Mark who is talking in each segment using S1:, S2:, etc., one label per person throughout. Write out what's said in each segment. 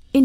S1: verscheen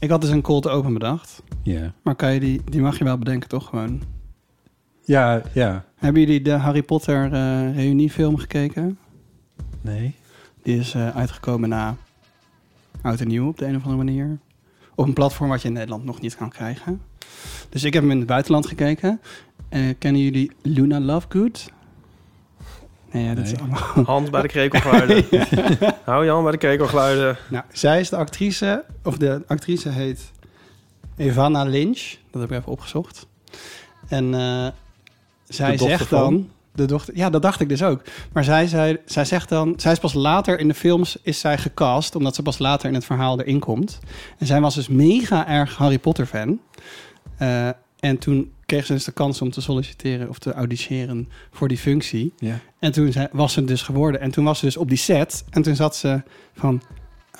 S2: Ik had dus een call to open bedacht.
S3: Ja.
S2: Maar kan je die, die mag je wel bedenken, toch? Gewoon.
S3: Ja, ja.
S2: Hebben jullie de Harry Potter eh reuniefilm gekeken?
S3: Nee.
S2: Die is eh, uitgekomen na oud en nieuw op de een of andere manier. Op een platform wat je in Nederland nog niet kan krijgen. Dus ik heb hem in het buitenland gekeken. Eh, kennen jullie Luna Lovegood? Nee, ja, dat is
S3: Nee.
S2: allemaal...
S4: Hand bij de krekelgeluiden. Hou je hand bij de krekelgeluiden.
S2: Nou, zij is de actrice, of de actrice heet Ivana Lynch. Dat heb ik even opgezocht. En eh, zij
S3: dochter
S2: zegt
S3: van?
S2: dan... De dochter, ja, dat dacht ik dus ook. Maar zij, zei, zij zegt dan... Zij is pas later in de films is zij gecast... omdat ze pas later in het verhaal erin komt. En zij was dus mega erg Harry Potter fan. Eh, en toen kreeg ze dus de kans om te solliciteren... of te auditioneren voor die functie.
S3: Ja.
S2: En toen zei- was ze dus geworden. En toen was ze dus op die set. En toen zat ze van...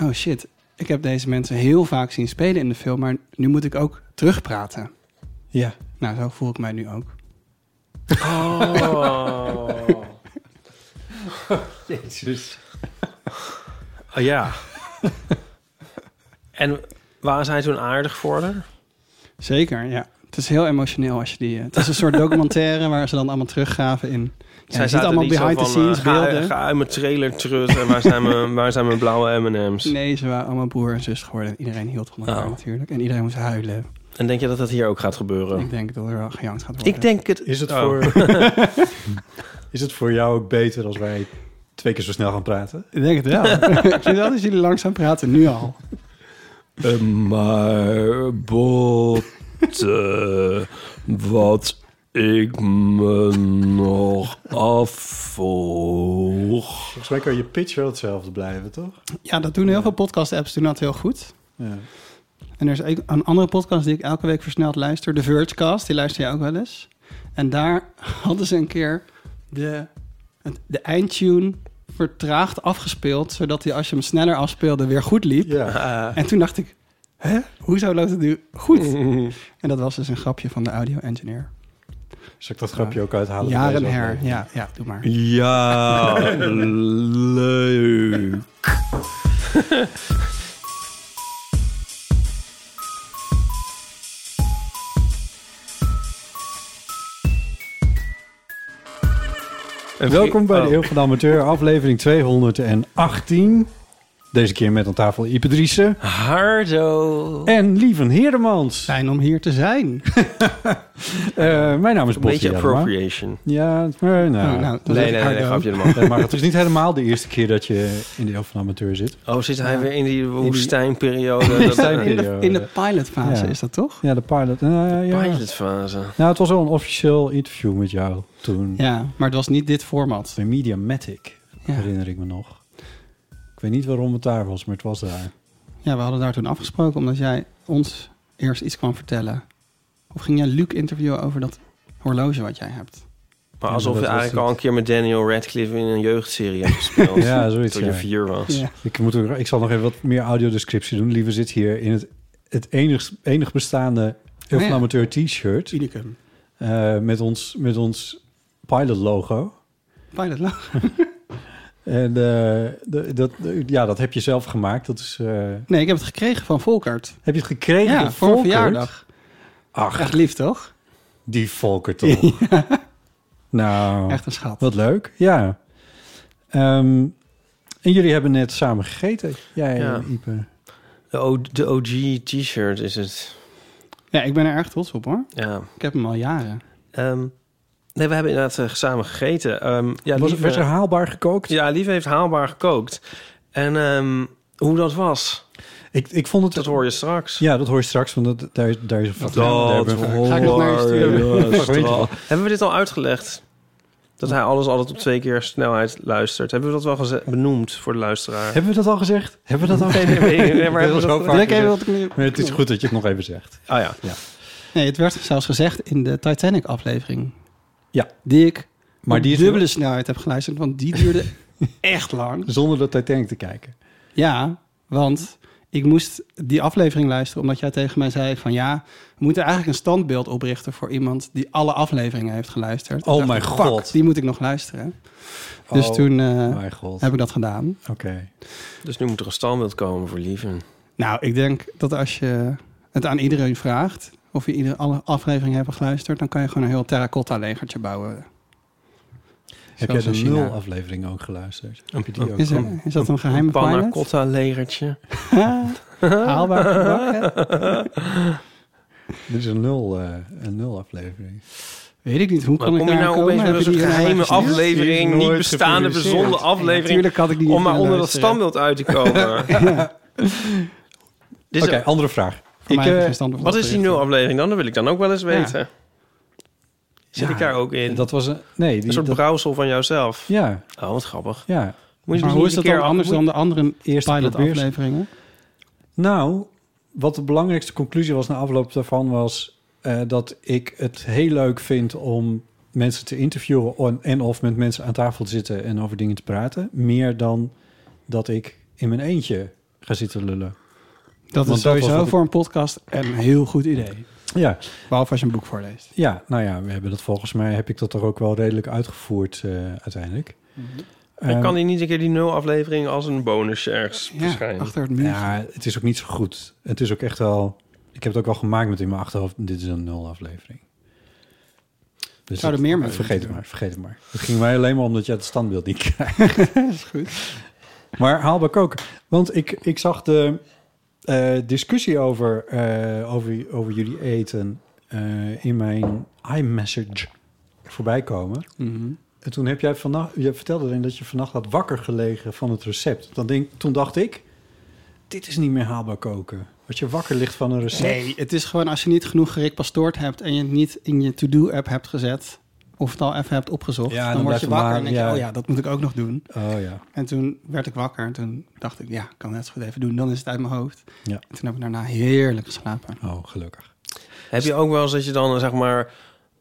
S2: Oh shit, ik heb deze mensen heel vaak zien spelen in de film... maar nu moet ik ook terugpraten.
S3: Ja.
S2: Nou, zo voel ik mij nu ook.
S4: Oh.
S3: Jezus.
S4: Oh, ja. En waar zijn ze toen aardig voor? haar?
S2: Zeker, ja. Het is heel emotioneel als je die... eh, Het is een soort documentaire waar ze dan allemaal teruggraven in... Ja, je ziet
S4: zaten
S2: allemaal
S4: niet zo
S2: behind the
S4: van, eh,
S2: scenes
S4: ga-
S2: beelden.
S4: Ga, uit mijn trailer terug en waar zijn mijn, waar zijn mijn blauwe M&M's?
S2: Nee, ze waren allemaal broer en zus geworden. Iedereen hield van elkaar
S4: Oh.
S2: natuurlijk. En iedereen moest huilen.
S4: En denk je dat dat hier ook gaat gebeuren?
S2: Ik denk dat er wel gejangd gaat worden.
S4: Oh. Ik denk het...
S3: Is het,
S4: Oh.
S3: voor, is het voor jou ook beter als wij twee keer zo snel gaan praten?
S2: Ik denk het wel. ik vind wel dat jullie langzaam praten, nu al.
S4: Maar eh, wat ik me nog afvolg.
S3: Volgens mij kan je pitch wel hetzelfde blijven, toch?
S2: Ja, dat doen heel veel podcast-apps, doen dat heel goed.
S3: Ja.
S2: En er is ook een andere podcast die ik elke week versneld luister. De Vergecast, die luister je ook wel eens. En daar hadden ze een keer de, het- de eindtune vertraagd afgespeeld... zodat hij als je hem sneller afspeelde weer goed liep.
S3: ja.
S2: En toen dacht ik, hè, hoezo loopt het nu goed? en dat was dus een grapje van de audio-engineer.
S3: Zal ik dat grapje ook uithalen?
S2: Jaren her, ja, ja, doe maar.
S4: Ja, leuk. En
S3: Welkom bij de
S4: heel
S3: Eeuw van de Amateur, aflevering 218. Deze keer met aan tafel Ipe Driessen
S4: Hardo.
S3: en Lieven Heerdemans.
S2: Fijn om hier te zijn.
S3: Eh, mijn naam is
S4: Een
S3: Botti
S4: beetje
S3: Jellema.
S4: appropriation.
S3: Ja, eh, nou,
S2: Oh, nou, dat
S4: Nee,
S2: is
S4: nee, nee,
S2: Hardo.
S4: grapje helemaal.
S3: Eh, maar het is niet helemaal de eerste keer dat je in de Eeuw van de Amateur zit.
S4: Oh, zit hij weer in die woestijnperiode?
S2: In
S3: Woestijnperiode.
S2: de, in de pilotfase
S3: eh, Ja.
S2: is dat toch?
S3: Ja, de pilot. eh, ja.
S4: Pilotfase.
S3: Nou, het was wel een officieel interview met jou toen.
S2: Ja, maar het was niet dit format.
S3: Bij Mediamatic,
S2: Ja.
S3: herinner ik me nog. Ik weet niet waarom het daar was, maar het was daar.
S2: Ja, we hadden daar toen afgesproken omdat jij ons eerst iets kwam vertellen. Of ging jij Luc interviewen over dat horloge wat jij hebt?
S4: Maar
S3: Ja,
S4: alsof
S3: dat
S4: je
S3: was
S4: eigenlijk
S3: het.
S4: al een keer met Daniel Radcliffe in een jeugdserie hebt gespeeld.
S3: Ja, zoiets,
S4: Toen je
S3: ja.
S4: vier was.
S2: Ja.
S3: Ik, moet ook, ik zal nog even wat meer audiodescriptie doen. Liever zit hier in het, het enig, enig bestaande heel
S2: Oh ja.
S3: Amateur t-shirt.
S2: Unicum.
S3: eh, met, ons, met ons pilot logo.
S2: Pilot Lab.
S3: En eh, de- dat, de- ja, dat heb je zelf gemaakt. Dat is, eh,
S2: Nee, ik heb het gekregen van Volkert.
S3: heb je het gekregen?
S2: Ja,
S3: van
S2: voor een
S3: Volkert?
S2: verjaardag.
S3: Ach,
S2: Echt lief, toch?
S3: die Volker toch. Nou,
S2: Echt een schat.
S3: wat leuk. Ja. Ehm, en jullie hebben net samen gegeten. Jij
S4: Ja.
S3: en Ipe.
S4: De, O- de OG t-shirt is het.
S2: Ja, ik ben er erg trots op hoor.
S4: Ja.
S2: Ik heb hem al jaren.
S4: Ehm, nee, we hebben inderdaad eh, samen gegeten. Ehm, ja,
S3: Was,
S4: Lieve-
S3: werd er haalbaar gekookt?
S4: ja, Lieve heeft haalbaar gekookt. En ehm, hoe dat was,
S3: Ik, ik vond het...
S4: dat hoor je straks.
S3: Ja, dat hoor je straks, want dat, daar, is- daar is een
S2: Ga ik nog naar je sturen?
S4: hoor je
S3: Weet
S4: straks. Hebben we dit al uitgelegd? Dat hij alles altijd op twee keer snelheid luistert. Hebben we dat wel geze- benoemd voor de luisteraar?
S3: Hebben we dat al gezegd? Hebben we dat al
S4: Nee, nee,
S3: gezegd?
S4: nee, nee, maar hebben we dat-
S2: Wil ik even wat ik nu-
S3: Maar het is goed dat je het nog even zegt.
S4: Ah ja.
S2: Nee, het werd zelfs gezegd in de Titanic-aflevering.
S3: Ja.
S2: Die ik
S3: Maar die is
S2: dubbele snelheid heb geluisterd, want die duurde echt lang.
S3: zonder de Titanic te kijken.
S2: Ja, want ik moest die aflevering luisteren omdat jij tegen mij zei van ja, we moeten eigenlijk een standbeeld oprichten voor iemand die alle afleveringen heeft geluisterd.
S3: Oh
S2: Ik dacht,
S3: mijn
S2: fuck,
S3: god.
S2: Die moet ik nog luisteren. Dus
S3: Oh
S2: toen eh,
S3: mijn god.
S2: heb ik dat gedaan.
S3: Oké.
S4: Dus nu moet er een standbeeld komen voor Lieve.
S2: Nou, ik denk dat als je het aan iedereen vraagt of je iedere alle afleveringen hebt geluisterd, dan kan je gewoon een heel terracotta legertje bouwen.
S3: Heb jij
S2: Zoals
S3: de
S2: in China.
S3: nul aflevering ook geluisterd? Oh. Heb je die ook?
S2: Is, er- is dat een geheime
S4: Panna
S2: planet?
S4: cotta legertje.
S2: Haalbaar gebakken?
S3: Dit is een nul, eh, een nul aflevering.
S2: Weet ik niet. Hoe
S4: Maar
S2: kan ik
S4: kom je
S2: daar
S4: nou
S2: komen?
S4: opeens
S2: Heb
S4: met
S2: je
S4: een
S2: die hier
S4: geheime
S2: ergens neer?
S4: aflevering,
S3: Die is
S4: niet
S3: nooit
S4: bestaande
S3: gepubliceerd.
S4: verzonnen aflevering,
S2: Natuurlijk had ik die eh, niet
S4: om maar
S2: kunnen
S4: onder dat
S2: luisteren.
S4: standbeeld uit te komen? Dit
S3: Oké,
S4: is-
S3: andere vraag.
S2: Voor mij
S3: Ik,
S2: heeft
S3: eh,
S2: geen standbeeld
S4: Wat is die
S2: opgericht.
S4: nul aflevering dan? Dat wil ik dan ook wel eens
S2: Ja.
S4: weten. Zit
S3: Ja,
S4: ik daar ook in?
S3: Dat was een... Nee, die,
S4: een soort
S3: dat-
S4: brouwsel van jouzelf.
S3: Ja,
S4: Oh, wat grappig.
S3: ja.
S4: Moet je
S2: Maar
S4: niet
S2: hoe is
S4: een
S2: dat
S4: keer-
S2: dan anders
S4: moet-
S2: dan de andere
S3: Eerst probeer-
S2: pilot-afleveringen?
S3: Nou, wat de belangrijkste conclusie was na afloop daarvan was eh, dat ik het heel leuk vind om mensen te interviewen on- en of met mensen aan tafel te zitten en over dingen te praten, meer dan dat ik in mijn eentje ga zitten lullen.
S2: Dat
S3: Want
S2: is
S3: dat was
S2: sowieso
S3: wat ik-
S2: voor een podcast een heel goed idee.
S3: Ja,
S2: Behalve als je een boek voorleest.
S3: ja, nou ja, we hebben dat volgens mij heb ik dat er ook wel redelijk uitgevoerd eh, uiteindelijk.
S4: En
S3: Ehm,
S4: kan die niet een keer die nul aflevering als een bonusje ergens
S2: eh, Ja,
S4: verschijnen?
S2: achter het muur.
S3: Ja, het is ook niet zo goed. Het is ook echt wel. Ik heb het ook wel gemaakt met in mijn achterhoofd. Dit is een nul aflevering. Dus
S2: Zouden
S3: dat-
S2: meer mensen
S3: Vergeet het
S2: doen.
S3: maar, vergeet het maar. Het ging mij alleen maar omdat je het standbeeld niet krijgt.
S2: Dat is goed.
S3: Maar haalbaar koken. Want ik, ik zag de eh, discussie over, eh, over, over jullie eten eh, in mijn iMessage voorbij komen.
S2: Mm.
S3: En toen heb jij vannacht, je vertelde erin dat je vannacht had wakker gelegen van het recept. Dan denk, toen dacht ik, dit is niet meer haalbaar koken. Wat je wakker ligt van een recept.
S2: Nee, het is gewoon als je niet genoeg Rick Pastoort hebt... en je het niet in je to-do-app hebt gezet... of het al even hebt opgezocht...
S3: Ja,
S2: dan,
S3: dan
S2: word
S3: blijft
S2: je
S3: het
S2: wakker
S3: maar-
S2: en denk je...
S3: ja.
S2: oh ja, dat moet ik ook nog doen.
S3: Oh ja.
S2: En toen werd ik wakker en toen dacht ik... ja, ik kan het net zo goed even doen. Dan is het uit mijn hoofd.
S3: Ja.
S2: En toen heb ik daarna heerlijk geslapen.
S3: Oh, gelukkig.
S4: Heb je ook wel eens dat je dan eh, zeg maar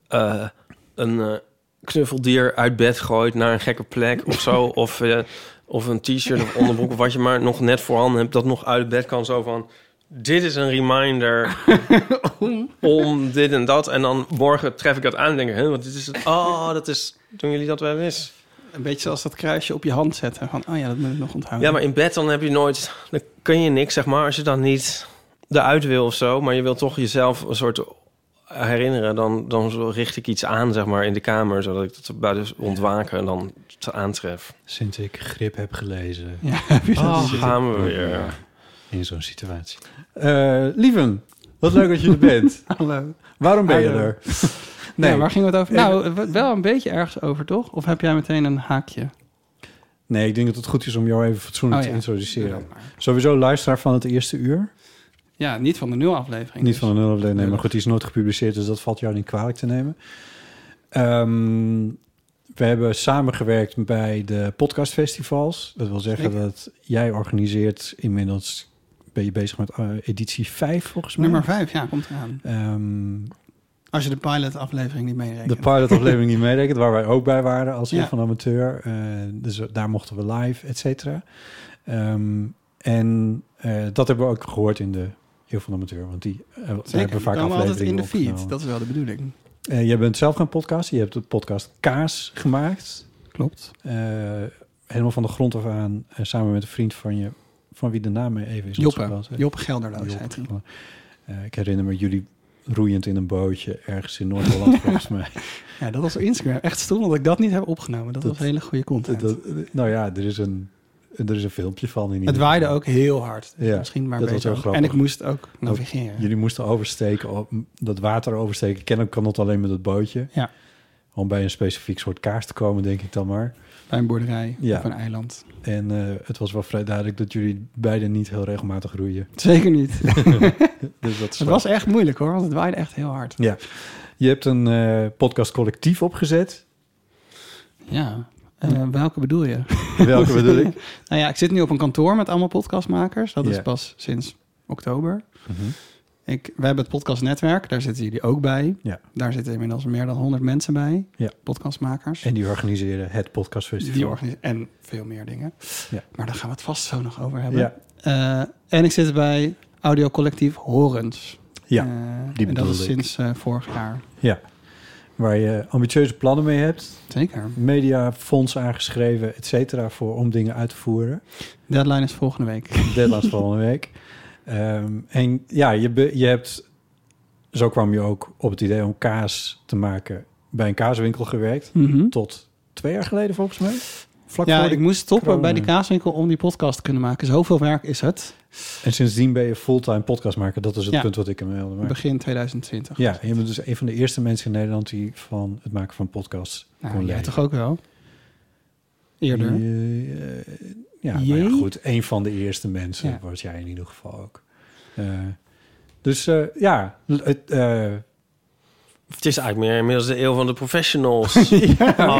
S4: eh, een eh, knuffeldier uit bed gooit naar een gekke plek of zo? of, eh, of een t-shirt of onderbroek of wat je maar nog net voorhanden hebt, dat nog uit bed kan zo van... Dit is een reminder om dit en dat. En dan morgen tref ik dat aan en denk ik... "Huh, want dit is het. Oh, dat is... Doen jullie dat wel eens?
S2: Een beetje zoals dat kruisje op je hand zetten. Van, oh ja, dat moet ik nog onthouden.
S4: Ja, maar in bed dan heb je nooit... Dan kun je niks, zeg maar, als je dan niet eruit wil of zo. Maar je wil toch jezelf een soort herinneren. Dan, dan zo richt ik iets aan, zeg maar, in de kamer. Zodat ik dat buiten ontwaken en dan het aantref.
S3: Sinds ik grip heb gelezen.
S2: Ja, heb je dat
S4: Dan
S2: gezien?
S4: gaan we weer.
S3: In zo'n situatie. Eh, lieven, wat leuk dat je er bent.
S2: Hallo.
S3: Waarom ben je
S2: Hallo.
S3: er? Nee,
S2: Ja, waar ging het over? Nou, w- wel een beetje ergens over, toch? Of heb jij meteen een haakje?
S3: nee, ik denk dat het goed is om jou even fatsoenlijk
S2: Oh ja.
S3: te introduceren.
S2: Doe dat maar.
S3: Sowieso luisteraar van het eerste uur.
S2: Ja, niet van de nul aflevering.
S3: Niet
S2: dus.
S3: van een nul aflevering. Nee, maar goed, die is nooit gepubliceerd, dus dat valt jou niet kwalijk te nemen. Ehm, we hebben samengewerkt bij de podcastfestivals. Dat wil zeggen
S2: Zeker.
S3: dat jij organiseert inmiddels. Ben je bezig met eh, editie 5 volgens mij?
S2: Nummer 5, ja, komt eraan.
S3: Ehm,
S2: Als je de pilot aflevering niet meerekent.
S3: de pilot-aflevering niet meerekent, waar wij ook bij waren als
S2: Ja.
S3: een van amateur. Eh, dus daar mochten we live, et cetera. Ehm, en eh, dat hebben we ook gehoord in de Eeuw van de Amateur, want die eh, daar
S2: Zeker,
S3: hebben we vaak
S2: die komen altijd in
S3: afleveringen
S2: de feed.
S3: opgenomen.
S2: Dat is wel de bedoeling.
S3: Eh, jij bent zelf gaan podcasten. Je hebt de podcast Kaas gemaakt.
S2: Klopt.
S3: Eh, helemaal van de grond af aan. eh, samen met een vriend van je. Van wie de naam even is.
S2: Joppe.
S3: ontzocht was, hè?
S2: Joppe Gelderloos
S3: Joppe.
S2: heet hij.
S3: Eh, ik herinner me jullie roeiend in een bootje ergens in Noord-Holland volgens mij.
S2: Ja, dat was op Instagram. Echt stom dat ik dat niet heb opgenomen. Dat, was hele goede content.
S3: Dat, nou ja, er is een, er is een filmpje van. In
S2: het
S3: ieder
S2: waaide
S3: geval.
S2: ook heel hard. Dus
S3: Ja,
S2: misschien maar
S3: dat was
S2: beter.
S3: heel
S2: ook.
S3: grappig.
S2: En ik moest ook navigeren.
S3: Jullie moesten oversteken, op- dat water oversteken. Kennelijk kan dat alleen met het bootje.
S2: Ja,
S3: Om bij een specifiek soort kaars te komen, denk ik dan maar.
S2: bij een boerderij
S3: Ja.
S2: of een eiland.
S3: En eh, het was wel vrij duidelijk dat jullie beiden niet heel regelmatig roeien.
S2: Zeker niet.
S3: Dus dat is
S2: het was echt moeilijk hoor, want het waaide echt heel hard.
S3: Ja. Je hebt een eh, podcast collectief opgezet.
S2: Ja. Eh, welke bedoel je?
S3: Welke bedoel ik?
S2: Nou ja, ik zit nu op een kantoor met allemaal podcastmakers. Dat is
S3: Ja.
S2: pas sinds oktober. Ik, we hebben het podcastnetwerk, daar zitten jullie ook bij.
S3: Ja.
S2: Daar zitten inmiddels meer dan 100 mensen bij,
S3: Ja.
S2: podcastmakers. Dus
S3: En die organiseren het podcastfestival.
S2: Die organis- en veel meer dingen.
S3: Ja.
S2: Maar daar gaan we het vast zo nog over hebben.
S3: Ja.
S2: Eh, en ik zit bij audiocollectief Horens.
S3: Ja,
S2: Eh, en dat
S3: bedoelde
S2: is
S3: ik.
S2: sinds eh, vorig jaar.
S3: ja. Waar je ambitieuze plannen mee hebt.
S2: Zeker.
S3: Mediafonds aangeschreven, et cetera, voor, om dingen uit te voeren.
S2: Deadline is volgende week.
S3: Deadlines volgende week. Ehm, en ja, je, be- je hebt... Zo kwam je ook op het idee om kaas te maken. Bij een kaaswinkel gewerkt.
S2: Mhm.
S3: Tot twee jaar geleden volgens mij. Vlak
S2: Ja,
S3: voor de
S2: ik moest stoppen
S3: corona.
S2: bij de kaaswinkel om die podcast te kunnen maken. Zoveel werk is het.
S3: En sindsdien ben je fulltime podcastmaker. Dat is het
S2: Ja.
S3: punt wat ik hem wilde maken.
S2: Begin 2020.
S3: Ja, en je bent dus een van de eerste mensen in Nederland die van het maken van podcasts
S2: Nou,
S3: kon
S2: jij
S3: leven.
S2: toch ook wel? Eerder.
S3: Je- eh, ja, maar ja,
S2: Jee.
S3: goed. Een van de eerste mensen
S2: Ja.
S3: was jij in ieder geval ook. Eh, dus eh, ja, het, eh,
S4: Het is eigenlijk meer inmiddels de eeuw van de professionals. Al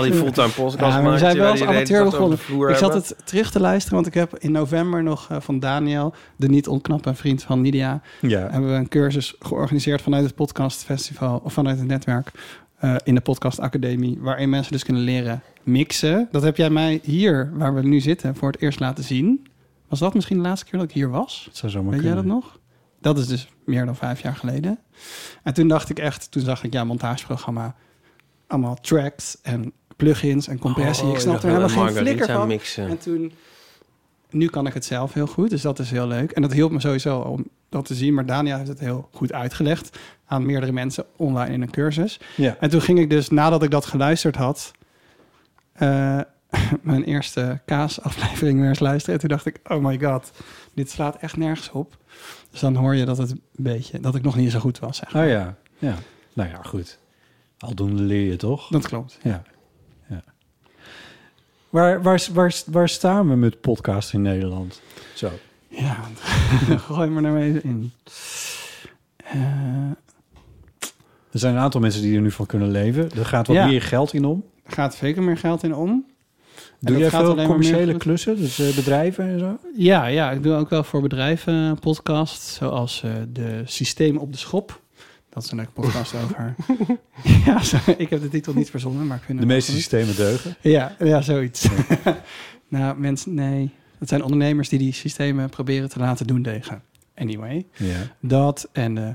S4: die fulltime
S2: Ja,
S4: podcast
S2: maar we
S4: maken,
S2: zijn wel als
S4: terwijl die de hele
S2: amateur
S4: dag over de
S2: begonnen.
S4: vloer
S2: Ik zat
S4: hebben.
S2: het terug te luisteren, want ik heb in november nog eh, van Daniel, de niet onknappe vriend van Nidia,
S3: ja,
S2: hebben we een cursus georganiseerd vanuit het podcastfestival of vanuit het netwerk eh, in de Podcast Academie, waarin mensen dus kunnen leren mixen. Dat heb jij mij hier, waar we nu zitten, voor het eerst laten zien. Was dat misschien de laatste keer dat ik hier was?
S3: het zou zomaar
S2: Weet jij
S3: kunnen.
S2: dat nog? Dat is dus meer dan vijf jaar geleden. En toen dacht ik echt, toen zag ik ja, montageprogramma, allemaal tracks en plugins en compressie.
S4: Oh,
S2: ik snap
S4: dacht
S2: er helemaal
S4: wel,
S2: geen flikker
S4: Margarita
S2: van.
S4: mixen.
S2: En toen, nu kan ik het zelf heel goed, dus dat is heel leuk. En dat hielp me sowieso om dat te zien, maar Dania heeft het heel goed uitgelegd aan meerdere mensen online in een cursus.
S3: Ja.
S2: En toen ging ik dus, nadat ik dat geluisterd had, eh, mijn eerste kaasaflevering weer eens luisteren. En toen dacht ik, oh my god, dit slaat echt nergens op. Dus dan hoor je dat het een beetje, dat ik nog niet zo goed was. Zeg.
S3: Oh ja, ja. Nou ja, goed. Aldoende leer je toch?
S2: Dat klopt.
S3: Ja. ja. Waar, waar, waar, waar staan we met podcasts in Nederland? Zo.
S2: Ja, gooi maar nou even in. Eh,
S3: Er zijn een aantal mensen die er nu van kunnen leven. Er gaat wat
S2: Ja.
S3: meer geld in om.
S2: er gaat zeker meer geld in om. En
S3: Doe
S2: dat
S3: jij
S2: gaat alleen
S3: veel
S2: maar meer
S3: commerciële
S2: goed.
S3: klussen, dus eh, bedrijven en zo?
S2: Ja, ja, ik doe ook wel voor bedrijven podcasts, zoals eh, de Systeem op de Schop. Dat is een leuke podcast over. ja, sorry, ik heb de titel niet verzonnen, maar ik vind
S3: De
S2: hem wel
S3: meeste
S2: goed.
S3: systemen deugen.
S2: Ja, ja zoiets. nou, mensen, nee. Dat zijn ondernemers die die systemen proberen te laten doen tegen. Anyway,
S3: Ja.
S2: dat en de,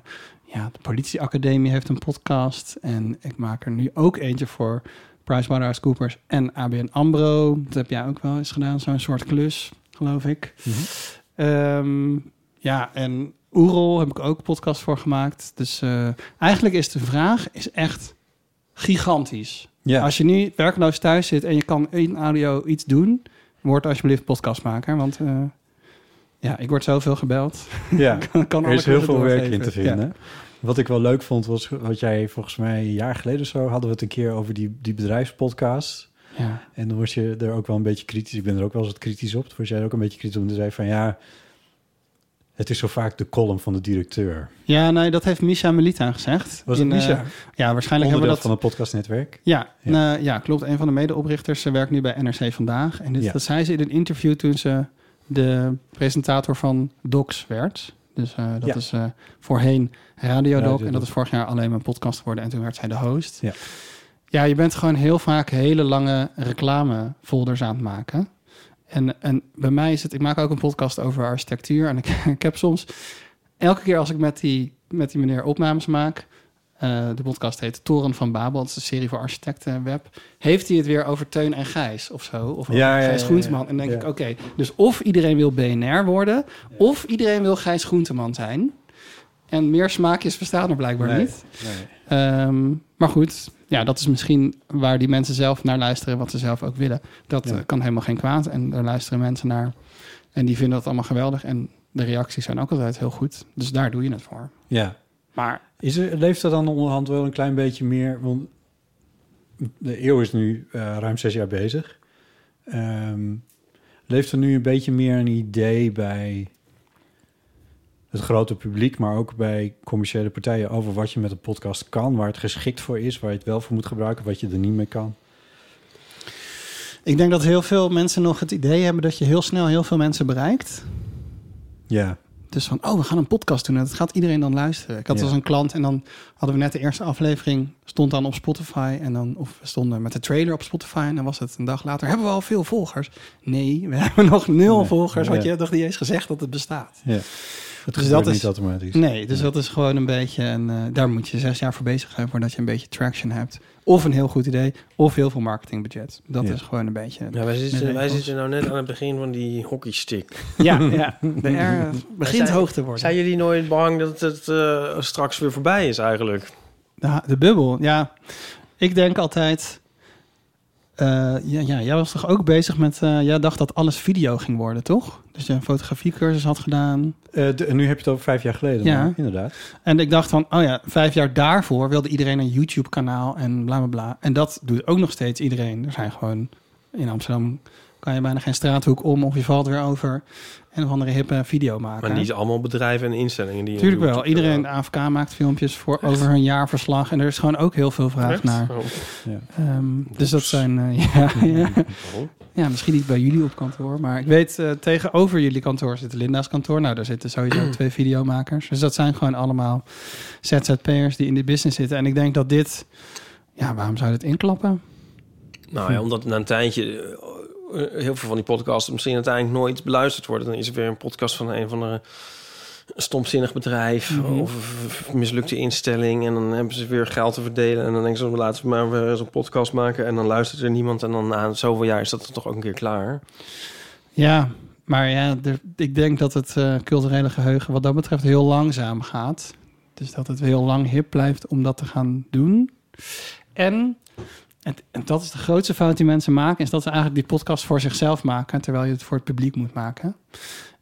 S2: ja, de politieacademie heeft een podcast. En ik maak er nu ook eentje voor PricewaterhouseCoopers en ABN AMRO. Dat heb jij ook wel eens gedaan, zo'n soort klus, geloof ik. Ehm, ja, en Oerol heb ik ook een podcast voor gemaakt. Dus eh, eigenlijk is de vraag is echt gigantisch.
S3: Ja.
S2: Als je nu werkloos thuis zit en je kan in audio iets doen, word alsjeblieft podcastmaker. Want eh, ja, ik word zoveel gebeld.
S3: ja.
S2: kan alle
S3: Er is heel
S2: kleuren
S3: veel werk in
S2: doorgeven.
S3: te vinden. Wat ik wel leuk vond, was wat jij volgens mij een jaar geleden of zo... hadden we het een keer over die, die bedrijfspodcast.
S2: Ja.
S3: En dan word je er ook wel een beetje kritisch. Ik ben er ook wel eens wat kritisch op. Toen was jij er ook een beetje kritisch om te zeggen van... ja, het is zo vaak de column van de directeur.
S2: ja, nee, dat heeft Misha Melita gezegd.
S3: Was het
S2: eh,
S3: Misha?
S2: ja, waarschijnlijk hebben we
S3: Onderdeel
S2: dat...
S3: van het podcastnetwerk.
S2: Ja,
S3: Ja.
S2: nou, ja, klopt. Een van de medeoprichters ze werkt nu bij NRC Vandaag. En dit,
S3: Ja.
S2: dat zei ze in een interview toen ze de presentator van Docs werd. Dus eh, dat
S3: Ja.
S2: is eh, voorheen Radiodoc.
S3: Radiodoc.
S2: en dat is vorig jaar alleen maar een podcast geworden. En toen werd zij de host.
S3: Ja.
S2: ja, je bent gewoon heel vaak hele lange reclamefolders aan het maken. En, en bij mij is het... Ik maak ook een podcast over architectuur. En ik, ik heb soms... Elke keer als ik met die, met die meneer opnames maak... eh, de podcast heet Toren van Babel. Het is een serie voor architecten web. Heeft hij het weer over Teun en Gijs of zo? Of over
S3: Ja, ja, ja,
S2: Gijs
S3: ja.
S2: Groenteman. En dan denk
S3: Ja.
S2: ik, oké. dus of iedereen wil BNR worden... of iedereen wil Gijs Groenteman zijn... En meer smaakjes bestaan er blijkbaar
S3: Nee,
S2: niet.
S3: nee.
S2: Ehm, maar goed, ja, dat is misschien waar die mensen zelf naar luisteren, wat ze zelf ook willen. Dat
S3: Ja.
S2: eh, kan helemaal geen kwaad. En daar luisteren mensen naar. En die vinden dat allemaal geweldig. En de reacties zijn ook altijd heel goed. Dus daar doe je het voor.
S3: Ja.
S2: Maar
S3: Is er, leeft er dan onderhand wel een klein beetje meer? Want de eeuw is nu eh, ruim zes jaar bezig. Ehm, leeft er nu een beetje meer een idee bij het grote publiek, maar ook bij commerciële partijen over wat je met een podcast kan, waar het geschikt voor is, waar je het wel voor moet gebruiken, wat je er niet mee kan?
S2: ik denk dat heel veel mensen nog het idee hebben dat je heel snel heel veel mensen bereikt.
S3: Ja,
S2: Dus van, oh, we gaan een podcast doen. En dat gaat iedereen dan luisteren. Ik had
S3: Ja.
S2: als een klant en dan hadden we net de eerste aflevering. Stond dan op Spotify. En dan, of we stonden met de trailer op Spotify. En dan was het een dag later. Hebben we al veel volgers? Nee, we hebben nog nul
S3: Nee,
S2: volgers. Want
S3: ja.
S2: je hebt nog niet eens gezegd dat het bestaat.
S3: ja. Het
S2: Dus
S3: gebeurt
S2: dat
S3: niet
S2: is-
S3: automatisch.
S2: Nee, dus dat is gewoon een beetje... En daar moet je zes jaar voor bezig zijn voordat je een beetje traction hebt. Of een heel goed idee, of heel veel marketingbudget. Dat
S3: Ja.
S2: is gewoon een beetje...
S4: Ja, wij
S2: Nee,
S4: zitten, wij
S2: nee,
S4: zitten nou net aan het begin van die hockeystick.
S2: ja, ja. de R begint
S4: zijn-
S2: hoog te worden.
S4: Zijn jullie nooit bang dat het eh, straks weer voorbij is eigenlijk?
S2: De, de bubbel, ja. Ik denk altijd... eh, ja, ja, jij was toch ook bezig met... eh, jij dacht dat alles video ging worden, toch? Dus je een fotografiecursus had gedaan.
S3: Eh, de- nu heb je het over vijf jaar geleden,
S2: Ja.
S3: maar inderdaad.
S2: En ik dacht van, oh ja, vijf jaar daarvoor wilde iedereen een YouTube-kanaal en bla bla bla. En dat doet ook nog steeds iedereen. Er zijn gewoon in Amsterdam kan je bijna geen straathoek om of je valt weer over. En of andere hippe video maken.
S4: Maar niet allemaal bedrijven en instellingen die...
S2: Tuurlijk wel. Iedereen,
S4: eh.
S2: de AFK maakt filmpjes voor over hun jaarverslag. En er is gewoon ook heel veel vraag naar. Ehm, dus dat zijn. eh, ja, ja. ja, misschien niet bij jullie op kantoor. Maar ik weet, eh, tegenover jullie kantoor zit Linda's kantoor. Nou, daar zitten sowieso twee videomakers. Dus dat zijn gewoon allemaal ZZP'ers die in de business zitten. En ik denk dat dit. Ja, waarom zou je dit inklappen?
S4: Nou ja, omdat na een tijdje eh, heel veel van die podcasts misschien uiteindelijk nooit beluisterd worden. Dan is er weer een podcast van een van de stomzinnig bedrijf
S2: Mhm.
S4: of een mislukte instelling. En dan hebben ze weer geld te verdelen. En dan denken ze, "Oh, laten we maar weer eens een podcast maken. En dan luistert er niemand. En dan na zoveel jaar is dat dan toch ook een keer klaar.
S2: Ja, maar ja, er- ik denk dat het eh, culturele geheugen wat dat betreft heel langzaam gaat. Dus dat het heel lang hip blijft om dat te gaan doen. En, en, en dat is de grootste fout die mensen maken, is dat ze eigenlijk die podcast voor zichzelf maken, terwijl je het voor het publiek moet maken.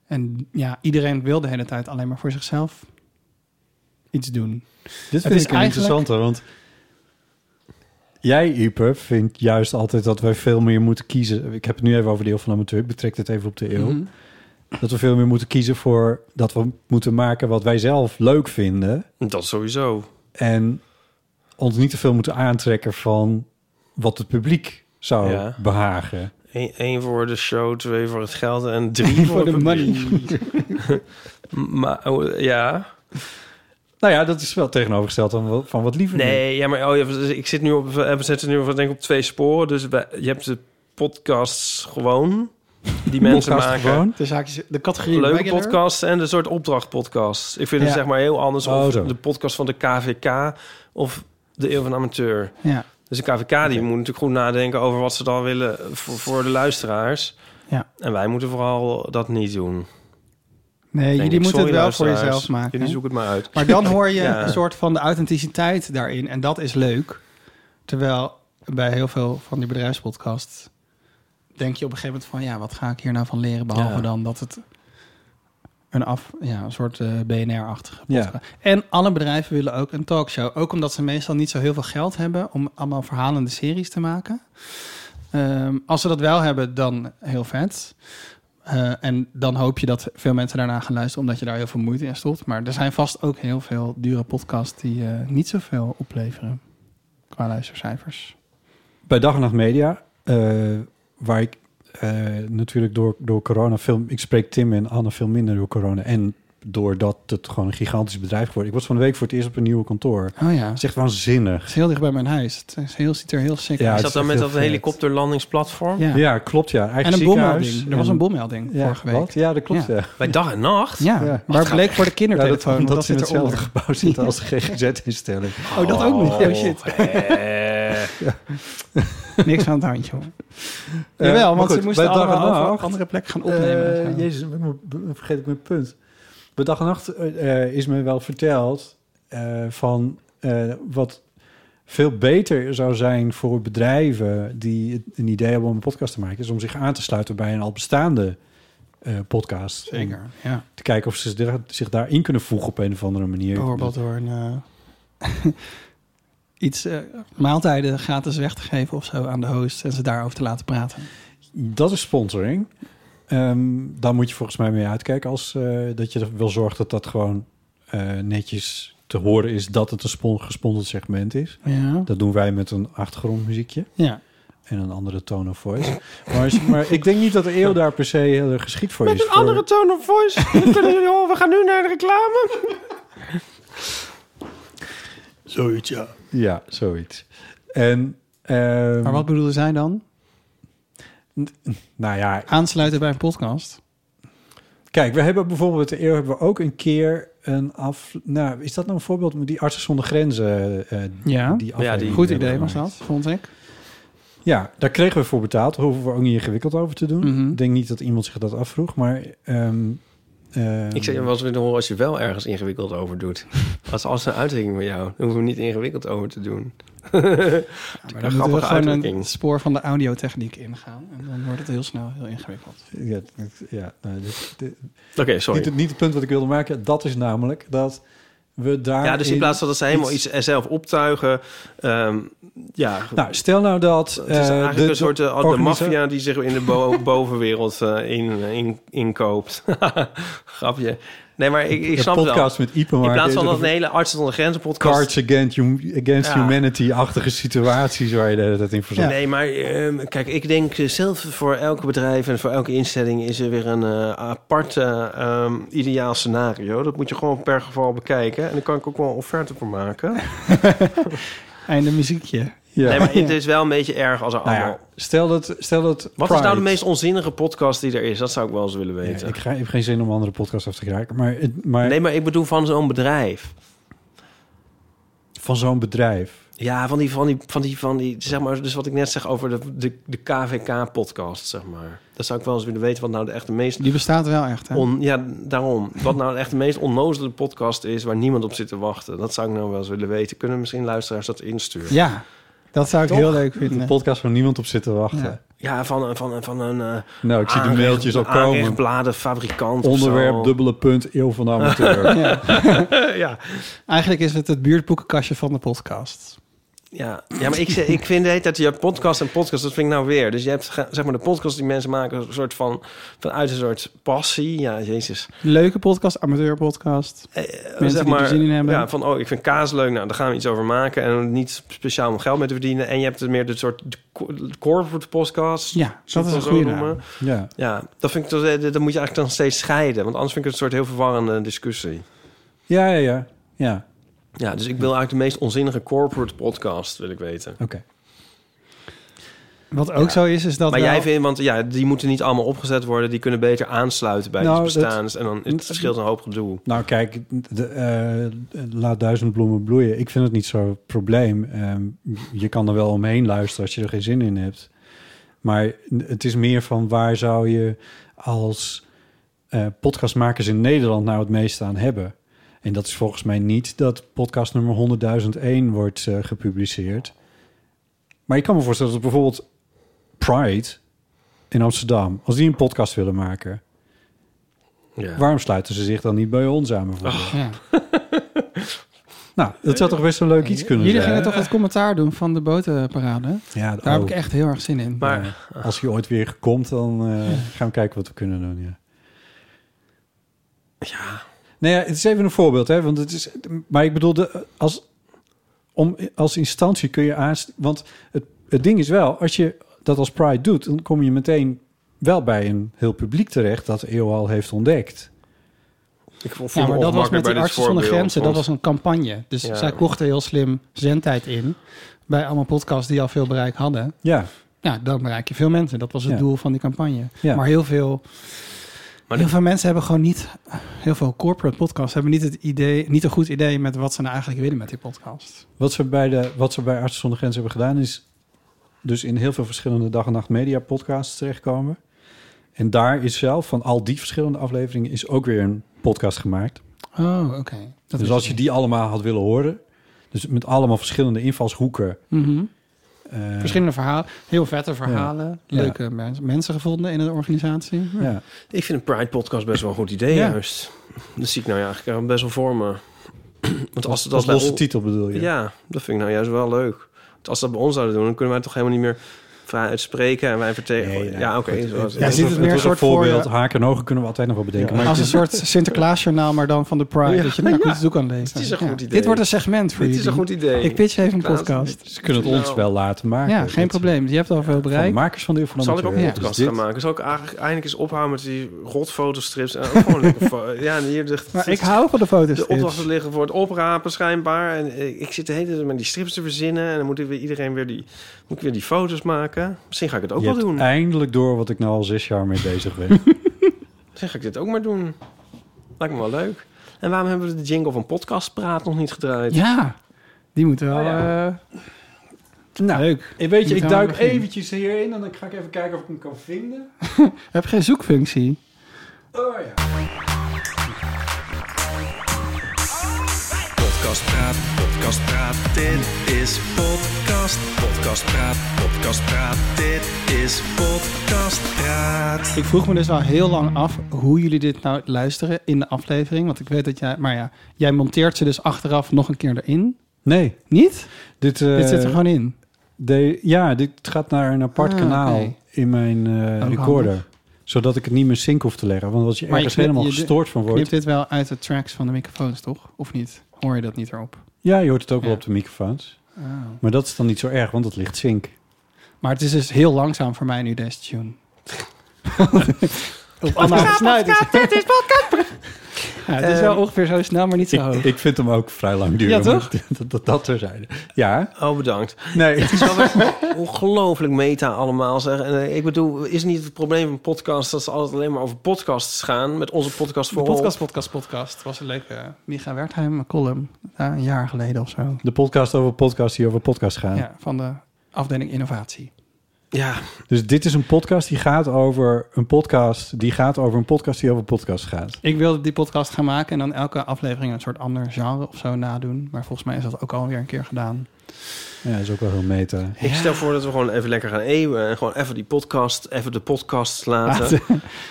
S2: En ja, iedereen wil de hele tijd alleen maar voor zichzelf iets doen.
S3: Dit
S2: Het
S3: vind
S2: is
S3: ik een
S2: eigenlijk-
S3: interessante, want jij, Ieper, vindt juist altijd dat wij veel meer moeten kiezen. Ik heb het nu even over de eeuw van amateur. Ik betrek dit even op de eeuw.
S2: Mhm.
S3: Dat we veel meer moeten kiezen voor dat we moeten maken wat wij zelf leuk vinden.
S4: Dat sowieso.
S3: En ons niet te veel moeten aantrekken van wat het publiek zou
S4: Ja.
S3: behagen.
S4: Eén één voor de show, twee voor het geld en drie voor,
S2: Voor de
S4: het publiek.
S2: money.
S4: Maar oh, ja,
S3: Nou ja, dat is wel tegenovergesteld van, wat- van wat liever doen.
S4: Nee, ja, maar oh, ja, dus ik zit nu op, we zetten nu op, denk ik, op twee sporen. Dus we- je hebt de podcasts gewoon, die mensen
S3: Podcast
S4: maken.
S3: gewoon.
S2: De, zaakjes, de categorie
S4: Leuke
S2: regular.
S4: podcasts en de soort opdrachtpodcasts. Ik vind het
S2: Ja.
S4: zeg maar heel anders
S3: Oh,
S4: of
S3: zo.
S4: de podcast van de KVK of de Eeuw van de Amateur.
S2: Ja,
S4: Dus de KVK die moet natuurlijk goed nadenken over wat ze dan willen voor, voor de luisteraars.
S2: Ja.
S4: En wij moeten vooral dat niet doen.
S2: nee,
S4: Denk
S2: jullie
S4: ik.
S2: moeten
S4: Sorry,
S2: het wel voor
S4: luisteraars.
S2: jezelf maken.
S4: Jullie zoeken het maar uit.
S2: Maar dan hoor je
S4: Ja.
S2: een soort van de authenticiteit daarin. En dat is leuk. Terwijl bij heel veel van die bedrijfspodcasts... denk je op een gegeven moment van... ja, wat ga ik hier nou van leren? Behalve
S4: Ja.
S2: dan dat het een, af, ja, een soort eh, BNR-achtige
S3: Ja.
S2: podcast En alle bedrijven willen ook een talkshow. Ook omdat ze meestal niet zo heel veel geld hebben... om allemaal verhalende series te maken. Ehm, als ze dat wel hebben, dan heel vet. Eh, en dan hoop je dat veel mensen daarna gaan luisteren, omdat je daar heel veel moeite in stopt. Maar er zijn vast ook heel veel dure podcasts die eh, niet zoveel opleveren qua luistercijfers.
S3: bij Dag en Nacht Media, eh, waar ik eh, natuurlijk door, door corona veel... Ik spreek Tim en Anne veel minder door corona. En doordat het gewoon een gigantisch bedrijf geworden. Ik was van de week voor het eerst op een nieuwe kantoor. Het
S2: Oh ja, het
S3: is echt waanzinnig.
S2: is heel dicht bij mijn huis. Het is heel, ziet er heel sick
S3: Ja,
S2: uit.
S4: Is
S3: het is
S4: dat dan
S3: echt
S4: met
S3: heel
S4: dat
S3: vet.
S4: helikopterlandingsplatform?
S2: Ja.
S3: Ja, klopt ja. Eigen
S2: En een
S3: ziekenhuis.
S2: bommelding. Er was een bommelding
S3: Ja,
S2: vorige week.
S3: wat? Ja, dat klopt
S2: Ja.
S3: ja.
S4: Bij dag en nacht?
S2: Ja,
S3: Ja.
S2: maar bleek voor de
S3: Ja, dat,
S2: kindertelefoon. want
S3: omdat
S2: dat
S3: ze in
S2: zit
S3: hetzelfde
S2: eronder.
S3: gebouw zitten als GGZ-instelling.
S2: Oh, dat ook niet. Oh shit,
S4: shit.
S2: niks aan het handje hoor. Jawel,
S3: Eh,
S2: Eh, want ze moesten allemaal over andere plek gaan opnemen. en zo.
S3: Jezus, vergeet ik mijn punt. Bij dag en nacht eh, eh, is me wel verteld eh, van eh, wat veel beter zou zijn voor bedrijven die een idee hebben om een podcast te maken, is om zich aan te sluiten bij een al bestaande eh, podcast. Om
S2: Zeker, ja.
S3: te kijken of ze zich- zich daarin kunnen voegen op een of andere manier.
S2: Bijvoorbeeld door een, eh, iets eh, maaltijden gratis weg te geven of zo aan de host en ze daarover te laten praten.
S3: Dat is sponsoring. Ehm, daar moet je volgens mij mee uitkijken als eh, dat je er wil zorgen dat dat gewoon eh, netjes te horen is dat het een spon- gesponsord segment is.
S2: Ja.
S3: Dat doen wij met een achtergrondmuziekje
S2: Ja.
S3: en een andere tone of voice. Maar, als je- maar ik denk niet dat de eeuw daar per se heel erg geschikt voor is. Voor,
S4: tone of voice. kunnen jullie horen. We gaan nu naar de reclame.
S2: Zoiets, ja.
S3: Ja, zoiets. En, ehm,
S2: Maar wat bedoelde zij dan?
S3: Nou ja,
S2: Aansluiten bij een podcast?
S3: Kijk, we hebben bijvoorbeeld de eeuw hebben we ook een keer een af. Nou, is dat nou een voorbeeld met die artsen zonder grenzen? eh,
S2: Ja.
S3: die aflevering
S4: die-
S2: Goed
S3: hebben
S2: idee was dat,
S3: gemaakt.
S2: vond ik.
S3: Ja, daar kregen we voor betaald. Daar hoeven we ook niet ingewikkeld over te doen.
S2: Mhm.
S3: Ik denk niet dat iemand zich dat afvroeg, maar. ehm, ehm,
S4: Ik zou je wel eens willen horen als je wel ergens ingewikkeld over doet. Als, als een uitdrukking met jou. Dan hoeven we niet ingewikkeld over te doen.
S2: Maar
S4: Een
S2: dan moeten we
S4: grappige
S2: gewoon een
S4: uitdrukking.
S2: spoor van de audiotechniek ingaan. En dan wordt het heel snel heel ingewikkeld.
S3: Ja, het- ja nou, dit- dit-
S4: Oké, sorry.
S3: niet, het- niet het punt wat ik wilde maken. Dat is namelijk dat we daar.
S4: Ja, dus in plaats van dat ze helemaal
S3: iets-
S4: iets zelf optuigen. ehm, ja,
S3: Nou, stel nou dat.
S4: het is
S3: eh,
S4: eigenlijk
S3: de-
S4: een soort eh, de
S3: organisa-
S4: maffia die zich in de bo- bovenwereld eh, in, in, inkoopt. Grapje. Nee, maar ik, ik
S3: de
S4: snap het wel.
S3: podcast met Ipe
S4: In
S3: maken,
S4: plaats van dat
S3: dat-
S4: een hele artsen zonder grenzen podcast...
S3: Cards Against, hum- against
S4: Ja.
S3: Humanity-achtige situaties waar je de hele tijd in verzandt.
S4: Nee, maar ehm, kijk, ik denk eh, zelf voor elk bedrijf en voor elke instelling is er weer een eh, apart eh, ehm, ideaal scenario. Dat moet je gewoon per geval bekijken. En daar kan ik ook wel een offerte voor maken.
S2: Einde muziekje.
S3: Ja.
S4: Nee, maar het is wel een beetje erg als er
S3: Nou ja,
S4: allemaal...
S3: stel dat, stel dat
S4: Wat is
S3: Pride-
S4: nou de meest onzinnige podcast die er is? Dat zou ik wel eens willen
S3: Nee,
S4: weten.
S3: ik, ga, ik heb geen zin om andere podcasts af te kraken. Maar, het- maar
S4: Nee, maar ik bedoel van zo'n bedrijf.
S3: van zo'n bedrijf.
S4: Ja, van die, van die, van die, van die, zeg maar, dus wat ik net zeg over de, de, de KVK-podcast, zeg maar. Dat zou ik wel eens willen weten, wat nou de echte meest
S2: Die bestaat wel echt, hè?
S4: On, ja, daarom. Wat nou echt de meest onnozele podcast is waar niemand op zit te wachten. Dat zou ik nou wel eens willen weten. Kunnen misschien luisteraars dat insturen?
S2: Ja. Dat zou ik
S3: Toch?
S2: heel leuk
S3: Een
S2: vinden.
S3: podcast waar niemand op zit te wachten.
S2: Ja.
S4: Ja, van, een- van, een- van een... eh,
S3: Nou, ik zie de
S4: aanrecht-
S3: mailtjes al
S4: een
S3: komen.
S4: aanrechtbladenfabrikant of
S3: Onderwerp,
S4: zo. Eh,
S3: dubbele punt, eeuw van de amateur.
S4: ja.
S2: Eigenlijk is het het buurtboekenkastje van de podcast.
S4: Ja. ja, maar ik, zeg- ik vind de hele tijd... Ja, podcast en podcast, dat vind ik nou weer. Dus je hebt ge- zeg maar de podcast die mensen maken... Een soort van, vanuit een soort passie. Ja, jezus.
S2: Leuke podcast, amateurpodcast.
S4: Eh,
S2: Mensen die er zin in hebben.
S4: Ja, van oh, ik vind kaas leuk. Nou, daar gaan we iets over maken. En niet speciaal om geld mee te verdienen. En je hebt het meer de soort de co- corporate podcast.
S2: Ja,
S4: zullen
S2: dat
S4: we
S2: is een
S4: zo
S2: goede
S4: noemen.
S2: naam.
S3: ja.
S4: Ja, dat vind ik toch, eh, dat moet je eigenlijk dan steeds scheiden. Want anders vind ik het een soort heel verwarrende discussie.
S3: ja, ja, ja. Ja,
S4: Ja, dus ik wil eigenlijk de meest onzinnige corporate podcast, wil ik weten.
S3: oké.
S2: Wat ook zo is, is dat
S4: Maar
S2: wel-
S4: jij vindt, want ja, die moeten niet allemaal opgezet worden. Die kunnen beter aansluiten bij
S3: Nou,
S4: iets
S3: dat-
S4: bestaans. En dan het scheelt een hoop gedoe.
S3: Nou, kijk, de, eh, laat duizend bloemen bloeien. Ik vind het niet zo'n probleem. Ehm, je kan er wel omheen luisteren als je er geen zin in hebt. Maar het is meer van waar zou je als eh, podcastmakers in Nederland nou het meeste aan hebben? En dat is volgens mij niet dat podcast nummer 100.001 wordt eh, gepubliceerd. Maar ik kan me voorstellen dat bijvoorbeeld Pride in Amsterdam, als die een podcast willen maken,
S4: Ja.
S3: waarom sluiten ze zich dan niet bij ons aan bijvoorbeeld?
S2: Ja.
S3: Nou, dat zou toch best een leuk iets kunnen
S2: Jullie
S3: zijn.
S2: gingen toch het commentaar doen van de botenparade?
S3: Ja,
S2: Daar
S3: oh,
S2: heb ik echt heel erg zin in.
S4: Maar
S3: eh, als hij ooit weer komt, dan eh, gaan we kijken wat we kunnen doen. Ja. ja. Nou ja, het is even een voorbeeld, hè? Want het is, maar ik bedoel, de- als, om, als instantie kun je aanst. Want het, het ding is wel, als je dat als Pride doet, dan kom je meteen wel bij een heel publiek terecht dat de eeuw al heeft ontdekt.
S4: ik voel
S2: ja,
S4: me
S2: maar dat was met
S4: ongemakkelijk
S2: die
S4: bij dit
S2: artsen zonder
S4: voorbeeld.
S2: grenzen. Dat
S4: want-
S2: was een campagne. Dus
S4: Ja.
S2: zij kochten heel slim zendtijd in bij allemaal podcasts die al veel bereik hadden.
S3: Ja,
S2: Ja, dan bereik je veel mensen. Dat was het
S3: Ja.
S2: doel van die campagne.
S3: Ja.
S2: Maar heel veel,
S4: Maar
S2: heel veel mensen hebben gewoon niet... Heel veel corporate podcasts hebben niet, het idee, niet een goed idee... met wat ze nou eigenlijk willen met die podcast.
S3: Wat ze bij, de, wat ze bij Artsen zonder Grenzen hebben gedaan is dus in heel veel verschillende dag en nacht media podcasts terechtkomen. En daar is zelf van al die verschillende afleveringen is ook weer een podcast gemaakt.
S2: Oh, oké. Dat
S3: dus
S2: is-
S3: als je die allemaal had willen horen, dus met allemaal verschillende invalshoeken.
S2: Mhm.
S3: eh,
S2: Verschillende verhalen, heel vette verhalen,
S3: Ja.
S2: leuke mens- mensen gevonden in de organisatie.
S3: Ja.
S4: Ik vind een Pride podcast best wel een goed idee
S2: Ja.
S4: juist. Dat zie ik nou ja eigenlijk best wel voor me. Want als het
S3: Als
S4: bij
S3: losse
S4: on-
S3: titel bedoel je?
S4: Ja, dat vind ik nou juist wel leuk. Want als ze dat bij ons zouden doen, dan kunnen wij toch helemaal niet meer vrij uitspreken en wij vertegenwoordigen.
S3: Nee,
S4: ja, oké. zo-
S3: Het,
S4: zo-
S2: Ja,
S3: was
S2: zit het meer
S3: een- was
S2: een
S3: een
S2: soort
S3: voorbeeld.
S2: voor-
S3: Haken en ogen kunnen we altijd nog wel bedenken. Maar
S2: Als een soort Sinterklaasjournaal, maar dan van de Pride. Dat je hem goed toe kan lezen.
S4: Het is een
S2: Ja.
S4: goed idee.
S2: Dit wordt een segment voor
S4: Dit is een
S2: jullie.
S4: goed idee.
S2: Ik pitch even een
S4: Laat-
S2: podcast.
S3: ze kunnen het ons
S4: Nou.
S3: wel laten maken.
S2: Ja, geen
S3: Dat-
S2: probleem. Je hebt al veel
S3: Van de
S2: bereikt.
S3: makers van de Eeuw van de
S4: Zal ik ook
S3: Amateur.
S4: een
S2: Ja.
S4: podcast
S3: Dus
S4: gaan
S3: dit-
S4: maken? Zal ik eigenlijk eindelijk eens ophouden met die rotfotostrips? En ook gewoon lekker fo- ja, en hier ligt
S2: Maar ik hou van de foto's.
S4: de opdrachten liggen voor het oprapen schijnbaar. En eh, ik zit de hele tijd met die strips te verzinnen. En dan moet ik weer iedereen weer die, moet ik weer die foto's maken. Misschien ga ik het ook
S3: je
S4: wel
S3: hebt
S4: doen.
S3: eindelijk door wat ik nou al zes jaar mee bezig ben.
S4: Misschien ga ik dit ook maar doen. Lijkt me wel leuk. En waarom hebben we de jingle van Podcast Praat nog niet gedraaid?
S2: Ja, die moeten wel... nou,
S4: Oh, ja.
S2: eh, leuk.
S3: Eh, Weet
S2: je, ik duik
S3: eventjes hierin en dan ga ik even kijken of ik hem kan vinden.
S2: Heb geen zoekfunctie.
S3: Oh ja.
S5: Podcast Praat, Podcast Praat, dit is Podcast. Podcast Praat, Podcast Praat, dit is Podcast Praat.
S2: Ik vroeg me dus al heel lang af hoe jullie dit nou luisteren in de aflevering. Want ik weet dat jij... Maar ja, jij monteert ze dus achteraf nog een keer erin.
S3: Nee,
S2: Niet?
S3: dit, eh,
S2: dit zit er gewoon in.
S3: de, ja, dit gaat naar een apart
S2: Ah,
S3: kanaal
S2: oké.
S3: in mijn eh,
S2: Ook
S3: recorder.
S2: handig.
S3: Zodat ik het niet meer sync hoef te leggen. Want als je
S2: Maar je
S3: ergens
S2: knip-
S3: helemaal
S2: je-
S3: gestoord van
S2: Knipt
S3: wordt...
S2: dit wel uit de tracks van de microfoons, toch? Of niet? Hoor je dat niet erop?
S3: Ja, je hoort het ook wel
S2: Ja. Oh.
S3: op de microfoons. Maar dat is dan niet zo erg, want het ligt sync.
S2: Maar het is dus heel langzaam voor mij nu deze tune. Op allemaal gesnuit. Oh, nou, Het is podcast. Ja, het is wel ongeveer zo snel, maar niet zo hoog.
S3: Ik, ik vind hem ook vrij lang duren.
S2: Ja,
S3: maar
S2: toch?
S3: Dat, dat, dat terzijde. Ja,
S4: Oh, bedankt.
S3: nee.
S4: Het is wel echt ongelooflijk meta allemaal. Zeg. En, eh, ik bedoel, is niet het probleem van podcasts... dat ze altijd alleen maar over podcasts gaan... met onze podcast
S2: De
S4: voor
S2: podcast, podcast, podcast was een leuke eh, Micha Wertheim column. Ja, een jaar geleden of zo.
S3: De podcast over podcast die over podcast gaat.
S2: Ja, van de afdeling innovatie.
S4: Ja,
S3: Dus dit is een podcast die gaat over een podcast die gaat over een podcast die over podcast gaat.
S2: Ik wilde die podcast gaan maken en dan elke aflevering een soort ander genre of zo nadoen. Maar volgens mij is dat ook alweer een keer gedaan.
S3: Ja, is ook wel heel meta.
S4: ik stel voor dat we gewoon even lekker gaan eeuwen... en gewoon even die podcast, even de podcasts laten...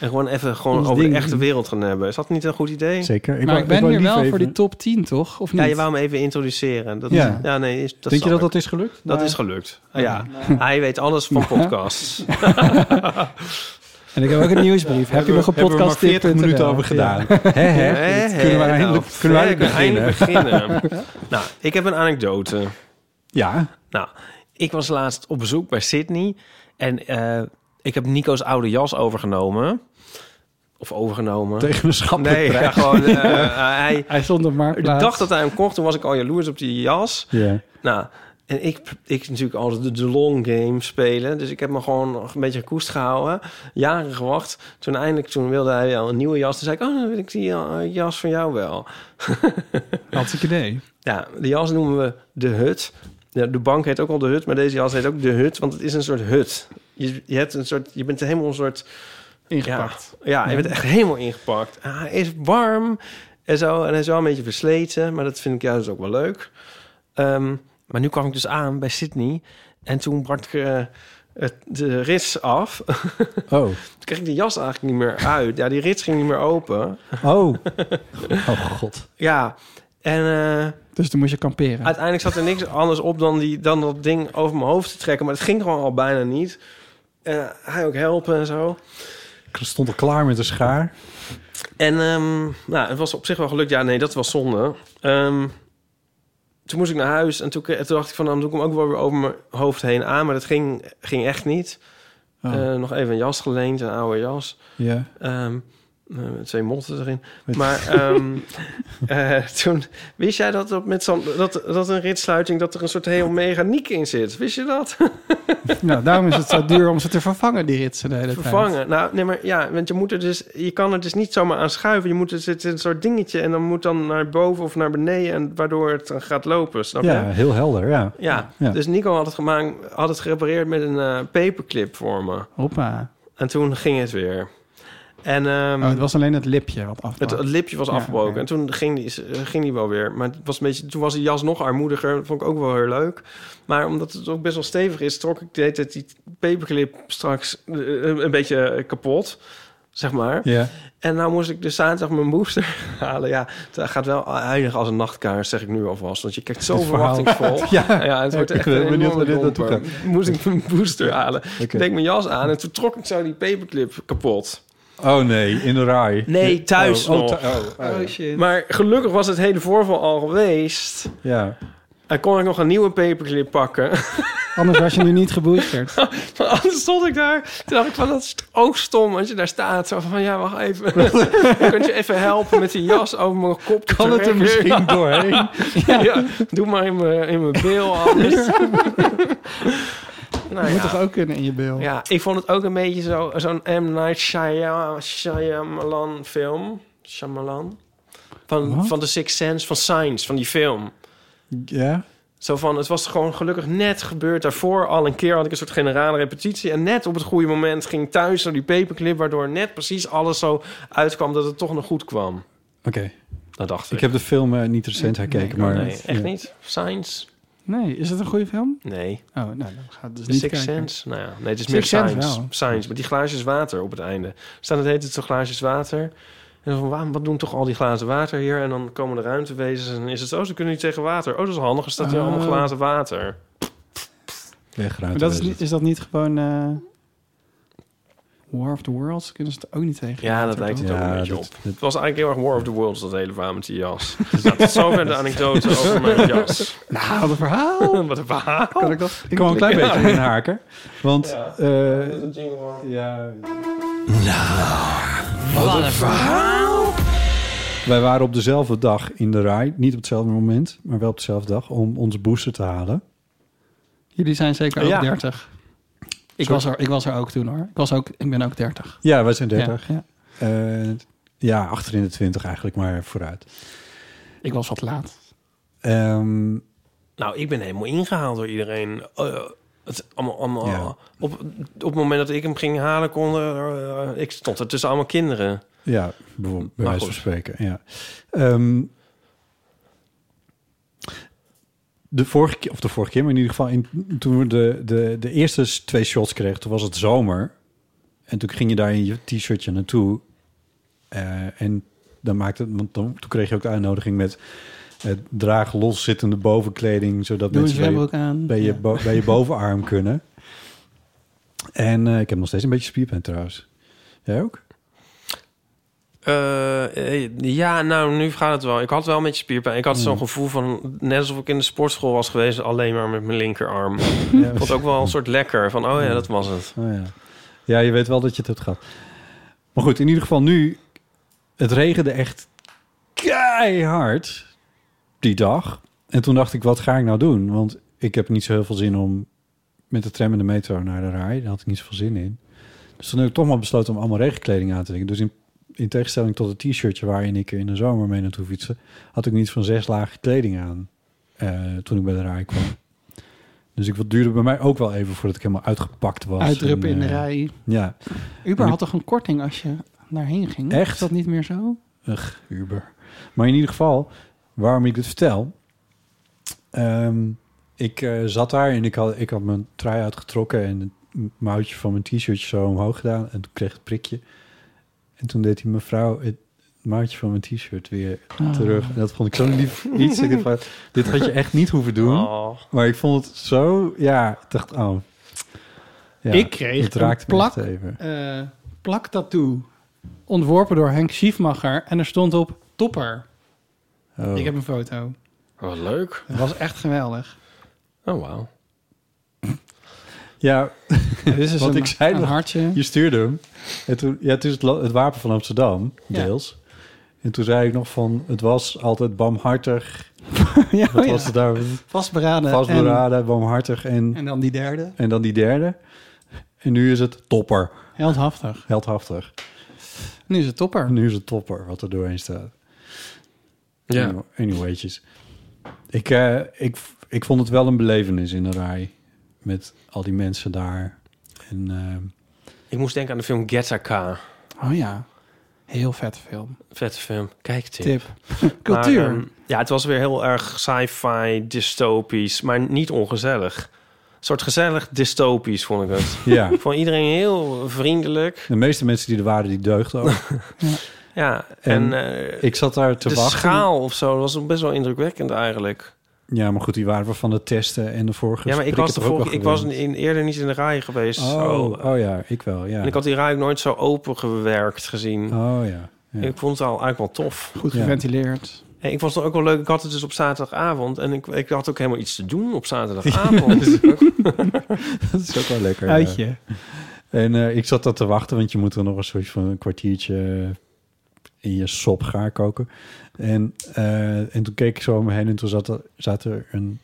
S4: en gewoon even gewoon
S2: Ons
S4: over
S2: ding
S4: de echte
S2: doen.
S4: wereld gaan hebben. Is dat niet een goed idee?
S3: Zeker.
S2: maar
S3: wou-
S2: ik ben
S3: wou
S2: hier
S3: liever
S2: wel voor
S3: even-
S2: die top 10, toch? Of niet?
S4: Ja, je wou hem even introduceren. Dat,
S3: Ja.
S4: ja. nee, is, dat
S3: Denk je
S4: snap
S3: dat
S4: ik.
S3: dat is gelukt?
S4: Dat
S3: Maar-
S4: is gelukt. Ja, hij weet alles van podcasts.
S2: En ik heb ook een nieuwsbrief. heb je nog een
S3: Hebben we maar
S2: podcast
S3: 40 minuten over gedaan. Hè, hè?
S4: Hè,
S3: Dit
S4: hè,
S3: Kunnen we
S4: nou,
S3: eindelijk,
S4: hè,
S3: kunnen we eindelijk
S4: kunnen
S3: beginnen?
S4: we eindelijk beginnen. nou, ik heb een anekdote.
S3: Ja.
S4: Nou, ik was laatst op bezoek bij Sydney en eh, ik heb Nico's oude jas overgenomen. Of overgenomen.
S3: Tegen een schappelijk
S4: nee,
S3: prijs.
S4: ja, gewoon. eh, eh, hij,
S2: Hij stond op
S4: de
S2: Marktplaats.
S4: dag dat hij hem kocht, toen was ik al jaloers op die jas.
S3: Ja.
S4: Nou, en ik, ik natuurlijk altijd de, de long game spelen. Dus ik heb me gewoon nog een beetje gekoest gehouden. Jaren gewacht. Toen eindelijk, toen wilde hij wel een nieuwe jas. Toen zei ik, oh, dan wil ik die eh, jas van jou wel.
S2: Had ik idee.
S4: Ja, de jas noemen we de hut. Ja, De bank heet ook al de hut, maar deze jas heet ook de hut. Want het is een soort hut. Je, je, hebt een soort, je bent helemaal een soort...
S2: Ingepakt.
S4: Ja, ja, je bent echt helemaal ingepakt. En hij is warm en zo. En hij is wel een beetje versleten. Maar dat vind ik juist ook wel leuk. Ehm, maar nu kwam ik dus aan bij Sydney. En toen brak ik eh, het, de rits af. toen
S3: Oh.
S4: kreeg ik de jas eigenlijk niet meer uit. Ja, die rits ging niet meer open.
S3: Oh. Oh god.
S4: Ja, en... eh,
S2: Dus toen moest je kamperen.
S4: Uiteindelijk zat er niks anders op dan, die, dan dat ding over mijn hoofd te trekken. Maar het ging gewoon al bijna niet. Eh, hij ook helpen en zo.
S3: Ik stond al klaar met een schaar.
S4: En ehm, nou, het was op zich wel gelukt. Ja, nee, dat was zonde. Ehm, toen moest ik naar huis en toen, en toen dacht ik van... nou, dan doe ik hem ook wel weer over mijn hoofd heen aan. Maar dat ging, ging echt niet.
S3: Oh.
S4: Eh, nog even een jas geleend, een oude jas.
S3: Ja.
S4: Ehm, eh, met twee motten erin. Maar ehm, eh, toen wist jij dat, dat, met zo'n- dat, dat een ritsluiting... dat er een soort heel mechaniek in zit. Wist je dat?
S2: Nou, daarom is het zo duur om ze te vervangen, die ritsen de hele tijd.
S4: vervangen. Nou, nee, maar ja, want je moet er dus, je kan er dus niet zomaar aan schuiven. Je moet er zit een soort dingetje en dan moet dan naar boven of naar beneden en waardoor het dan gaat lopen. Snap
S3: Ja,
S4: je?
S3: heel helder. Ja.
S4: Ja.
S3: Ja.
S4: Dus Nico had het gemaakt, had het gerepareerd met een eh, paperclip voor me.
S2: Hoppa.
S4: En toen ging het weer. En ehm,
S2: Oh, het was alleen het lipje wat af.
S4: het, het lipje was
S2: Ja,
S4: afgebroken.
S2: oké.
S4: En toen ging die, eh, ging die wel weer. Maar het was een beetje, toen was die jas nog armoediger. Dat vond ik ook wel heel leuk. Maar omdat het ook best wel stevig is, trok ik de hele tijd die paperclip straks eh, een een beetje kapot. Zeg maar.
S3: Ja.
S4: En nou moest ik dus zaterdag mijn booster halen. Ja, het gaat wel eindig als een nachtkaars, zeg ik nu alvast. Want je kijkt zo
S3: Het verhaal.
S4: verwachtingsvol.
S3: Ja.
S4: ja, het wordt
S3: Ik
S4: echt
S3: ben
S4: een
S3: benieuwd
S4: enorme
S3: waar dit naartoe
S4: domper. Moest ik mijn booster halen.
S3: Oké.
S4: Ik deed mijn jas aan en toen trok ik zo die paperclip kapot.
S3: Oh nee, in de raai.
S4: Nee, thuis
S3: oh, oh,
S4: nog.
S3: thu- oh, oh, ja.
S4: Maar gelukkig was het hele voorval al geweest.
S3: ja.
S4: En kon ik nog een nieuwe paperclip pakken.
S2: Anders was je nu niet geboosterd.
S4: Maar Anders stond ik daar. Toen dacht ik van, dat is toch ook stom als je daar staat. Zo van, ja, wacht even. Kunt je even helpen met die jas over mijn kop? te
S3: Kan het er
S4: trekken?
S3: misschien doorheen?
S4: Ja. doe maar in mijn, in mijn bil anders. nou
S2: Je moet
S4: ja.
S2: toch ook kunnen in je beeld?
S4: ja, ik vond het ook een beetje zo- zo'n M. Night Shyam- Shyamalan film. Shyamalan. Van,
S2: Wat?
S4: van The Sixth Sense, van Science, van die film.
S2: Ja?
S4: Zo van, het was gewoon gelukkig net gebeurd daarvoor. Al een keer had ik een soort generale repetitie. En net op het goede moment ging thuis zo die paperclip... waardoor net precies alles zo uitkwam dat het toch nog goed kwam.
S3: Oké,
S4: Dat dacht ik.
S3: ik heb de film eh, niet recent herkeken, maar...
S4: Nee, echt
S3: Ja.
S4: niet. Science?
S2: Nee, is het een goede film?
S4: Nee.
S2: Oh, nou, dan gaat het dus
S4: De
S2: niet
S4: Sixth
S2: kijken.
S4: Sense? Nou ja, nee, het is
S2: Sixth
S4: meer
S2: Sense
S4: science.
S2: wel.
S4: Science, met die glaasjes water op het einde. Staan het heet het zo glaasjes water. En dan van, waarom, wat doen toch al die glazen water hier? En dan komen de ruimtewezens en dan is het zo, ze kunnen niet tegen water. Oh, dat is handig, er staat hier
S2: Oh.
S4: allemaal glazen water.
S3: Weg eruit.
S2: Maar dat is,
S3: wezen.
S2: niet, is dat niet gewoon... eh, War of the Worlds? Kunnen ze het ook niet tegen?
S4: Ja, dat lijkt het
S3: Ja,
S4: ook een beetje
S3: dat-
S4: op.
S3: dat-
S4: Het was eigenlijk heel erg War of the Worlds, dat hele verhaal met die jas. Dus dat is zover de anekdote over mijn jas.
S2: Nou, wat een verhaal.
S4: Wat een verhaal.
S2: Kan ik dat?
S3: Ik kwam een klein beetje in haken. Want
S4: Ja.
S3: eh,
S4: Jingle.
S3: Ja. Nou, wat een verhaal! Wij waren op dezelfde dag in de rij. Niet op hetzelfde moment, maar wel op dezelfde dag. Om onze booster te halen.
S2: Jullie zijn zeker ook
S4: Ja.
S2: 30. Ik
S3: Sorry?
S2: was, er, ik was er ook toen hoor. Ik, was ook, ik ben ook 30.
S3: Ja, wij zijn 30.
S2: Ja, ja.
S3: Ja, ja achter in de 20 eigenlijk, maar vooruit.
S2: Ik was wat laat.
S3: Ehm,
S4: Nou, ik ben helemaal ingehaald door iedereen. Eh, het allemaal, allemaal
S3: Ja.
S4: op, op het moment dat ik hem ging halen, kon er, eh, ik stond er tussen allemaal kinderen.
S3: ja, bijvoorbeeld, bij
S4: Maar
S3: wijze van
S4: goed.
S3: spreken. Ja. Ehm, de vorige keer, of de vorige keer, maar in ieder geval in, toen we de, de, de eerste s- twee shots kregen, toen was het zomer. En toen ging je daar in je t-shirtje naartoe. Eh, en dan maakte het, want dan, toen kreeg je ook de uitnodiging met eh, draag loszittende bovenkleding, zodat
S2: Doe een
S3: mensen bij je-
S2: zwembroek aan.
S3: bij je,
S2: Ja.
S3: bo- bij je bovenarm kunnen. En eh, ik heb nog steeds een beetje spierpijn trouwens. Jij ook?
S4: Eh, eh, ja, nou, nu gaat het wel. Ik had wel een beetje spierpijn. Ik had zo'n
S3: Hmm.
S4: gevoel van net alsof ik in de sportschool was geweest, alleen maar met mijn linkerarm.
S3: Ja.
S4: Ik vond het ook wel een soort lekker van, oh ja, dat was het.
S3: Oh, ja. ja, je weet wel dat je het hebt gehad. Maar goed, in ieder geval nu... Het regende echt keihard die dag. En toen dacht ik, wat ga ik nou doen? Want ik heb niet zo heel veel zin om met de tram en de metro naar de rij. Daar had ik niet zoveel zin in. Dus toen heb ik toch maar besloten om allemaal regenkleding aan te trekken. Dus in, in tegenstelling tot het t-shirtje waarin ik in de zomer mee naartoe fietste... had ik niet van zes lagen kleding aan eh, toen ik bij de rij kwam. Dus ik, wat duurde bij mij ook wel even voordat ik helemaal uitgepakt was.
S2: Uitdruppen
S3: En,
S2: in de
S3: eh,
S2: rij.
S3: Ja,
S2: Uber had toch een korting als je daarheen ging?
S3: Echt?
S2: Is dat niet meer zo?
S3: Ugh, Uber. Maar in ieder geval, waarom ik dit vertel... Ehm, ik eh, zat daar en ik had, ik had mijn trui uitgetrokken... en het m- mouwtje van mijn t-shirtje zo omhoog gedaan. En toen kreeg ik het prikje. En toen deed die mevrouw het mouwtje van mijn t-shirt weer
S2: Ah.
S3: terug. En dat vond ik zo'n lief iets. Ik dacht van, dit had je echt niet hoeven doen.
S4: Oh.
S3: Maar ik vond het zo... Ja, ik dacht, oh... Ja,
S2: Ik kreeg
S3: het raakte
S2: een
S3: me echt
S2: plak-
S3: even.
S2: Eh plak tattoo. Ontworpen door Henk Schiefmacher. En er stond op topper.
S3: Oh.
S2: Ik heb een foto.
S4: Wat leuk.
S2: Het was echt geweldig.
S4: Oh, wauw.
S3: Ja,
S2: Dit is
S3: Want
S2: een,
S3: ik zei
S2: een
S3: nog-
S2: hartje.
S3: Je stuurde hem. En toen, ja, het is het, la- het wapen van Amsterdam,
S2: Ja.
S3: deels. En toen zei ik nog van, het was altijd barmhartig.
S2: ja,
S3: Wat
S2: Oh ja.
S3: was het daar?
S2: Vastberaden.
S3: Vastberaden, barmhartig en,
S2: En, en dan die derde.
S3: en dan die derde. En nu is het topper,
S2: Heldhaftig.
S3: heldhaftig.
S2: Nu is het
S3: En
S2: topper.
S3: nu is het topper, wat er doorheen staat.
S4: Ja.
S3: Anyway- Anywaytjes. Ik, eh, ik, ik vond het wel een belevenis in de rij. Met al die mensen daar. En, ehm,
S4: Ik moest denken aan de film Gattaca.
S2: Oh ja, heel vette film.
S4: Vette film. Kijk, tip.
S2: Tip. Cultuur.
S4: Maar, ehm, ja, het was weer heel erg sci-fi, dystopisch, maar niet ongezellig. Een soort gezellig dystopisch vond ik het.
S3: Ja.
S4: Vond iedereen heel vriendelijk.
S3: De meeste mensen die er waren, die deugden ook.
S4: Ja,
S3: En
S4: en, eh,
S3: Ik zat daar te
S4: de
S3: wachten.
S4: schaal of zo was best wel indrukwekkend eigenlijk.
S3: Ja, maar goed, die waren we van de testen en de vorige
S4: Ja, maar ik
S3: gesprekken
S4: was, de
S3: toch ook
S4: vorige,
S3: wel
S4: ik was
S3: gewend.
S4: in, eerder niet in de rij geweest. zo. eh,
S3: Oh, oh ja, ik wel, ja.
S4: En ik had die rij ook nooit zo open gewerkt gezien.
S3: Oh ja. ja.
S4: Ik vond het al eigenlijk wel tof.
S2: Goed
S3: Ja.
S2: geventileerd.
S4: En ik vond het ook wel leuk. Ik had het dus op zaterdagavond. En ik, ik had ook helemaal iets te doen op zaterdagavond.
S3: Dat is ook wel lekker. ja.
S2: Uitje.
S3: En eh, ik zat dat te wachten, want je moet er nog een soort van een kwartiertje eh, in je sop gaar koken. En, eh, en toen keek ik zo om me heen en toen zat er, zaten er een,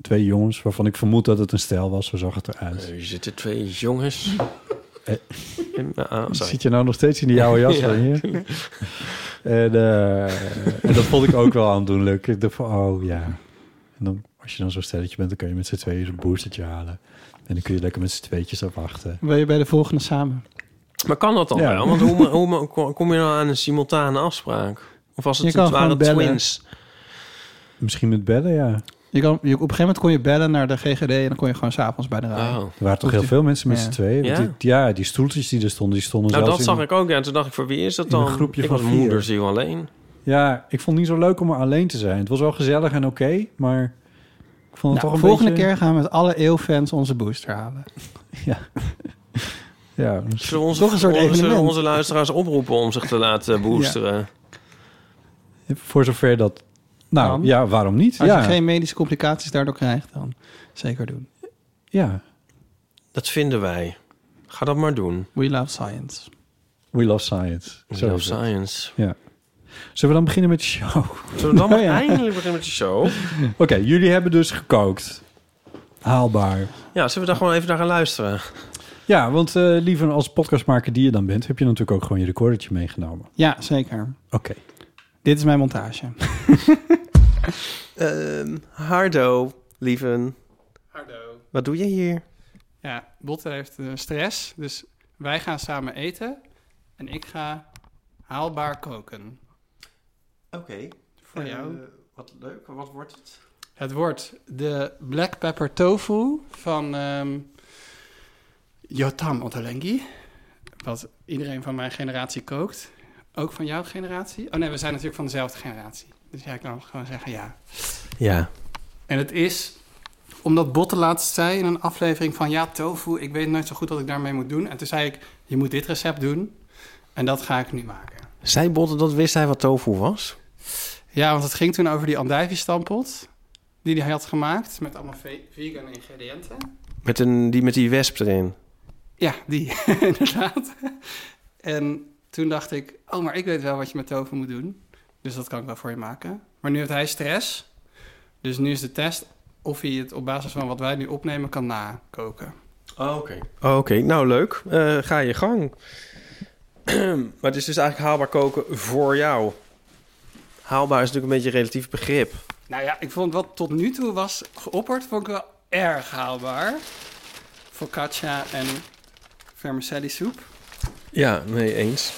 S3: twee jongens waarvan ik vermoed dat het een stijl was. Zo zag het eruit.
S4: Er Eh, zitten twee jongens.
S3: Eh.
S4: In- ah, ah, sorry.
S3: Zit je nou nog steeds in die oude jas
S4: Ja.
S3: van hier? En, eh, en dat vond ik ook wel aandoenlijk. Ik dacht van, oh ja. En dan, als je dan zo'n stelletje bent, dan kun je met z'n tweeën zo'n boostertje halen. En dan kun je lekker met z'n tweetjes afwachten.
S2: Ben je bij de volgende samen?
S4: Maar kan dat dan
S3: Ja.
S4: wel? Want hoe, hoe kom- kom je nou aan een simultane afspraak? Of was het
S2: Je kan
S4: het waren
S2: gewoon bellen.
S4: twins?
S3: Misschien met bellen, ja.
S2: Je kan, je, op een gegeven moment kon je bellen naar de GGD en dan kon je gewoon s'avonds bij de Nou, rij.
S4: Oh.
S3: Er waren toch heel veel mensen met
S2: Ja.
S3: z'n tweeën. Want
S4: Ja?
S3: die- Ja, die stoeltjes die er stonden, die stonden
S4: Nou,
S3: zelfs
S4: dat zag
S3: in-
S4: ik ook. Ja, toen dacht ik, voor wie is dat
S3: in een
S4: dan?
S3: groepje
S4: ik
S3: van
S4: was
S3: vier.
S4: moederziel alleen.
S3: Ja, ik vond het niet zo leuk om er alleen te zijn. Het was wel gezellig en oké, maar ik vond het
S2: Nou,
S3: toch een
S2: volgende
S3: beetje...
S2: keer gaan we met alle eeuwfans onze booster halen.
S3: Ja,
S4: Zullen we onze,
S2: Toch een soort
S4: onze-
S2: evenement.
S4: onze luisteraars oproepen om zich te laten boosteren?
S3: voor zover dat... Nou,
S2: Kan.
S3: ja, waarom niet?
S2: Als
S3: Ja,
S2: je geen medische complicaties daardoor krijgt, dan zeker doen.
S3: ja,
S4: Dat vinden wij. Ga dat maar doen.
S2: We love science.
S3: we love science.
S4: We
S3: Zo
S4: love
S3: is het.
S4: science.
S3: Ja. Zullen we dan beginnen met de show?
S4: Zullen we dan maar
S3: Oh, ja.
S4: eindelijk beginnen met de show?
S3: Oké, jullie hebben dus gekookt. Haalbaar.
S4: Ja, zullen we daar gewoon even naar gaan luisteren?
S3: Ja, want eh liever als podcastmaker die je dan bent... heb je natuurlijk ook gewoon je recordertje meegenomen.
S2: Ja, zeker.
S3: Oké.
S2: Dit is mijn montage.
S4: hardo, lieven. Hardo. Wat doe je hier?
S2: Ja, Botter heeft eh, stress, dus wij gaan samen eten. En ik ga haalbaar koken.
S4: Oké. Eh,
S2: Voor jou.
S4: Wat leuk. Wat wordt het?
S2: Het wordt de black pepper tofu van ehm, Yotam Ottolenghi. Wat iedereen van mijn generatie kookt. Ook van jouw generatie. Oh nee, we zijn natuurlijk van dezelfde generatie. Dus ja, ik kan gewoon zeggen ja.
S4: Ja.
S2: En het is, omdat Botte laatst zei in een aflevering van... ja, tofu, ik weet nooit zo goed wat ik daarmee moet doen. En toen zei ik, je moet dit recept doen. En dat ga ik nu maken.
S4: Zij Botte dat wist hij wat tofu was?
S2: Ja, want het ging toen over die andijvie-stampot... die hij had gemaakt met allemaal ve- vegan ingrediënten.
S4: Met, een, die, met die wesp erin.
S2: Ja, die, inderdaad. En toen dacht ik, oh, maar ik weet wel wat je met tofu moet doen. Dus dat kan ik wel voor je maken. Maar nu heeft hij stress. Dus nu is de test of hij het op basis van wat wij nu opnemen kan nakoken.
S4: Oh, oké. Oké, nou leuk. Eh, ga je gang. maar het is dus eigenlijk haalbaar koken voor jou. Haalbaar is natuurlijk een beetje een relatief begrip.
S2: Nou ja, ik vond wat tot nu toe was geopperd, vond ik wel erg haalbaar. Focaccia en vermicelli soep.
S4: Ja, nee, eens.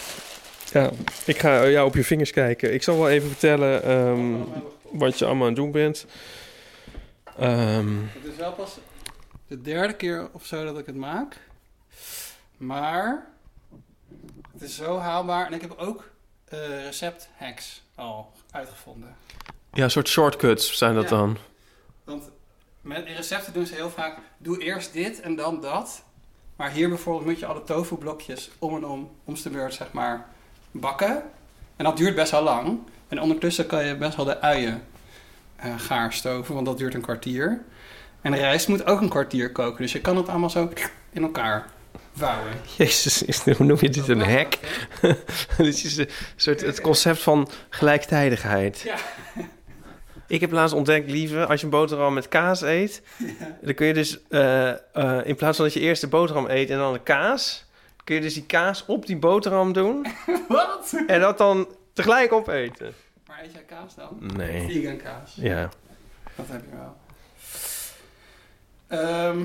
S4: Ja, ik ga jou op je vingers kijken. Ik zal wel even vertellen ehm, wat je allemaal aan het doen bent. Ehm,
S2: Het is wel pas de derde keer of zo dat ik het maak. Maar het is zo haalbaar. En ik heb ook eh recept hacks al uitgevonden.
S4: ja, een soort shortcuts zijn dat
S2: Ja.
S4: dan.
S2: Want met in recepten doen ze heel vaak: doe eerst dit en dan dat. Maar hier bijvoorbeeld moet je alle tofu blokjes om en om, om de beurt zeg maar, bakken. En dat duurt best wel lang. En ondertussen kan je best wel de uien eh, gaar stoven, want dat duurt een kwartier. En rijst moet ook een kwartier koken, dus je kan het allemaal zo in elkaar vouwen.
S4: Jezus, is, hoe noem je dit een hack? dit is een soort, het concept van gelijktijdigheid.
S2: Ja.
S4: Ik heb laatst ontdekt, lieve, als je een boterham met kaas eet, dan kun je dus eh, eh, in plaats van dat je eerst de boterham eet en dan de kaas, kun je dus die kaas op die boterham doen
S2: Wat?
S4: en dat dan tegelijk opeten.
S2: Maar eet jij kaas dan?
S4: Nee.
S2: Vegan kaas.
S4: Ja.
S2: Dat heb je wel. Ehm,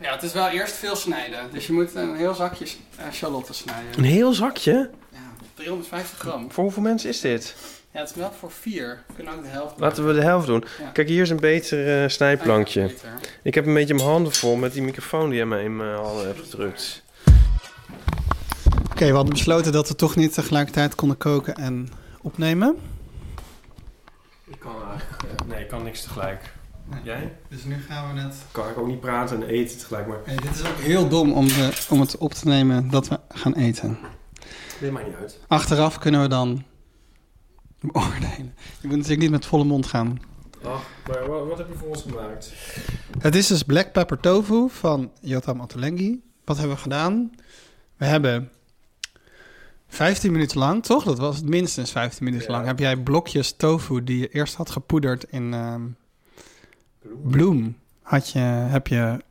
S6: Ja, het is wel eerst veel snijden. Dus je moet een heel zakje eh, Charlotte snijden.
S4: Een heel zakje?
S6: Ja, 350 gram.
S4: Voor hoeveel mensen is dit?
S6: Ja, het is wel voor vier. We kunnen ook de helft
S4: Laten we de helft doen.
S6: Ja.
S4: Kijk, hier is een beter eh snijplankje.
S6: Beter.
S4: Ik heb een beetje mijn handen vol met die microfoon die jij me in mijn handen hebt gedrukt.
S2: Oké, we hadden besloten dat we toch niet tegelijkertijd konden koken en opnemen.
S4: Ik kan eh, nee, ik kan niks tegelijk. Jij?
S2: Dus nu gaan we het...
S4: Kan ik ook niet praten en eten tegelijk, maar
S2: Hey, dit is ook heel dom om, de, om het op te nemen dat we gaan eten.
S4: dit maakt niet uit.
S2: Achteraf kunnen we dan beoordelen. Je moet natuurlijk niet met volle mond gaan.
S4: Ach, maar wat, wat heb je voor ons gemaakt?
S2: Het is dus black pepper tofu van Yotam Ottolenghi. Wat hebben we gedaan? We hebben 15 minuten lang, toch? Dat was het minstens 15 minuten
S4: Ja.
S2: lang. Heb jij blokjes tofu die je eerst had gepoederd in ehm, bloem? Had je, heb je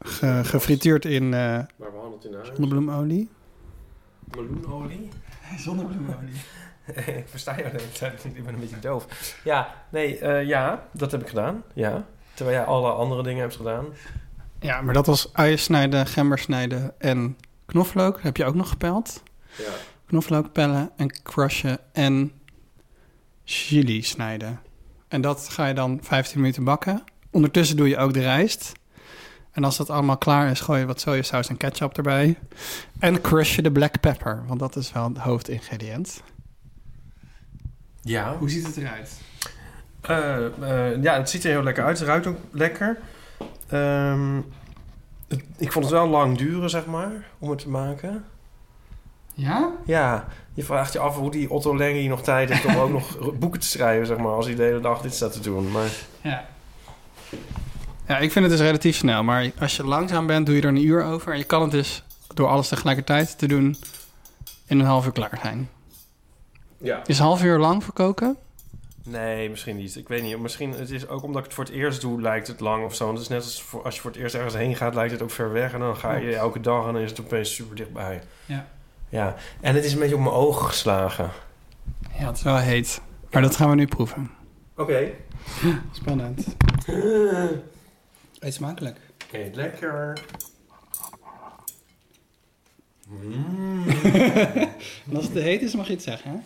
S2: ge- gefrituurd in eh
S4: Maar we hadden het in huis.
S2: zonnebloemolie?
S4: Meloenolie?
S2: Zonnebloemolie.
S4: ik versta jou de hele tijd niet. Ik ben een beetje doof. Ja, nee, eh, ja, dat heb ik gedaan. Ja. Terwijl jij alle andere dingen hebt gedaan.
S2: Ja, maar dat was uien snijden, gember snijden en knoflook. Heb je ook nog gepeld?
S4: Ja.
S2: knoflook pellen en crushen en chili snijden. En dat ga je dan 15 minuten bakken. Ondertussen doe je ook de rijst. En als dat allemaal klaar is, gooi je wat sojasaus en ketchup erbij. En crush je de black pepper, want dat is wel het hoofdingrediënt.
S4: Ja.
S2: Hoe ziet het eruit?
S4: Eh, eh, ja, het ziet er heel lekker uit. Het ruikt ook lekker. Ehm, het- ik vond het wel lang duren, zeg maar, om het te maken.
S2: Ja?
S4: Ja, je vraagt je af hoe die Otto Lengi nog tijd heeft om ook nog boeken te schrijven, zeg maar, als hij de hele dag dit staat te doen. Maar
S2: Ja. Ja, ik vind het dus relatief snel. Maar als je langzaam bent, doe je er een uur over. En je kan het dus, door alles tegelijkertijd te doen, in een half uur klaar zijn.
S4: ja.
S2: Is een half uur lang voor koken?
S4: Nee, misschien niet. Ik weet niet. Misschien het is ook omdat ik het voor het eerst doe, lijkt het lang of zo. Want het is net als voor, als je voor het eerst ergens heen gaat, lijkt het ook ver weg. En dan ga je
S2: Klopt.
S4: elke dag en dan is het opeens super dichtbij.
S2: Ja.
S4: Ja. En het is een beetje op mijn ogen geslagen.
S2: Ja, het is wel heet. Maar dat gaan we nu proeven.
S4: Oké.
S2: Spannend. Eet smakelijk.
S4: Oké, lekker.
S2: En als het te heet is, mag je het zeggen, hè?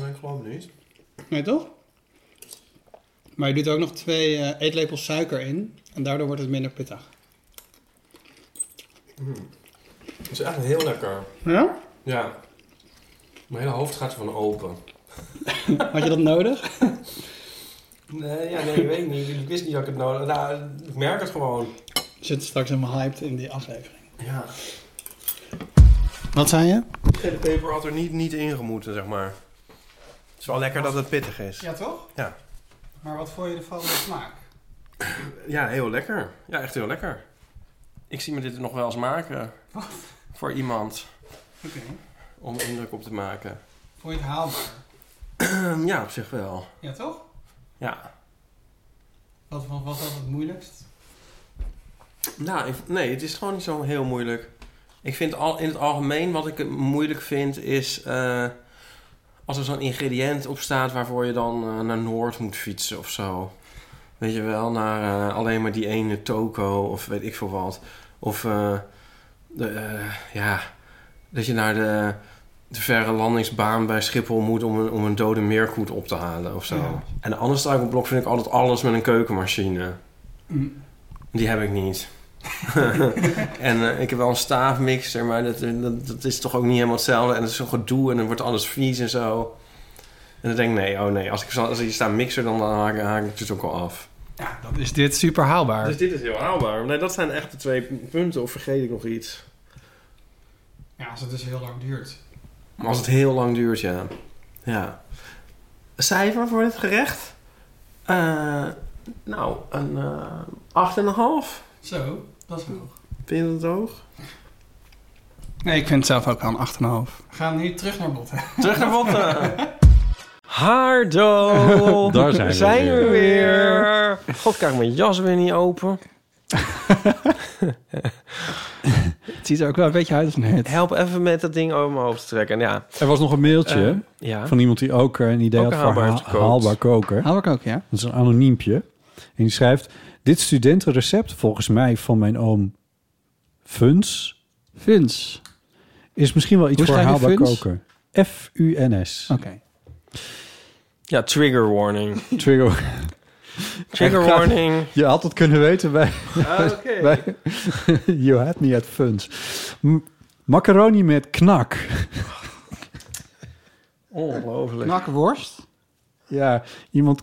S4: Nee, ik geloof het niet.
S2: Nee, toch? Maar je doet er ook nog twee eh, eetlepels suiker in. En daardoor wordt het minder pittig.
S4: Het is echt heel lekker.
S2: Ja?
S4: Ja. Mijn hele hoofd gaat ervan open.
S2: Had je dat nodig?
S4: Nee, ja, nee, ik weet niet. Ik wist niet dat ik het nodig had. Nou, ik merk het gewoon.
S2: Je zit straks helemaal hyped in die aflevering.
S4: Ja.
S2: Wat zei je?
S4: De peper had er niet, niet in gemoeten, zeg maar. Het is wel lekker dat het pittig is.
S2: Ja, toch?
S4: Ja.
S2: Maar wat vond je ervan de smaak?
S4: Ja, heel lekker. Ja, echt heel lekker. Ik zie me dit nog wel eens maken. Voor iemand.
S2: Oké.
S4: Om indruk op te maken. Ehm,
S2: Vond je het haalbaar?
S4: ja, op zich wel.
S2: Ja, toch?
S4: Ja.
S2: Wat was dat het moeilijkst?
S4: Nou, ik- nee, het is gewoon niet zo heel moeilijk. Ik vind al, in het algemeen wat ik moeilijk vind is... eh, als er zo'n ingrediënt op staat waarvoor je dan eh, naar Noord moet fietsen of zo. Weet je wel, naar eh, alleen maar die ene toko of weet ik veel wat. Of eh, de, eh, ja, dat je naar de, de verre landingsbaan bij Schiphol moet om een, om een dode meerkoet op te halen of zo.
S2: Ja.
S4: En de andere struikelblok vind ik altijd alles met een keukenmachine. Die heb ik niet. en eh, ik heb wel een staafmixer, maar dat, eh, dat, dat is toch ook niet helemaal hetzelfde. En het is zo'n gedoe en dan wordt alles vies en zo. En dan denk ik, nee, oh nee, als ik, zo- als ik hier sta mixer, dan haak, ik- haak ik het dus ook al af.
S2: Ja, dan is dit super haalbaar.
S4: Dus dit is heel haalbaar. Nee, dat zijn echt de twee punten, of vergeet ik nog iets?
S2: Ja, als het dus heel lang duurt.
S4: Maar als het heel lang duurt, ja. Ja. Cijfer voor dit gerecht? Eh, nou, een eh, 8,5.
S2: Zo, dat is hoog.
S4: Vind je dat hoog?
S2: Nee, ik vind het zelf ook aan 8,5. We gaan hier terug naar botten.
S4: Terug naar botten. Hardo.
S3: Daar zijn we weer.
S4: weer. God, kijk mijn jas weer niet open.
S2: Het ziet er ook wel een beetje uit als een hit.
S4: Help even met dat ding over mijn hoofd te trekken. Ja.
S3: Er was nog een mailtje
S4: Eh, ja.
S3: van iemand die ook eh, een idee
S4: Ook
S3: had voor
S4: haalbaar
S3: haal-
S4: gekookt.
S3: haalbaar koken.
S2: Hou ik ook, ja?
S3: Dat is een anoniempje. En die schrijft... Dit studentenrecept, volgens mij van mijn oom Funs...
S2: Funs.
S3: is misschien wel iets
S2: Hoe
S3: voor
S2: schrijf je
S3: haalbaar
S2: Funs?
S3: koken. F-U-N-S.
S2: Oké.
S4: Ja, trigger warning.
S3: Trigger.
S4: Trigger
S3: Echt?
S4: warning.
S3: Je had het kunnen weten bij...
S4: Ah, Oké.
S3: bij you had me at Funs. M- macaroni met knak.
S4: Ongelooflijk.
S2: Knakworst.
S3: Ja, iemand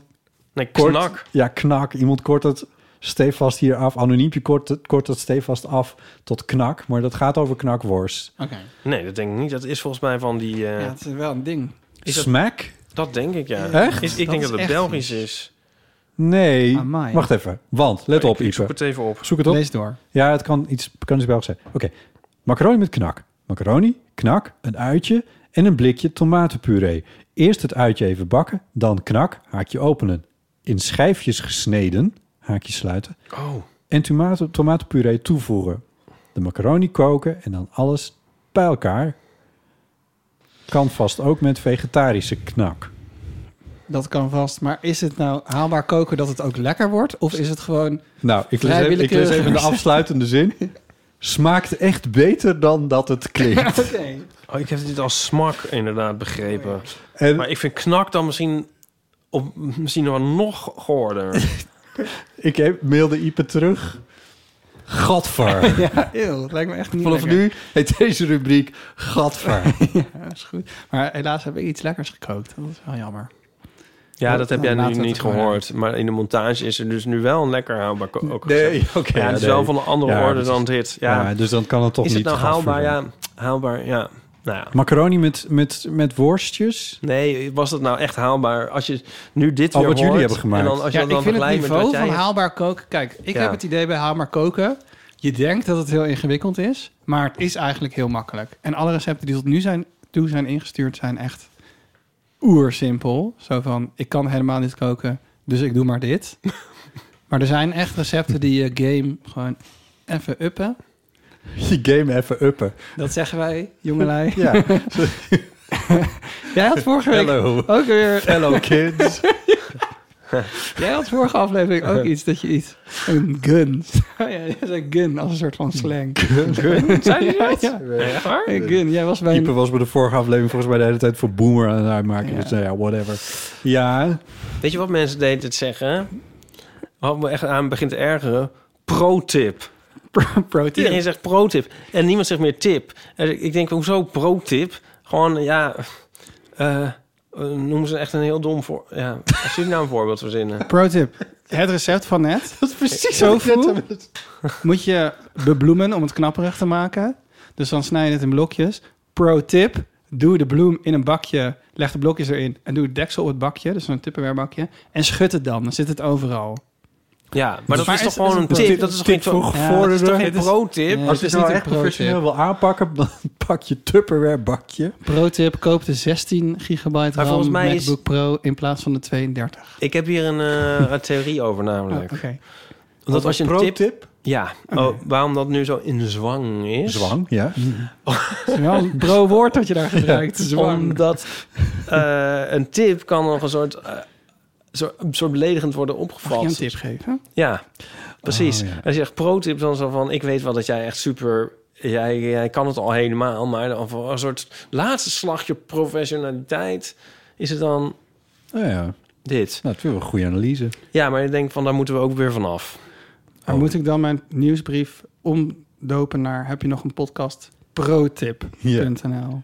S4: Nee,
S3: kort...
S4: knak.
S3: Ja, knak. Iemand kort het stevast hier af. Anoniempje kort het, kort het stevast af tot knak. Maar dat gaat over knakworst.
S2: Oké.
S4: Nee, dat denk ik niet. Dat is volgens mij van die... eh,
S2: Ja, het is wel een ding.
S4: Is dat-
S3: Smack?
S4: Dat denk ik, ja.
S3: Echt?
S4: Is, ik
S2: Dat
S4: denk
S2: is
S4: dat het
S2: echt
S4: Belgisch
S2: iets.
S4: is.
S3: Nee.
S2: Amai.
S3: Wacht even. Want, let op,
S4: Ik zoek
S3: Ipe.
S4: het even op.
S3: Zoek het op.
S2: Lees door.
S3: Ja, het kan iets, kan iets Belgisch zijn. Oké. Macaroni met knak. Macaroni, knak, een uitje en een blikje tomatenpuree. Eerst het uitje even bakken, dan knak, haakje openen. In schijfjes gesneden, haakje sluiten.
S4: Oh.
S3: En tomaten, tomatenpuree toevoegen. De macaroni koken en dan alles bij elkaar. Kan vast ook met vegetarische knak.
S2: Dat kan vast. Maar is het nou haalbaar koken dat het ook lekker wordt? Of is het gewoon...
S3: Nou, ik lees,
S2: Vrij
S3: even, ik lees
S2: willekeurig.
S3: even de afsluitende zin. Smaakt echt beter dan dat het klinkt.
S2: Oké.
S4: Oh, ik heb dit als smak inderdaad begrepen.
S3: En
S4: Maar ik vind knak dan misschien, op, misschien wel nog gehoorder.
S3: ik heb, mailde Ipe terug. Gadver.
S2: Ja, eeuw, dat lijkt me echt niet
S3: Vanaf
S2: lekker.
S3: nu heet deze rubriek Gadver.
S2: Ja, is goed. Maar helaas heb ik iets lekkers gekookt. Dat is wel jammer.
S4: ja, dat heb jij
S2: Nou,
S4: nu
S2: laten we
S4: niet
S2: het gewoon
S4: gehoord. Maar in de montage is er dus nu wel een lekker haalbaar ko- ook.
S3: Nee, oké.
S4: Ja, het is
S3: nee.
S4: wel van een andere
S3: Ja,
S4: orde
S3: dat
S4: dan dit. Ja.
S3: Ja, dus dan kan het toch
S4: is het
S3: niet
S4: nou
S3: gadver
S4: haalbaar?
S3: zijn.
S4: Ja, haalbaar, ja. Nou ja.
S3: Macaroni met, met, met worstjes.
S4: Nee, was dat nou echt haalbaar? Als je nu dit
S3: Oh,
S4: weer
S3: wat jullie
S4: hoort,
S3: hebben gemaakt.
S4: En dan, als je
S2: Ja,
S4: dat dan
S2: ik vind het
S4: vergelijkt met wat
S2: niveau
S4: jij...
S2: van haalbaar koken... Kijk, ik
S4: Ja.
S2: heb het idee bij haalbaar koken... Je denkt dat het heel ingewikkeld is, maar het is eigenlijk heel makkelijk. En alle recepten die tot nu zijn, toe zijn ingestuurd zijn echt oersimpel. Zo van, ik kan helemaal niet koken, dus ik doe maar dit. maar er zijn echt recepten die je game gewoon even uppen.
S3: Je game even uppen.
S2: Dat zeggen wij, jongelui.
S3: Ja.
S2: Jij had vorige week
S3: Hello.
S2: ook weer...
S3: Hello kids.
S2: Jij had vorige aflevering ook iets dat je iets... Een gun. ja, jij zei gun als een soort van slang. Zijn die dat? Ja,
S4: Nee, echt waar?
S2: Hey, gun, jij was bij...
S3: Ipe was bij de vorige aflevering volgens mij de hele tijd voor boomer aan het uitmaken.
S2: Ja.
S3: Dus nou ja, whatever. Ja,
S4: Weet je wat mensen deden het zeggen? Wat me echt aan begint te ergeren. Pro-tip.
S2: Protein.
S4: Iedereen zegt pro-tip. En niemand zegt meer tip. En ik denk, hoezo pro-tip? Gewoon, ja... eh, eh, noemen ze echt een heel dom voor... Ja, als jullie nou een voorbeeld verzinnen.
S2: Pro tip. Het recept van net. Dat is precies zo Moet je bebloemen om het knapperig te maken. Dus dan snij je het in blokjes. Pro tip. Doe de bloem in een bakje. Leg de blokjes erin. En doe het deksel op het bakje. Dus zo'n Tupperware bakje. En schud het dan. Dan zit het overal.
S4: Ja, maar dat
S2: Maar
S4: is
S2: is-
S4: toch gewoon
S2: is
S4: een
S2: het
S4: tip?
S2: pro-tip?
S4: Dat is toch
S3: Tip
S4: geen,
S3: voor
S4: pro-
S2: Ja,
S4: dat is toch
S2: gevorderden?
S4: geen
S2: Het is-
S4: pro-tip?
S2: Ja.
S3: als je
S2: het
S3: het
S2: is
S3: nou
S2: niet
S3: echt
S2: een pro-tip.
S3: professioneel wil aanpakken, dan pak je Tupperware bakje.
S2: Pro tip. Koop de 16 gigabyte
S4: Maar volgens
S2: RAM
S4: mij is-
S2: MacBook Pro in plaats van de 32.
S4: Ik heb hier een, eh, een theorie over
S2: Oh,
S4: namelijk.
S2: Oké.
S4: Omdat als je een tip...
S3: Pro-tip?
S4: Ja, oh, waarom dat nu zo in zwang is?
S3: Zwang, ja.
S2: Het is wel een pro woord dat je daar gebruikt. Zwang.
S4: Omdat eh, een tip kan nog een soort, eh, zo- een soort beledigend worden
S2: Mag ik je een
S4: opgevat.
S2: tip geven?
S4: Ja, precies.
S3: Oh, ja.
S4: Als je zegt pro-tip, dan zo van... ik weet wel dat jij echt super... Jij, jij kan het al helemaal, maar dan voor een soort laatste slagje professionaliteit... is het dan
S3: Nou ja, nou,
S4: dit.
S3: het is wel een goede analyse.
S4: Ja, maar ik denk van daar moeten we ook weer vanaf.
S2: Maar moet ik dan mijn nieuwsbrief omdopen naar heb je nog een podcast protip.nl?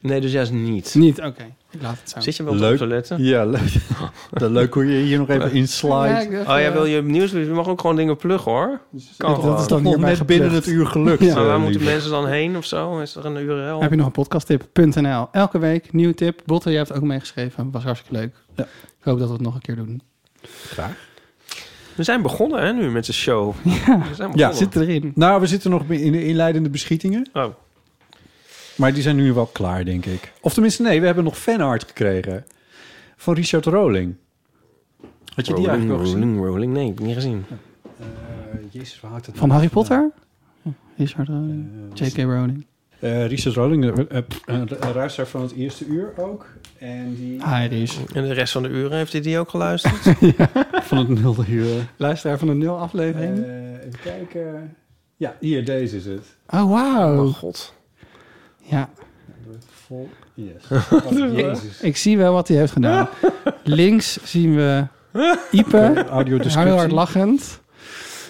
S4: Nee, dus juist niet.
S2: Niet, oké. Ik laat het zo.
S4: Zit je wel
S3: Leuk.
S4: op te letten?
S3: Ja, leuk. Dat leuk hoe je hier nog even
S2: Ja,
S3: inslide.
S2: ik dacht,
S4: Oh, jij
S2: eh,
S4: wil je nieuwsbrief... Je mag ook gewoon dingen pluggen, hoor. Kan
S2: dat is
S4: gewoon.
S2: dan
S3: Nog
S2: hierbij
S3: net binnen het
S2: geplukt.
S3: uur gelukt.
S2: Ja.
S3: eh,
S4: Maar waar moeten
S3: lieve.
S4: mensen dan heen of zo? Is er een URL?
S2: Heb je nog een podcasttip.nl? Elke week nieuwe tip. Botte, jij hebt ook meegeschreven. Was hartstikke leuk.
S3: Ja.
S2: Ik hoop dat we het nog een keer doen.
S4: We zijn begonnen hè, nu met de show. We zijn begonnen.
S3: Ja,
S2: Zit erin.
S3: Nou, we zitten nog in de inleidende beschietingen.
S4: Oh,
S3: Maar die zijn nu wel klaar, denk ik. Of tenminste, nee, we hebben nog fanart gekregen. Van Richard Rowling. Had je die
S4: rolling,
S3: eigenlijk nog gezien?
S4: rolling, rolling. Nee, ik heb het niet gezien.
S3: Jezus, waar haakt het nou
S2: Van Harry Potter? Richard eh, Rowling. J.K. Rowling.
S3: Eh Richard Rolling, eh, eh, een ruister van het eerste uur ook. En die
S2: Hi, die is
S4: En de rest van de uren heeft hij die ook geluisterd?
S2: van het nulde uur. Luisteraar van de nul aflevering.
S3: Eh, even kijken. Ja, hier, deze is het.
S2: oh, wauw.
S4: god.
S2: Ja,
S3: Vol. Yes. Oh, Jezus.
S2: ik zie wel wat hij heeft gedaan. Links zien we
S3: eh,
S2: Ipe,
S3: Audio
S2: heel hard
S3: descriptie.
S2: lachend,
S3: dus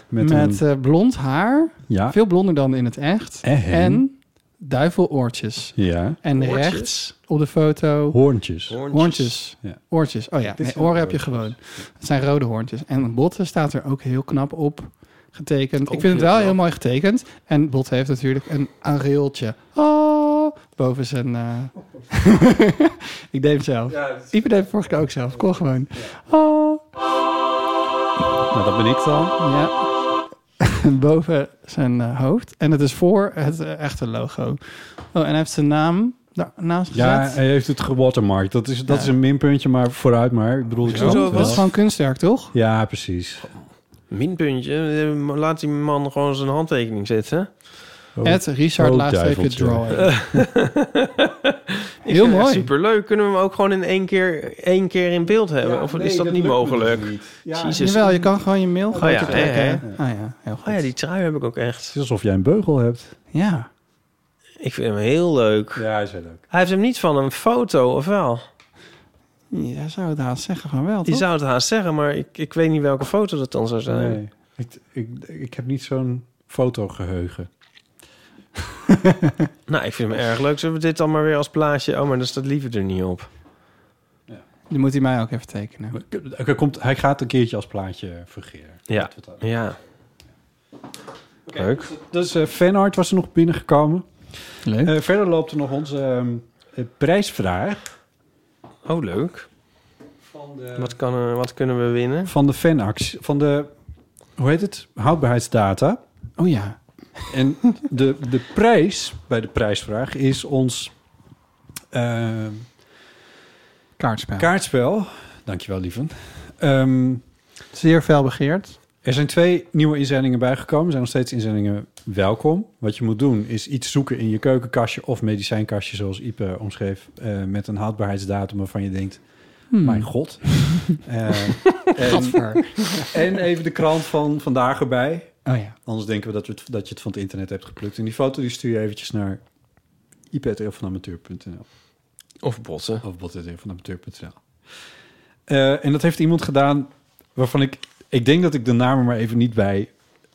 S3: Met,
S2: met,
S3: een,
S2: eh, blond haar.
S3: ja.
S2: Veel blonder dan in het echt.
S3: En?
S2: en duiveloortjes.
S3: ja.
S2: En
S4: Oortjes?
S2: rechts op de foto
S3: Hoorntjes.
S2: hoorntjes.
S3: Ja.
S2: Oortjes. Oh ja,
S3: Dit
S2: nee,
S3: zijn
S2: oren heb je
S3: oortjes.
S2: gewoon. Het zijn rode hoorntjes. En Botte staat er ook heel knap op getekend.
S4: Ook
S2: Ik vind het
S4: heel
S2: wel
S4: knap.
S2: heel mooi getekend. En Bot heeft natuurlijk een areeltje. Oh, boven zijn... eh, Ik deed hem zelf. Ipe deed het vorige keer ook zelf. Kon gewoon. Oh,
S3: Nou, dat ben ik dan.
S2: ja. Boven zijn eh, hoofd. En het is voor het eh, echte logo. Oh, en hij heeft zijn naam daarnaast gezet.
S3: Ja, hij heeft het gewatermarkt. Dat is, dat
S2: Ja.
S3: is een minpuntje, maar vooruit maar. Ik bedoel, ik
S4: Hoezo?
S3: snap het wel.
S2: dat is gewoon kunstwerk, toch?
S3: Ja, precies.
S4: Minpuntje. Eh, Laat die man gewoon zijn handtekening zetten.
S3: Oh.
S2: Het Richard
S3: Oh,
S2: laagstreepje
S3: duiveltje.
S2: drawing. Heel mooi.
S4: Superleuk. Kunnen we hem ook gewoon in één keer, één keer in beeld hebben?
S3: Ja,
S4: Eh, of
S3: nee,
S4: is dat, niet
S3: lukt me
S4: mogelijk?
S3: dus niet. Ja,
S4: Jezus.
S2: Jawel, je kan gewoon je mail groter
S4: ja,
S2: trekken.
S4: hè,
S2: hè?
S4: hè.
S2: Ah ja, heel goed.
S4: Oh ja, die trui heb ik ook
S3: Het
S4: echt.
S3: is alsof jij een beugel hebt.
S2: Ja.
S4: Ik vind hem heel leuk.
S3: Ja, is heel leuk.
S4: Hij heeft hem niet van een foto, of wel?
S2: Jij zou het haast zeggen van wel,
S4: Die
S2: toch?
S4: zou het haast zeggen, maar ik, ik weet niet welke foto dat dan zou zijn.
S3: Nee. Eh, Ik, ik, ik heb niet zo'n fotogeheugen.
S4: Nou, ik vind hem erg leuk. Zullen we dit dan maar weer als plaatje? Oh, maar dan staat liever er niet op.
S2: Die moet hij mij ook even tekenen.
S3: Hij, komt, hij gaat een keertje als plaatje fungeren.
S4: Ja. Ja. Leuk.
S3: Dus eh, fanart was er nog binnengekomen.
S2: Leuk.
S3: Eh, verder loopt er nog onze ehm, eh, prijsvraag
S4: Oh, leuk. Wat, kan, eh, wat kunnen we winnen?
S3: van de fanactie. Van de, hoe heet het? Houdbaarheidsdata.
S2: oh ja.
S3: En de, de prijs bij de prijsvraag is ons eh,
S2: Kaartspel.
S3: kaartspel. Dankjewel, lieven. Ehm,
S2: Zeer fel begeerd.
S3: er zijn twee nieuwe inzendingen bijgekomen. Er zijn nog steeds inzendingen welkom. Wat je moet doen is iets zoeken in je keukenkastje of medicijnkastje, zoals Ipe omschreef, eh, met een houdbaarheidsdatum waarvan je denkt,
S2: Hmm.
S3: mijn god. Eh, en, en even de krant van vandaag erbij.
S2: Oh ja.
S3: Anders denken we dat, we het, dat je het van het internet hebt geplukt. En die foto die stuur je eventjes naar ipad.amateur.nl
S4: Of botten.
S3: of bot.amateur.nl. Eh en dat heeft iemand gedaan waarvan ik... Ik denk dat ik de naam er maar even niet bij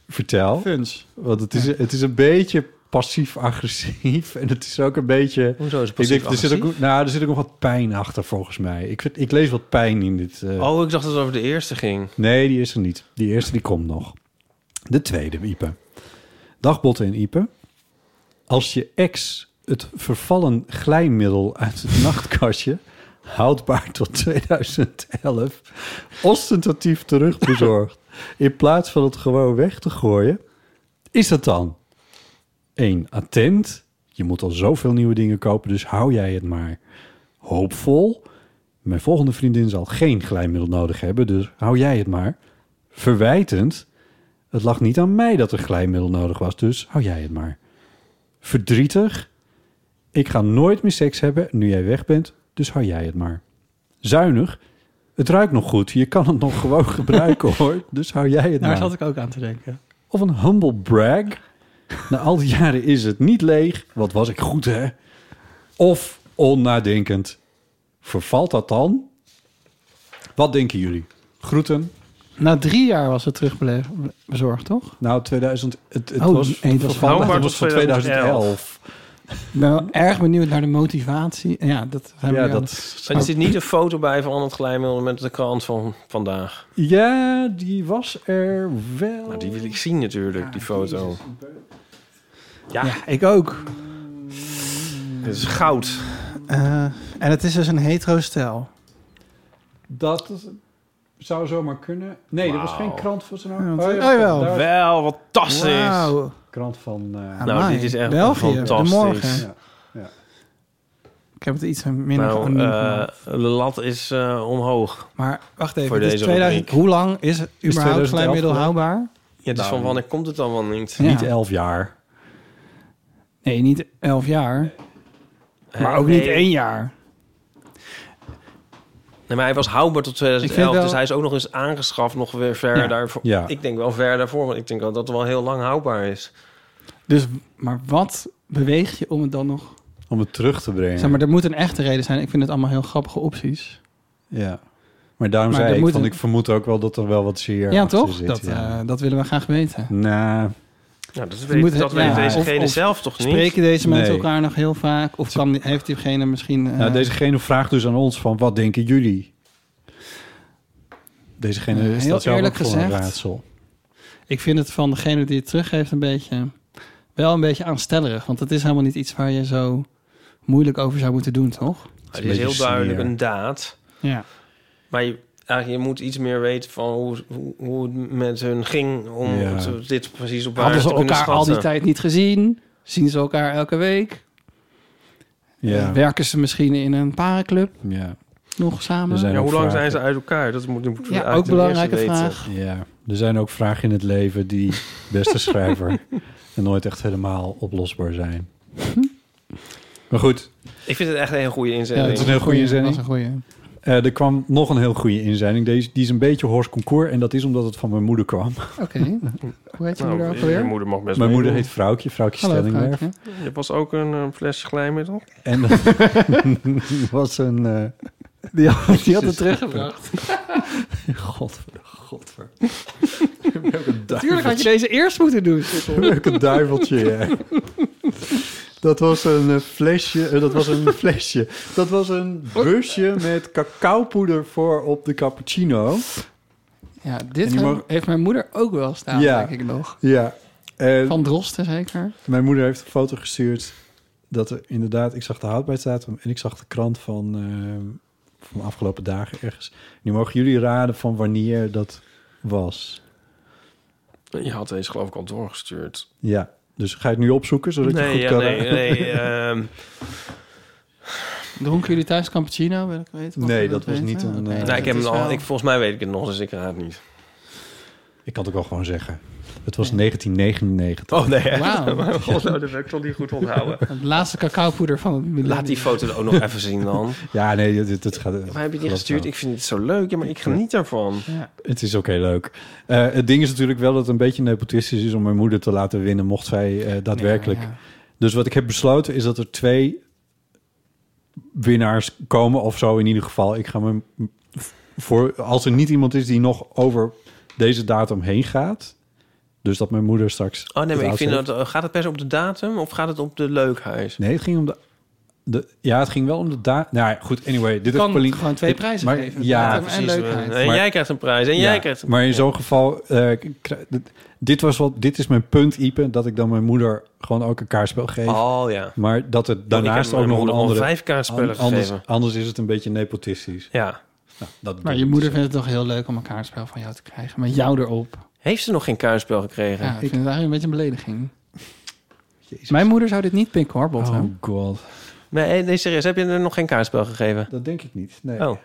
S3: vertel.
S2: Funs.
S3: Want het is, het is een beetje passief-agressief. En het is ook een beetje...
S4: Hoezo is het
S3: Ik denk, er,
S4: passief-agressief?
S3: zit ook, nou, er zit ook nog wat pijn achter, volgens mij. Ik, vind- ik lees wat pijn in dit... eh,
S4: Oh, ik dacht dat het over de eerste ging.
S3: Nee, die is er niet. Die eerste die komt nog. De tweede, Ipe. Dag Botte en Ipe. Als je ex het vervallen glijmiddel uit het nachtkastje... houdbaar tot 2011... ostentatief terugbezorgt... in plaats van het gewoon weg te gooien... is dat dan 1. Attent. Je moet al zoveel nieuwe dingen kopen, dus hou jij het maar. Hoopvol. Mijn volgende vriendin zal geen glijmiddel nodig hebben, dus hou jij het maar. Verwijtend. Het lag niet aan mij dat er glijmiddel nodig was, dus hou jij het maar. Verdrietig. Ik ga nooit meer seks hebben nu jij weg bent, dus hou jij het maar. Zuinig. Het ruikt nog goed. Je kan het nog gewoon gebruiken hoor, dus hou jij het
S2: Daar
S3: maar.
S2: zat Nou, ik ook aan te denken.
S3: Of een humble brag. Na al die jaren is het niet leeg. Wat was ik goed, hè? Of onnadenkend. Vervalt dat dan? Wat denken jullie? Groeten.
S2: Na drie jaar was het terugbezorgd, toch?
S3: Nou, 2000... Het, het
S2: Oh,
S3: was,
S2: nee,
S3: het
S2: het
S3: was
S2: was
S3: van,
S4: van-
S3: het was van 2011.
S2: Ik ben wel erg benieuwd naar de motivatie. Ja, dat zijn we
S3: Ja,
S2: weer aan
S3: dat,
S4: Er zit niet een foto bij van het glijmiddel met de krant van vandaag.
S3: ja, die was er wel.
S4: Nou, die wil ik zien natuurlijk, die foto.
S2: het- Ja, ik ook.
S4: Dit is goud.
S2: Eh, en het is dus een hetero stijl.
S3: Dat zou zomaar kunnen. Nee, er was
S4: Wauw.
S3: geen krant voor zo'n...
S2: Ja,
S3: ja,
S2: oh, jawel.
S3: daar was
S4: Wel, wat fantastisch.
S2: Wauw.
S3: krant van... eh,
S4: Nou, dit is echt
S2: België,
S4: fantastisch.
S2: vanmorgen.
S3: ja.
S2: Ik heb het iets minder
S4: Nou,
S2: geanoniem
S4: eh,
S2: gemaakt.
S4: de lat is eh, omhoog.
S2: Maar wacht even,
S4: voor
S2: het is
S4: deze
S2: 2000,
S4: rubriek.
S2: hoe lang is het überhaupt
S3: 2011
S2: glijmiddel
S3: geloof
S2: houdbaar?
S4: Ja, dus van wanneer komt het dan wel niet?
S2: Ja.
S3: Niet elf jaar.
S2: Nee, niet elf jaar. Maar ook
S4: Eh, nee.
S2: niet één jaar.
S4: Nee, maar hij was houdbaar tot
S2: Ik
S4: 2011.
S2: vind wel-
S4: Dus hij is ook nog eens aangeschaft nog weer verder
S2: Ja.
S4: daarvoor.
S3: Ja.
S4: Ik denk wel verder daarvoor, want ik denk wel dat het wel heel lang houdbaar is.
S2: Dus, maar wat beweegt je om het dan nog...
S3: Om het terug te brengen.
S2: Zeg maar, er moet een echte reden zijn. Ik vind het allemaal heel grappige opties.
S3: ja. maar daarom
S2: Maar
S3: zei
S2: er
S3: ik,
S2: moet
S3: van,
S2: een-
S3: ik vermoed ook wel dat er wel wat zeer
S2: ja,
S3: achter
S2: toch?
S3: zit,
S2: dat,
S3: ja.
S2: eh, dat willen we graag weten.
S3: Nou,
S4: Nou, dat
S2: moet
S4: weet,
S2: het-
S4: dat weet
S2: ja,
S4: deze
S2: of-
S4: gene
S2: of
S4: zelf toch niet?
S2: Spreken deze
S3: Nee.
S2: mensen elkaar nog heel vaak? Of kan, die- heeft diegene misschien... eh,
S3: nou, dezegene vraagt dus aan ons van, wat denken jullie? Dezegene
S2: Eh,
S3: is
S2: heel
S3: dat zelf
S2: eerlijk
S3: ook voor een
S2: gezegd.
S3: raadsel.
S2: Ik vind het van degene die het teruggeeft een beetje... Wel een beetje aanstellerig. Want het is helemaal niet iets waar je zo moeilijk over zou moeten doen, toch?
S4: Het
S3: Een
S4: is
S3: beetje
S4: heel duidelijk
S3: sneer.
S4: een daad.
S2: Ja.
S4: Maar je, eigenlijk, je moet iets meer weten van hoe, hoe, hoe het met hun ging... om
S3: Ja.
S4: te- dit precies op waar
S2: Hadden
S4: te
S2: ze
S4: kunnen
S2: elkaar al die
S4: schatten.
S2: tijd niet gezien? Zien ze elkaar elke week?
S3: Ja,
S2: Werken ze misschien in een parenclub
S3: ja.
S2: nog samen?
S3: Er zijn
S4: Ja,
S3: ook
S4: hoe lang zijn
S3: vragen.
S4: ze uit elkaar? Dat moet, moet
S2: ja, ook belangrijke vraag.
S3: Ja, er zijn ook vragen in het leven die, beste schrijver, nooit echt helemaal oplosbaar zijn.
S2: Hm?
S3: Maar goed,
S4: Ik vind het echt een goede
S2: Ja,
S4: inzending.
S2: dat
S3: is een heel goede inzending.
S2: Dat is een goeie.
S3: eh, er kwam nog een heel goede inzending. Deze, die is een beetje Horst Concours en dat is omdat het van mijn moeder kwam.
S2: Oké. Hoe heet je
S4: Nou,
S2: moeder ook
S4: je
S2: alweer?
S4: moeder mag best
S3: mijn moeder
S4: meedoen.
S3: heet Vrouwtje, Vrouwtje
S2: Hallo,
S3: Stellingwerf.
S2: vrouwtje.
S4: Je was ook een eh, flesje glijmiddel.
S3: En dat was een... eh, die had, die had het
S2: teruggebracht.
S3: Godver, godver. Welke
S2: Natuurlijk had je deze eerst moeten doen. Sikkel.
S3: Welke duiveltje, ja. Dat was een eh, flesje, eh, dat was een flesje. Dat was een busje met cacaopoeder voor op de cappuccino.
S2: Ja,
S3: En
S2: dit
S3: die
S2: he-
S3: mag-
S2: heeft mijn moeder ook wel staan,
S3: Ja.
S2: denk ik nog.
S3: Ja, en
S2: Van Drosten zeker.
S3: mijn moeder heeft een foto gestuurd dat er inderdaad, ik zag de houdbaarheidsdatum en ik zag de krant van, eh, van de afgelopen dagen ergens. Nu mogen jullie raden van wanneer dat was.
S4: Je had deze geloof ik al doorgestuurd.
S3: Ja, dus ga je het nu opzoeken zodat je
S4: nee,
S3: goed
S4: ja,
S3: kan...
S4: nee, nee. ehm,
S2: Dronken jullie thuis cappuccino? Wil ik weten, Mogen
S3: Nee,
S2: jullie
S3: dat was
S2: weten?
S3: niet een,
S2: Oké,
S3: eh,
S2: dus
S4: nou,
S2: het
S4: ik heb hem
S2: is
S4: al,
S2: wel-
S4: ik, volgens mij weet ik het nog, dus ik raad het niet.
S3: Ik kan het ook wel gewoon zeggen. Het was 1999.
S4: Oh nee, echt?
S2: Wauw.
S4: God, nou, dat heb ik toch niet goed onthouden.
S2: Het laatste cacaopoeder van het millennium.
S4: Laat die foto er ook nog even zien dan.
S3: Ja, nee, dit, dit gaat...
S4: Waar heb je die
S3: dat
S4: gestuurd?
S3: wel.
S4: Ik vind het zo leuk, ja, maar ik geniet Oh, daarvan.
S3: Het is ook heel leuk. Eh, het ding is natuurlijk wel dat het een beetje nepotistisch is om mijn moeder te laten winnen, mocht zij eh, daadwerkelijk.
S2: Ja, ja.
S3: Dus wat ik heb besloten is dat er twee winnaars komen of zo in ieder geval. Ik ga me voor als er niet iemand is die nog over deze datum heen gaat, dus dat mijn moeder straks.
S4: Oh nee,
S3: het
S4: maar ik
S3: oudste
S4: vind
S3: heeft.
S4: dat... eh, Gaat het per se op de datum of gaat het op de leukhuis?
S3: Nee, het ging om de. de ja, het ging wel om de datum. Nou ja, goed. Anyway, dit
S2: Kan
S3: heeft Pauline-
S2: gewoon twee
S3: dit-
S2: prijzen
S3: maar-
S2: geven.
S3: Ja,
S2: Datum en leukheid.
S4: En
S3: Maar-
S4: jij krijgt een prijs en
S3: Ja,
S4: jij krijgt een
S3: Maar in zo'n geval, eh, k- kri- dit- dit, was wat, dit is mijn punt, Ipe, dat ik dan mijn moeder gewoon ook een kaartspel geef.
S4: Oh ja.
S3: Maar dat het daarnaast
S4: Ik heb
S3: ook
S4: mijn
S3: nog een
S4: moeder al
S3: andere...
S4: vijf kaartspellen
S3: an- anders,
S4: gegeven.
S3: anders is het een beetje nepotistisch.
S4: Ja.
S3: Nou, dat
S2: Maar
S3: doe
S2: je
S3: ik
S2: moeder
S3: niet
S2: vindt het toch heel leuk om een kaartspel van jou te krijgen. Met jou erop.
S4: Heeft ze nog geen kaartspel gekregen?
S2: Ja, ik vind het eigenlijk een beetje een belediging.
S3: zo. Jezus.
S2: Mijn moeder zou dit niet pikken hoor, Botte.
S3: Oh god,
S4: Nee, nee, serieus. Heb je er nog geen kaartspel gegeven?
S3: dat denk ik niet. Nee.
S4: Oh. Dat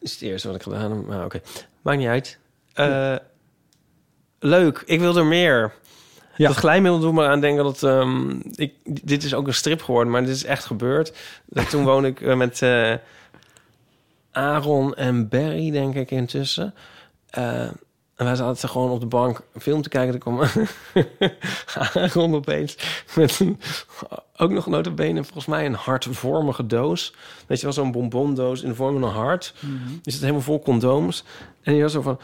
S4: is het eerste wat ik gedaan heb. Maar oké. Maakt niet uit. Eh, Leuk. Ik wil er meer.
S3: Ja.
S4: Dat glijmiddel doet me aan denken dat... ehm, ik, dit is ook een strip geworden, maar dit is echt gebeurd. Dat toen woonde ik eh, met eh, Aaron en Barry, denk ik, intussen. Eh, en wij zaten gewoon op de bank een film te kijken. Er kwam Aaron opeens met een, ook nog notabene volgens mij een hartvormige doos. Weet je wel, zo'n bonbondoos in de vorm van een hart. Is het helemaal vol condooms. En die was zo van...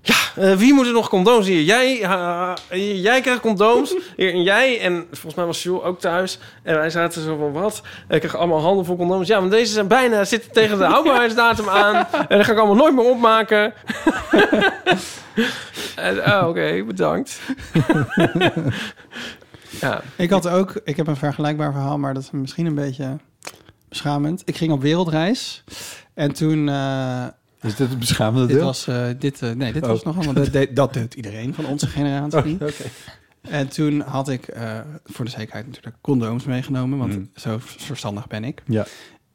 S4: Ja, eh, wie moet er nog condooms hier? Jij, ah, eh, jij krijgt condooms. Hier, en jij. En volgens mij was Jules ook thuis. En wij zaten zo van, wat? Ik kreeg allemaal handen vol condooms. Ja, want deze zijn bijna, zitten tegen de houdbaarheidsdatum aan. En dat ga ik allemaal nooit meer opmaken. en, oh, oké, bedankt. ja,
S2: Ik had ook, ik heb een vergelijkbaar verhaal, maar dat is misschien een beetje beschamend. Ik ging op wereldreis en toen, eh,
S3: Is dit het beschamende
S2: dit
S3: deel?
S2: was, eh, dit, eh, nee, dit
S3: Oh.
S2: was nog allemaal, dat, deed- dat deed iedereen van onze generatie.
S3: Oké.
S2: En toen had ik, eh, voor de zekerheid natuurlijk, condooms meegenomen, want
S3: Mm.
S2: zo verstandig ben ik.
S3: Ja.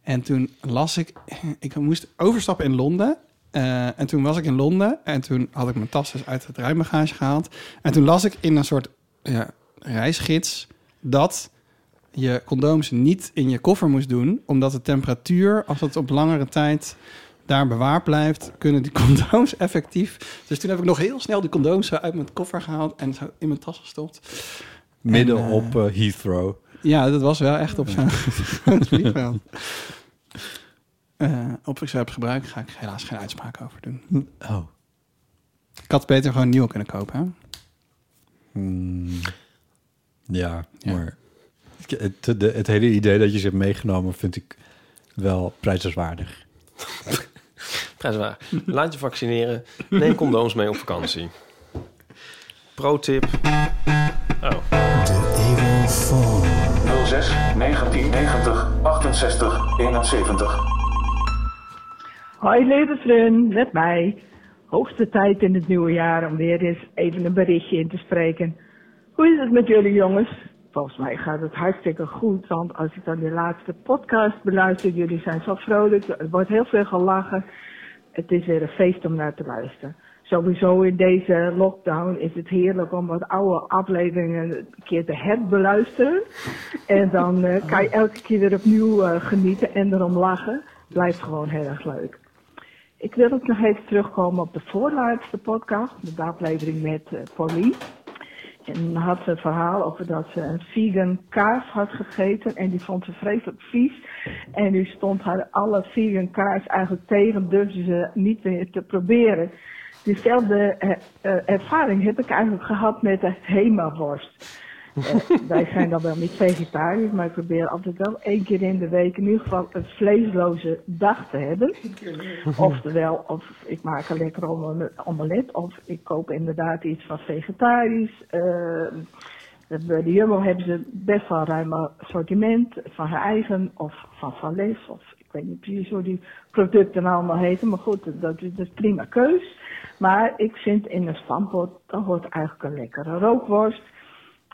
S2: En toen las ik, ik moest overstappen in Londen. Eh, en toen was ik in Londen en toen had ik mijn tas dus uit het ruimbagage gehaald. En toen las ik in een soort ja, reisgids dat je condooms niet in je koffer moest doen, omdat de temperatuur, als het op langere tijd daar bewaard blijft, kunnen die condooms effectief. Dus toen heb ik nog heel snel die condooms zo uit mijn koffer gehaald en zo in mijn tas gestopt.
S3: Midden
S2: En, eh,
S3: op eh, Heathrow.
S2: Ja, dat was wel echt op zo'n zo'n vliegveld. Eh, op ik heb gebruik ga ik helaas geen uitspraak over doen.
S3: Oh.
S2: Ik had beter gewoon nieuw kunnen kopen. Hè?
S3: Ja,
S2: Ja.
S3: maar ik- het, de- het hele idee dat je ze hebt meegenomen vind ik wel prijzenswaardig.
S4: Prijswaar. Laat je vaccineren. Neem condooms mee op vakantie. Pro tip. Oh,
S7: 06 1990 68 71.
S8: Hoi lieve vriend, met mij. Hoogste tijd in het nieuwe jaar om weer eens even een berichtje in te spreken. Hoe is het met jullie jongens? Volgens mij gaat het hartstikke goed, want als ik dan die laatste podcast beluister, jullie zijn zo vrolijk, er wordt heel veel gelachen. Het is weer een feest om naar te luisteren. Sowieso in deze lockdown is het heerlijk om wat oude afleveringen een keer te herbeluisteren. En dan eh, kan je elke keer weer opnieuw eh, genieten en erom lachen. Blijft gewoon heel erg leuk. Ik wil ook nog even terugkomen op de voorlaatste podcast, de aflevering met eh, Pauline. En dan had ze een verhaal over dat ze een vegan kaas had gegeten en die vond ze vreselijk vies. En nu stond haar alle vegan kaas eigenlijk tegen, durfde ze niet meer te proberen. Diezelfde eh, eh, ervaring heb ik eigenlijk gehad met de Hema-worst. Eh, wij zijn dan wel niet vegetariërs, maar ik probeer altijd wel één keer in de week in ieder geval een vleesloze dag te hebben. Oftewel, of ik maak een lekker omele- omelet, of ik koop inderdaad iets van vegetarisch. Ehm, bij de Jumbo hebben ze best wel ruim assortiment van haar eigen of van Van Leef. Of ik weet niet precies hoe die producten allemaal heten. Maar goed, dat is een prima keus. Maar ik vind in een stampot, dat hoort eigenlijk een lekkere rookworst.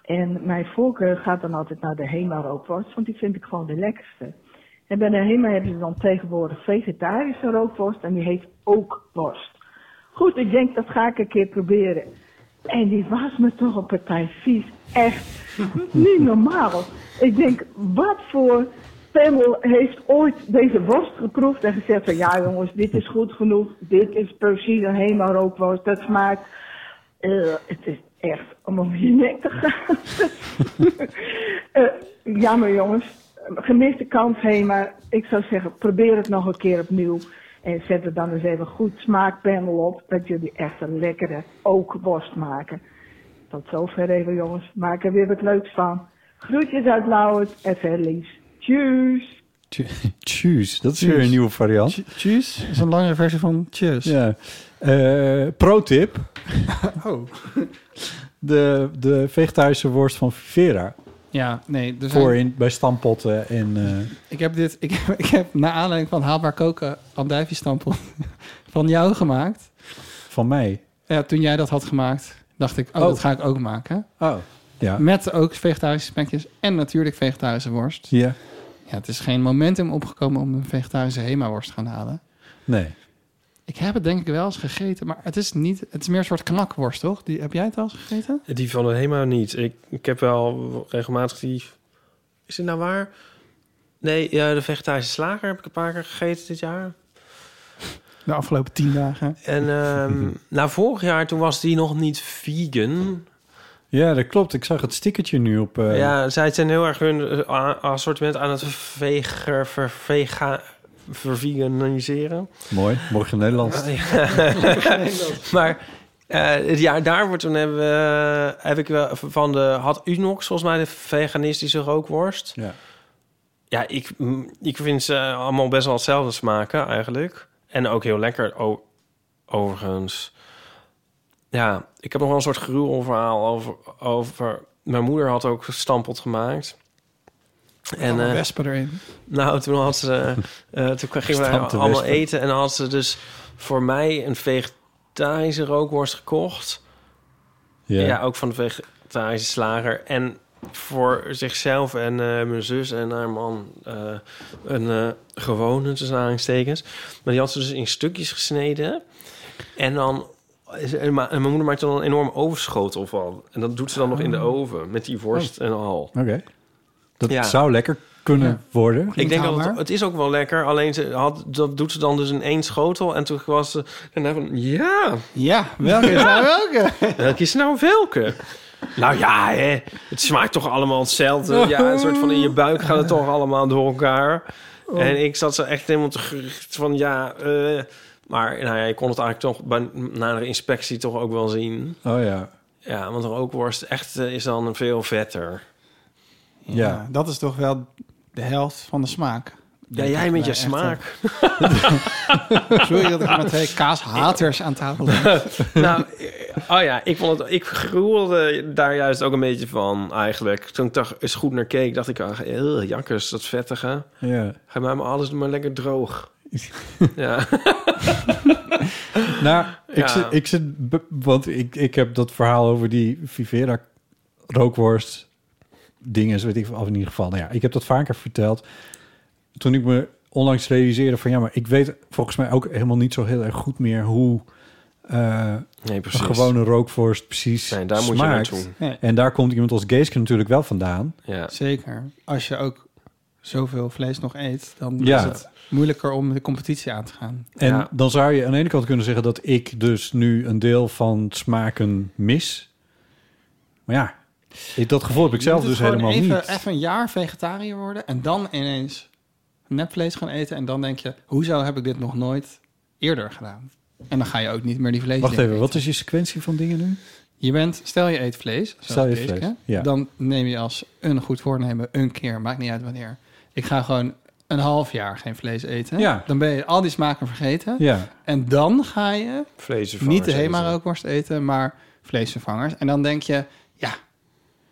S8: En mijn voorkeur gaat dan altijd naar de Hema rookworst, want die vind ik gewoon de lekkerste. En bij de Hema hebben ze dan tegenwoordig vegetarische rookworst en die heet ook worst. Goed, ik denk dat ga ik een keer proberen. En die was me toch een partij vies. Echt niet normaal. Ik denk, wat voor Pemmel heeft ooit deze worst geproefd en gezegd van ja jongens, dit is goed genoeg. Dit is precies een helemaal rookworst. Dat smaakt eh, het is echt om om je nek te gaan. Eh, jammer jongens, gemiste kans heen, maar ik zou zeggen probeer het nog een keer opnieuw. En zet er dan eens even een goed smaakpanel op, dat jullie echt een lekkere ookworst maken. Tot zover even jongens, maak er weer wat leuks van. Groetjes uit Lauwert en verder liefs. Tjus!
S3: Choose, dat is weer een nieuwe variant.
S2: Cheers is een langere versie van cheers.
S3: Ja. Eh, pro tip.
S2: Oh.
S3: De, de vegetarische worst van Vera.
S2: Ja, nee. Dus
S3: Voor in, bij stampotten en... eh,
S2: Ik heb dit, ik heb, ik heb naar aanleiding van haalbaar koken andijviestampel van jou gemaakt.
S3: van mij.
S2: Ja, toen jij dat had gemaakt, dacht ik, oh,
S3: Oh.
S2: dat ga ik ook maken.
S3: Oh. Ja.
S2: Met ook vegetarische spekjes en natuurlijk vegetarische worst.
S3: Ja.
S2: Ja, het is geen momentum opgekomen om een vegetarische Hema-worst te gaan halen.
S3: Nee.
S2: Ik heb het denk ik wel eens gegeten, maar het is niet, het is meer een soort knakworst, toch? Die, heb jij het al eens gegeten?
S4: die van de HEMA niet. Ik, ik heb wel regelmatig die... Is dit nou waar? Nee, ja, de vegetarische slager heb ik een paar keer gegeten dit jaar.
S2: De afgelopen tien dagen.
S4: En ehm nou, vorig jaar toen was die nog niet vegan.
S3: Ja, dat klopt. Ik zag het stickertje nu op... eh,
S4: Ja, zij zijn heel erg hun eh, a- assortiment aan het veger, ver, vega, verveganiseren.
S3: Mooi. Morgen Nederlands.
S4: Maar eh, het jaar daarvoor toen hebben we, heb ik wel van de had Unox volgens mij de veganistische rookworst.
S3: Ja.
S4: Ja, ik, mm, ik vind ze allemaal best wel hetzelfde smaken eigenlijk. En ook heel lekker o- overigens. Ja, ik heb nog wel een soort gruwelverhaal over, over... Mijn moeder had ook stampot gemaakt. En, eh,
S2: wespen erin.
S4: nou, toen had ze... eh, toen gingen wij
S3: Stampte
S4: allemaal
S3: wespen.
S4: eten. En dan had ze dus voor mij een vegetarische rookworst gekocht.
S3: Ja.
S4: Ja, ook van de vegetarische slager. En voor zichzelf en eh, mijn zus en haar man eh, een eh, gewone, tussen aanhalingstekens. Maar die had ze dus in stukjes gesneden. En dan is- en ma- en mijn moeder maakt dan een enorm overschotel van. En dat doet ze dan nog in de oven met die worst en al.
S3: Oké. Dat
S4: Ja.
S3: zou lekker kunnen worden.
S4: Ik denk dat het, het is ook wel lekker. Alleen ze had, dat doet ze dan dus in één schotel. En toen was ze daarna van ja.
S2: Ja, welke is nou welke?
S4: Welke is nou welke? Nou ja, hè. het smaakt toch allemaal hetzelfde. Ja, een soort van in je buik gaat het toch allemaal door elkaar.
S9: Oh.
S4: En ik zat zo echt helemaal te gericht van ja. eh, maar nou ja, je kon het eigenlijk toch bij, na de inspectie toch ook wel zien.
S3: Oh ja.
S4: Ja, want rookworst echt eh, is dan veel vetter.
S2: Ja. dat is toch wel de helft van de smaak.
S4: Ja,
S2: Denk
S4: jij
S2: ik
S4: met
S2: bij
S4: je smaak.
S2: echte- Sorry dat ik met twee kaashaters aan tafel zit.
S4: nou, eh, oh ja, ik vond het, ik gruwelde daar juist ook een beetje van eigenlijk. Toen ik daar eens goed naar keek, dacht ik, ah, heel jakkers, dat vettige.
S3: Ja.
S4: Ga mij maar alles maar lekker droog. ja.
S3: Nou, ik,
S4: Ja.
S3: zit, ik zit, be- want ik, ik heb dat verhaal over die Vivera rookworst dingen, weet ik of in ieder geval. Nou ja, ik heb dat vaker verteld. Toen ik me onlangs realiseerde van ja, maar ik weet volgens mij ook helemaal niet zo heel erg goed meer hoe eh,
S4: Nee, precies.
S3: een gewone rookworst precies
S4: Nee, daar moet je
S3: smaakt.
S4: naartoe.
S2: Nee.
S3: En daar komt iemand als Geeske natuurlijk wel vandaan.
S4: Ja.
S2: Zeker. Als je ook zoveel vlees nog eet, dan
S3: Ja.
S2: is het moeilijker om de competitie aan te gaan.
S3: En dan zou je aan de ene kant kunnen zeggen dat ik dus nu een deel van smaken mis. Maar ja, ik, dat gevoel heb ik
S2: Je moet
S3: zelf
S2: het
S3: dus
S2: gewoon
S3: helemaal
S2: even,
S3: niet.
S2: Even een jaar vegetariër worden en dan ineens nepvlees gaan eten. En dan denk je, hoezo heb ik dit nog nooit eerder gedaan? En dan ga je ook niet meer die vlees
S3: Wacht
S2: dingen
S3: even, wat is je sequentie van dingen nu?
S2: Je bent, stel je eet vlees, zoals
S3: Stel je
S2: deze
S3: vlees,
S2: keer,
S3: ja.
S2: dan neem je als een goed voornemen een keer, maakt niet uit wanneer. Ik ga gewoon een half jaar geen vlees eten.
S3: Ja.
S2: Dan ben je al die smaken vergeten.
S3: Ja.
S2: En dan ga je
S4: Vleesvervangers
S2: niet de
S4: eten.
S2: Hema rookworst eten, maar vleesvervangers. En dan denk je, ja,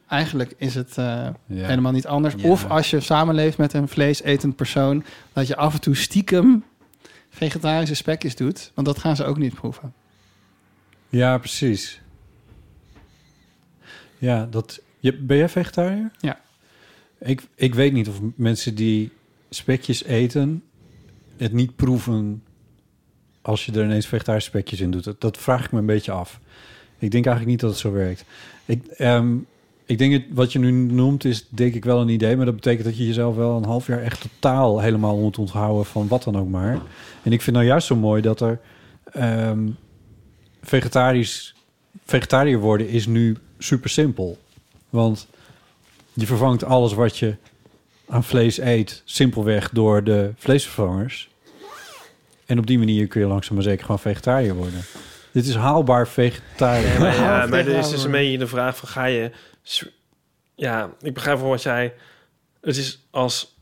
S2: eigenlijk is het eh, helemaal niet anders. Of als je samenleeft met een vleesetend persoon, dat je af en toe stiekem vegetarische spekjes doet. Want dat gaan ze ook niet proeven.
S3: Ja, precies. Ja, dat, je, ben jij vegetariër?
S2: Ja.
S3: Ik, ik weet niet of mensen die spekjes eten het niet proeven als je er ineens vegetarische spekjes in doet. Dat, dat vraag ik me een beetje af. Ik denk eigenlijk niet dat het zo werkt. Ik, ehm, ik denk het, wat je nu noemt is denk ik wel een idee, maar dat betekent dat je jezelf wel een half jaar echt totaal helemaal moet onthouden van wat dan ook maar. En ik vind nou juist zo mooi dat er ehm, vegetarisch vegetariër worden is nu super simpel, want je vervangt alles wat je aan vlees eet simpelweg door de vleesvervangers. En op die manier kun je langzaam maar zeker gewoon vegetariër worden. Dit is haalbaar vegetariër.
S4: Ja, maar, ja, maar er is dus een beetje de vraag van ga je... s- Ja, ik begrijp wel wat jij... Het is als...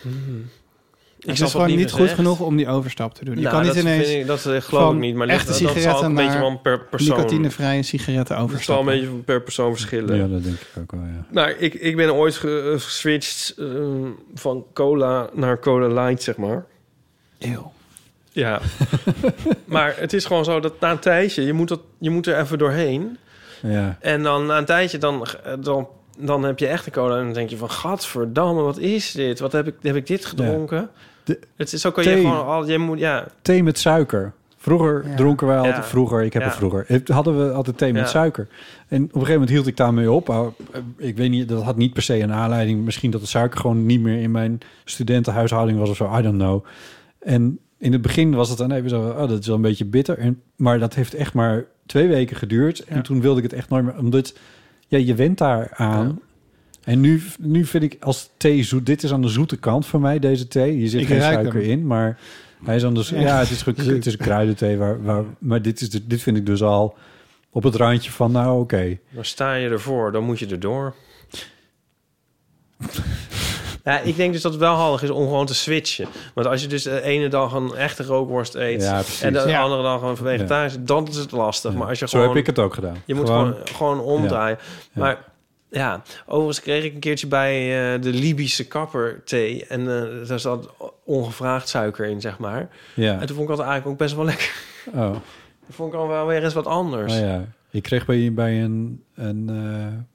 S4: Hmm.
S2: het
S4: snap
S2: is gewoon
S4: wat
S2: niet,
S4: Nina
S2: goed
S4: zegt.
S2: genoeg om die overstap te doen. Je
S4: Nou,
S2: kan niet
S4: dat
S2: ineens
S4: vind ik- dat, eh, geloof
S2: van
S4: ik niet, maar dat-
S2: echte
S4: dat zal ook
S2: sigaretten
S4: een beetje
S2: naar
S4: wel per persoon.
S2: nicotinevrije sigaretten
S4: Het zal een
S2: overstappen.
S4: beetje per persoon verschillen.
S3: Ja, dat denk ik ook wel, ja.
S4: Nou, ik, ik ben ooit ge- eh, geswitcht ehm, van cola naar cola light, zeg maar.
S2: Eeuw.
S4: Ja. maar het is gewoon zo dat na een tijdje, je moet, dat, je moet er even doorheen.
S3: Ja.
S4: En dan na een tijdje, dan, eh, dan, dan heb je echt een cola. En dan denk je van, gadverdamme, wat is dit? Wat heb ik, heb ik dit gedronken? het is ook al, je
S3: thee.
S4: gewoon al, je moet, ja.
S3: Thee met suiker. Vroeger dronken wij altijd,
S4: Ja.
S3: vroeger, ik heb
S4: Ja.
S3: het vroeger, Het- hadden we altijd thee met
S4: Ja.
S3: suiker. En op een gegeven moment hield ik daarmee op. Uh, Ik weet niet, dat had niet per se een aanleiding. Misschien dat de suiker gewoon niet meer in mijn studentenhuishouding was of zo. I don't know. En in het begin was het dan even zo, oh, dat is wel een beetje bitter. En, maar dat heeft echt maar twee weken geduurd. En toen wilde ik het echt nooit meer, omdat ja, je went daar aan. En nu, nu vind ik als thee zoet, dit is aan de zoete kant voor mij, deze thee. Hier zit
S2: Ik
S3: geen
S2: ruik
S3: suiker
S2: hem.
S3: in, maar hij is anders.
S2: Echt?
S3: Ja, het is, gekru- het is een kruidenthee. Waar, waar, maar dit, is, de- dit vind ik dus al op het randje van, nou oké.
S4: Dan sta je ervoor, dan moet je erdoor. ja, ik denk dus dat het wel handig is om gewoon te switchen. Want als je dus de ene dag een echte rookworst eet...
S3: Ja, precies.
S4: en de
S3: Ja.
S4: andere dag een vegetarisch, dan is het lastig. Maar als je
S3: Zo
S4: gewoon,
S3: heb ik het ook gedaan.
S4: Je moet
S3: Gewoon-
S4: gewoon, gewoon, omdraaien.
S3: Ja.
S4: Maar ja, overigens kreeg ik een keertje bij eh, de Libische kapper thee... en eh, daar zat ongevraagd suiker in, zeg maar.
S3: Ja.
S4: En toen vond ik dat eigenlijk ook best wel lekker.
S3: Oh,
S2: Oh,
S4: Dat vond ik al wel weer eens wat anders.
S3: nou ja. Ik kreeg bij, bij een, een eh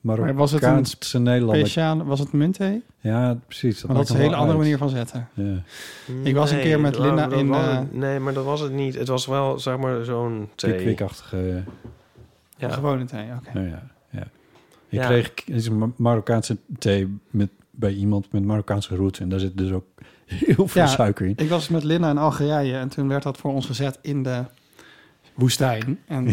S2: Maar was het een
S3: Marokkaanse Nederlander.
S2: Speciaal, was het munthee?
S3: Ja, precies.
S2: Maar dat
S3: maakt
S2: is een
S3: nog
S2: hele
S3: wel
S2: andere
S3: uit.
S2: manier van zetten.
S3: Ja.
S2: Ik was een
S4: Nee,
S2: keer met
S4: maar
S2: Linda
S4: dat
S2: in...
S4: was-
S2: eh,
S4: nee, maar dat was het niet. Het was wel, zeg maar, zo'n thee.
S3: Pikwikachtige.
S4: Ja.
S2: Gewone thee, oké.
S3: Nou ja, ja. Ik
S4: Ja.
S3: kreeg is een Ma- Marokkaanse thee met, bij iemand met Marokkaanse roots. En daar zit dus ook heel veel
S2: Ja,
S3: suiker in.
S2: Ik was met Linda in Algerije en toen werd dat voor ons gezet in de woestijn. En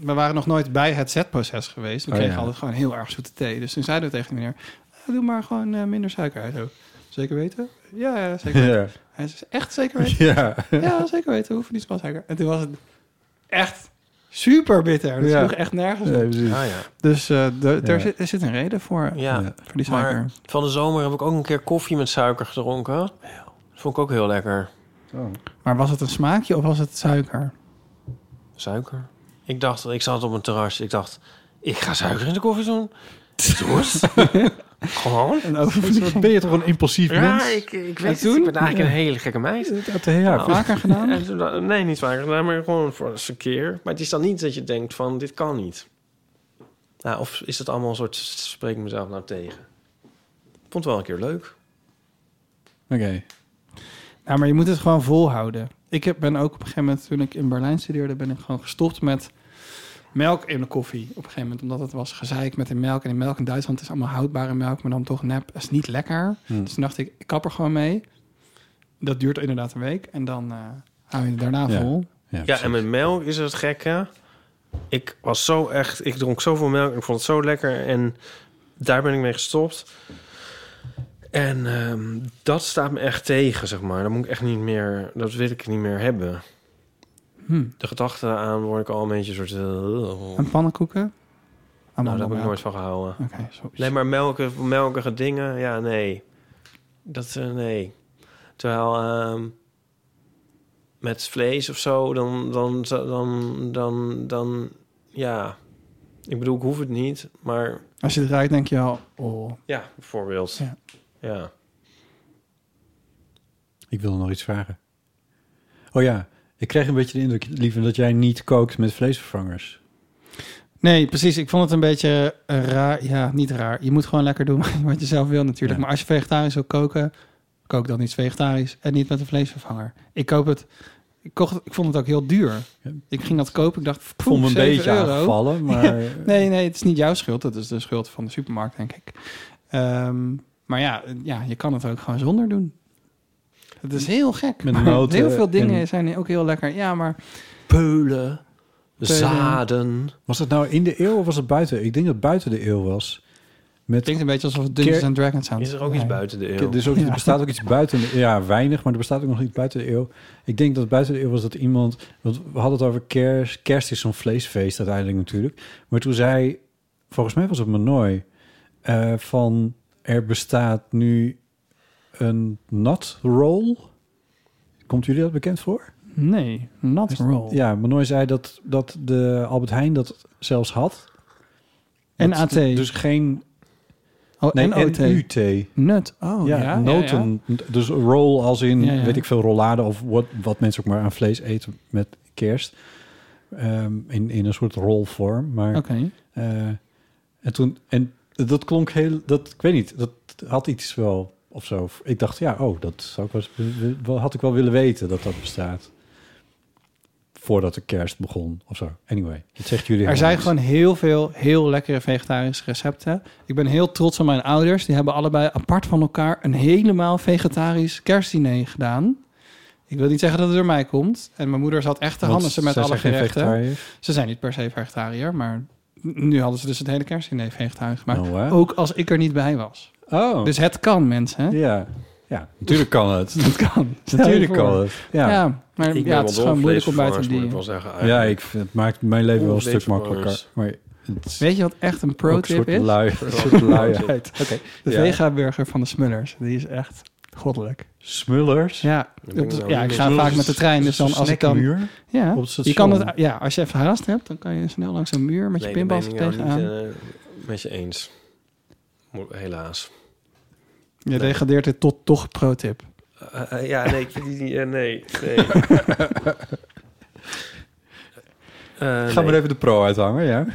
S2: we waren nog nooit bij het zetproces geweest. We
S3: Oh,
S2: kregen
S3: ja.
S2: altijd gewoon heel erg zoete thee. Dus toen zeiden we tegen de meneer, "Ah, doe maar gewoon eh, minder suiker uit. ook." Zeker weten? Ja, ja, zeker weten.
S3: Ja.
S2: Hij zei, echt zeker weten?
S3: Ja.
S2: ja zeker weten. We hoeven niet zoveel suiker. En toen was het echt super bitter. Dat
S3: Ja.
S2: sloeg echt nergens op.
S3: Nee, precies.
S4: Ah, ja.
S2: Dus eh, d- daar
S4: Ja.
S2: zit, er zit een reden voor,
S4: Ja,
S2: voor die suiker.
S4: maar van de zomer heb ik ook een keer koffie met suiker gedronken. Dat vond ik ook heel lekker.
S3: Oh.
S2: Maar was het een smaakje of was het suiker?
S4: Suiker. Ik dacht, ik zat op een terras. Ik dacht, ik ga suiker in de koffie doen. Dorst. Gewoon.
S2: En
S3: ben je toch een impulsief
S4: Ja,
S3: mens?
S4: ik, ik
S2: En
S4: weet het.
S2: toen?
S4: Ik ben eigenlijk een
S2: Ja.
S4: hele gekke meid. Oh.
S3: Dat heb je ja,
S2: vaker gedaan?
S4: En toen dacht- Nee, niet vaker gedaan, maar gewoon voor eens een keer. Maar het is dan niet dat je denkt van, dit kan niet. Nou, of is het allemaal een soort, spreek ik mezelf nou tegen? Ik vond het wel een keer leuk.
S3: Oké.
S2: Ja, maar je moet het gewoon volhouden. Ik heb, ben ook op een gegeven moment, toen ik in Berlijn studeerde, ben ik gewoon gestopt met melk in de koffie. Op een gegeven moment, omdat het was gezeik met de melk. En die melk in Duitsland is allemaal houdbare melk, maar dan toch nep. Dat is niet lekker.
S3: Hmm.
S2: Dus toen dacht ik, ik kap er gewoon mee. Dat duurt inderdaad een week. En dan eh, hou je het daarna
S4: Ja.
S2: vol.
S3: Ja,
S4: Ja, en met melk is het gekke. Ik was zo echt, ik dronk zoveel melk en ik vond het zo lekker. En daar ben ik mee gestopt. En ehm, dat staat me echt tegen, zeg maar. Dat moet ik echt niet meer, dat wil ik niet meer hebben.
S2: Hmm.
S4: De gedachte aan word ik al een beetje een soort... eh,
S2: En pannenkoeken.
S4: nou, daar heb ik
S2: Amandelmelk.
S4: nooit van gehouden.
S2: Oké, sorry.
S4: Nee, maar melkige, melkige dingen, ja, nee. Dat, eh, nee. Terwijl ehm, met vlees of zo, dan, dan, dan, dan, dan, ja. Ik bedoel, ik hoef het niet, maar
S2: Als je het ruikt, denk je al, oh.
S4: ja, bijvoorbeeld.
S2: Ja.
S4: Ja.
S3: Ik wil nog iets vragen. Oh ja, ik kreeg een beetje de indruk, lieve, dat jij niet kookt met vleesvervangers.
S2: Nee, precies. Ik vond het een beetje eh, raar. Ja, niet raar. Je moet gewoon lekker doen wat je zelf wil natuurlijk. Maar als je vegetarisch wil koken, kook dan iets vegetarisch en niet met een vleesvervanger. Ik koop het. Ik, kocht, ik vond het ook heel duur. Ik ging dat kopen. Ik dacht, ik
S3: vond me een beetje aangevallen, maar-
S2: nee, nee, het is niet jouw schuld. Het is de schuld van de supermarkt, denk ik. Ehm, maar ja, eh, ja, je kan het ook gewoon zonder doen. Het is heel gek.
S3: Met
S2: maar
S3: noten
S2: heel veel dingen
S3: en-
S2: zijn ook heel lekker. Ja, maar
S4: Peulen,
S2: Peulen.
S4: zaden.
S3: Was dat nou in de eeuw of was het buiten? Ik denk dat het buiten de eeuw was. Met
S2: klinkt een beetje alsof het Dungeons
S3: Ker-
S2: and Dragons aan het
S4: Is er ook iets buiten de eeuw?
S3: Er, is dus ook,
S2: Ja.
S3: er bestaat ook iets buiten, de- ja, weinig, maar er bestaat ook nog iets buiten de eeuw. Ik denk dat buiten de eeuw was dat iemand, want we hadden het over kerst. Kerst is zo'n vleesfeest uiteindelijk natuurlijk. Maar toen zei, volgens mij was het Manoy, eh van er bestaat nu een nat roll. Komt jullie dat bekend voor?
S2: Nee, not roll.
S3: Ja, Manoy zei dat, dat de Albert Heijn dat zelfs had.
S2: En
S3: Dat-
S2: AT.
S3: Dus geen...
S2: Oh,
S3: nee,
S2: en OT.
S3: NUT.
S2: Nut. Oh, ja. ja,
S3: noten. Dus roll als in,
S2: Ja, ja.
S3: weet ik veel, rollade of wat, wat mensen ook maar aan vlees eten met kerst. Ehm, in, in een soort rolvorm. Maar,
S2: Oké.
S3: eh, en toen, en dat klonk heel, dat, ik weet niet, dat had iets wel of zo. Ik dacht, ja, oh, dat zou ik wel, eens wi- wel- had ik wel willen weten dat dat bestaat. Voordat de kerst begon of zo. Anyway, dat zegt jullie.
S2: Er
S3: helemaal
S2: zijn
S3: niks.
S2: gewoon heel veel heel lekkere vegetarische recepten. Ik ben heel trots op mijn ouders. Die hebben allebei apart van elkaar een helemaal vegetarisch kerstdiner gedaan. Ik wil niet zeggen dat het door mij komt. En mijn moeder zat echt te
S3: Want
S2: handen ze met
S3: zij
S2: alle
S3: zijn geen
S2: gerechten.
S3: vegetariër?
S2: Ze zijn niet per se vegetariër, maar nu hadden ze dus het hele kerstdiner vegetarisch gemaakt.
S3: Oh, hè?
S2: Ook als ik er niet bij was.
S3: Oh.
S2: Dus het kan, mensen.
S3: Ja, ja, natuurlijk kan het.
S2: Het kan. Stel je
S3: Natuurlijk
S2: voor.
S3: kan het. Ja.
S2: Ja, maar
S4: Ik ben
S2: ja,
S4: wel
S2: het is
S4: dol
S2: gewoon
S4: op
S2: moeilijk om bij te
S4: vleesvervangers, moet ik wel
S2: dienen.
S4: zeggen.
S3: Ja,
S4: eigenlijk.
S3: ik vind, het maakt mijn leven wel een stuk
S4: Vleesvervangers.
S3: makkelijker. Maar het is
S2: Weet je wat echt een
S3: ook een
S2: pro-tip
S3: soort
S2: is?
S3: lui, een soort luiheid. Oké.
S2: De
S3: Ja.
S2: vega-burger van de Smullers. Die is echt goddelijk.
S3: Smullers.
S2: Ja,
S4: ben ik
S2: op de-
S4: nou
S2: ja
S4: niet
S2: ik
S4: mee
S2: ga
S4: eens.
S2: vaak met de trein. Dus dan als ik dan...
S3: Snackmuur?
S2: Ja,
S3: Op het
S2: je
S3: station.
S2: kan het, ja, als je even haast hebt, dan kan je snel langs een muur met je
S4: Nee, daar
S2: pinpas
S4: ben
S2: er
S4: ik nou
S2: tegenaan.
S4: niet eh, met je eens. Mo- Helaas.
S2: je degradeert dit tot toch pro-tip.
S4: Eh, eh, ja, nee, ik vind die niet... eh, nee, nee. Eh,
S3: Ga maar
S4: nee.
S3: even de pro uithangen, ja.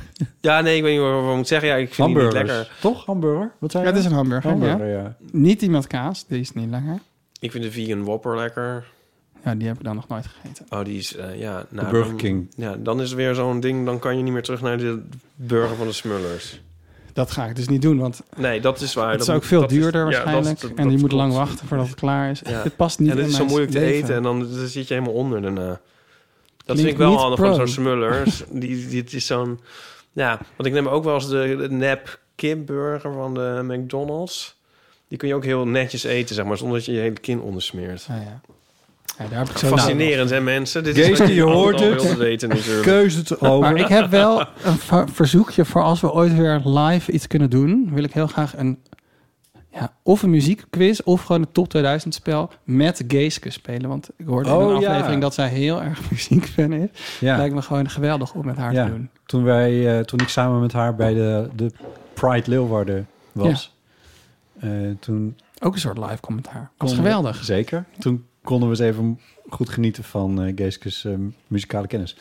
S4: Ja, nee, ik weet niet wat wat ik moet zeggen. Ja, ik vind die niet
S3: Hamburgers.
S4: lekker.
S3: Toch? Hamburger? Wat zei
S2: Ja,
S3: je?
S2: het is een hamburger.
S3: Hamburger,
S2: ja.
S3: ja.
S2: Niet die met kaas, die is niet lekker.
S4: Ik vind de vegan Whopper lekker.
S2: Ja, die heb ik dan nog nooit gegeten.
S4: Oh, die is, eh, ja... Nou,
S3: De Burger
S4: dan-
S3: King.
S4: Ja, dan is het weer zo'n ding. Dan kan je niet meer terug naar de burger van de Smullers.
S2: Dat ga ik dus niet doen, want
S4: Nee, dat is waar.
S2: het
S4: dat
S2: is ook
S4: moet-
S2: veel
S4: dat is-
S2: duurder
S4: Ah, ja, dat is-
S2: waarschijnlijk.
S4: dat-
S2: en
S4: dat
S2: je moet
S4: klopt.
S2: lang wachten voordat het klaar is.
S4: Ja.
S2: Het past niet
S4: En het
S2: in
S4: is zo
S2: mijn
S4: moeilijk te
S2: leven.
S4: eten en dan dan zit je helemaal onder daarna. Dat
S2: Klinkt
S4: vind ik wel
S2: niet
S4: handig
S2: pro.
S4: van zo'n Smullers. die, die, het is zo'n... Ja, want ik neem ook wel eens de, de nep kipburger van de McDonald's. Die kun je ook heel netjes eten, zeg maar, zonder dat je je hele kin ondersmeert.
S2: Ah, ja. Ja, daar heb ik zo
S4: Fascinerend, hè mensen? Dit
S3: Geest,
S4: wat
S3: je
S4: allemaal
S3: hoort
S4: wil
S3: het.
S4: weten, natuurlijk.
S3: Keuze het over.
S2: Maar ik heb wel een ver- verzoekje voor als we ooit weer live iets kunnen doen. Wil ik heel graag een, ja, of een muziekquiz of gewoon een top 2000 spel met Geeske spelen. Want ik hoorde in
S3: Oh,
S2: een
S3: ja.
S2: aflevering dat zij heel erg muziekfan is.
S3: Ja.
S2: Lijkt me gewoon geweldig om met haar
S3: Ja,
S2: te doen.
S3: Toen, wij, eh, toen ik samen met haar bij de, de Pride Leeuwarden was. eh, toen
S2: Ook een soort live commentaar. Dat is
S3: konden we-
S2: geweldig.
S3: zeker. Toen konden we eens even goed genieten van eh Geeske's eh, muzikale kennis.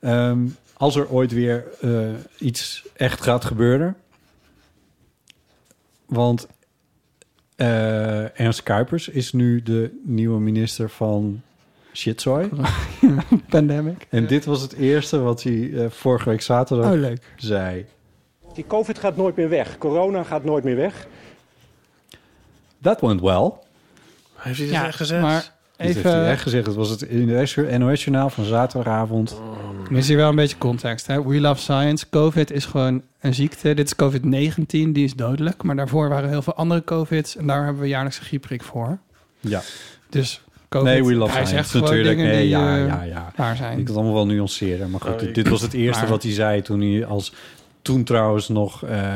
S3: Ehm, als er ooit weer eh, iets echt gaat gebeuren. Want eh, Ernst Kuipers is nu de nieuwe minister van shitzooi.
S2: Oh, Pandemic.
S3: En dit was het eerste wat hij eh, vorige week zaterdag
S2: Oh, leuk.
S3: zei.
S10: Die COVID gaat nooit meer weg. Corona gaat nooit meer weg.
S3: Dat went well.
S4: Heeft hij dat
S2: Ja,
S4: echt gezegd?
S2: maar
S3: Dit heeft hij
S2: even...
S3: echt gezegd. Het was het in het NOS-journaal van zaterdagavond.
S2: Er is hier wel een beetje context. Hè? We love science. COVID is gewoon een ziekte. Dit is COVID-19, die is dodelijk. Maar daarvoor waren heel veel andere COVID's. En daar hebben we jaarlijks een griepprik voor.
S3: Ja.
S2: Dus COVID,
S3: nee, we love
S2: hij
S3: science.
S2: zegt gewoon
S3: natuurlijk.
S2: dingen
S3: nee,
S2: die
S3: ja,
S2: eh,
S3: ja, ja.
S2: waar zijn.
S3: Ik kan het allemaal wel nuanceren. Maar goed,
S4: Oh,
S3: dit,
S4: ik-
S3: dit was het eerste
S2: Maar-
S3: wat hij zei toen hij als... Toen trouwens nog... eh,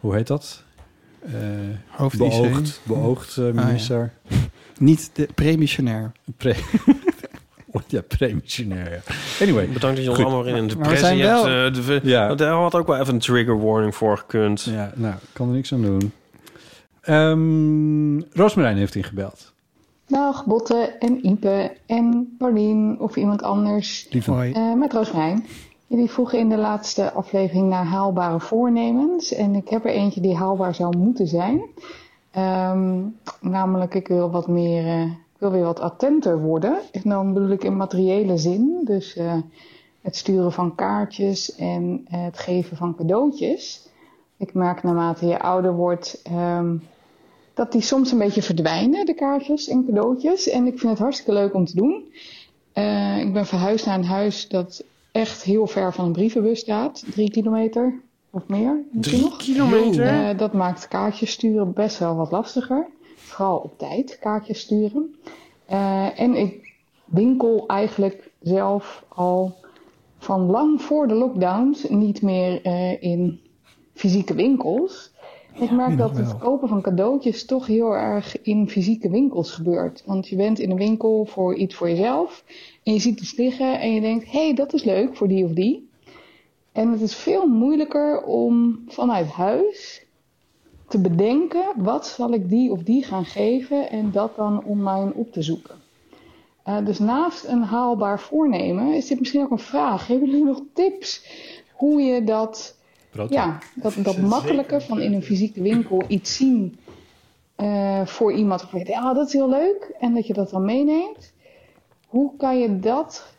S3: hoe heet dat? Eh,
S2: Hoofd IC.
S3: beoogd, beoogd eh,
S2: Ah,
S3: minister.
S2: Niet de premissionair.
S3: Pre- ja, premissionair. ja. Anyway.
S4: Bedankt dat je ons
S3: Goed.
S4: allemaal weer in
S2: Maar
S4: een
S2: we
S4: depressie
S2: zijn
S4: hebt.
S2: wel-
S4: eh, de, we-
S3: Ja.
S4: want Daar had ook wel even een trigger warning voor gekund.
S3: Ja, nou, kan er niks aan doen. Ehm Roosmarijn heeft ingebeld.
S8: Dag Botte en Ipe en Paulien of iemand anders
S3: Lieve.
S8: Eh, met Roosmarijn. Jullie vroegen in de laatste aflevering naar haalbare voornemens. En ik heb er eentje die haalbaar zou moeten zijn. Ehm, namelijk, ik wil wat meer, eh, ik wil weer wat attenter worden. En dan bedoel ik in materiële zin. Dus eh, het sturen van kaartjes en eh, het geven van cadeautjes. Ik merk naarmate je ouder wordt, ehm, dat die soms een beetje verdwijnen, de kaartjes en cadeautjes. En ik vind het hartstikke leuk om te doen. Eh, ik ben verhuisd naar een huis dat echt heel ver van een brievenbus staat. Drie kilometer of meer. misschien nog. Eh, dat maakt kaartjes sturen best wel wat lastiger. Vooral op tijd kaartjes sturen. Eh, en ik winkel eigenlijk zelf al van lang voor de lockdowns niet meer eh, in fysieke winkels. Ik merk dat het kopen van cadeautjes toch heel erg in fysieke winkels gebeurt. Want je bent in een winkel voor iets voor jezelf. En je ziet iets liggen en je denkt, hé, hey, dat is leuk voor die of die. En het is veel moeilijker om vanuit huis te bedenken, wat zal ik die of die gaan geven en dat dan online op te zoeken. Eh, dus naast een haalbaar voornemen is dit misschien ook een vraag. Hebben jullie nog tips hoe je dat ja, dat, dat makkelijke van in een fysieke winkel iets zien eh, voor iemand. Of weet, ah, dat is heel leuk. En dat je dat dan meeneemt. Hoe kan je dat,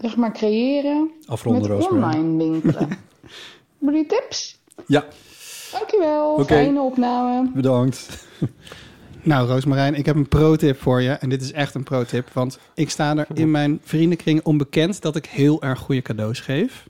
S8: zeg maar, creëren
S3: Afronden,
S8: met
S3: Roosmarijn.
S8: online winkelen? Hebben jullie tips?
S3: Ja,
S8: Dankjewel.
S3: Oké.
S8: Fijne opname.
S3: bedankt.
S2: Nou, Roosmarijn, ik heb een pro-tip voor je. En dit is echt een pro-tip. Want ik sta er in mijn vriendenkring onbekend dat ik heel erg goede cadeaus geef.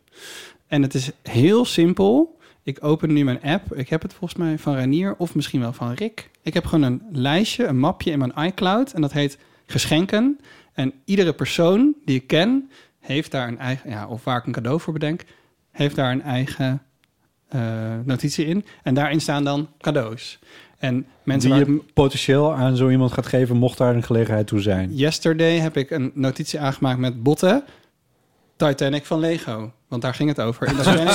S2: En het is heel simpel. Ik open nu mijn app. Ik heb het volgens mij van Ranier of misschien wel van Rick. Ik heb gewoon een lijstje, een mapje in mijn iCloud. En dat heet geschenken. En iedere persoon die ik ken, heeft daar een eigen... Ja, of waar ik een cadeau voor bedenk, heeft daar een eigen eh, notitie in. En daarin staan dan cadeaus. En mensen
S3: Die
S2: waar ik-
S3: je potentieel aan zo iemand gaat geven, mocht daar een gelegenheid toe zijn.
S2: Yesterday heb ik een notitie aangemaakt met botten. Titanic van Lego. Want daar ging het over.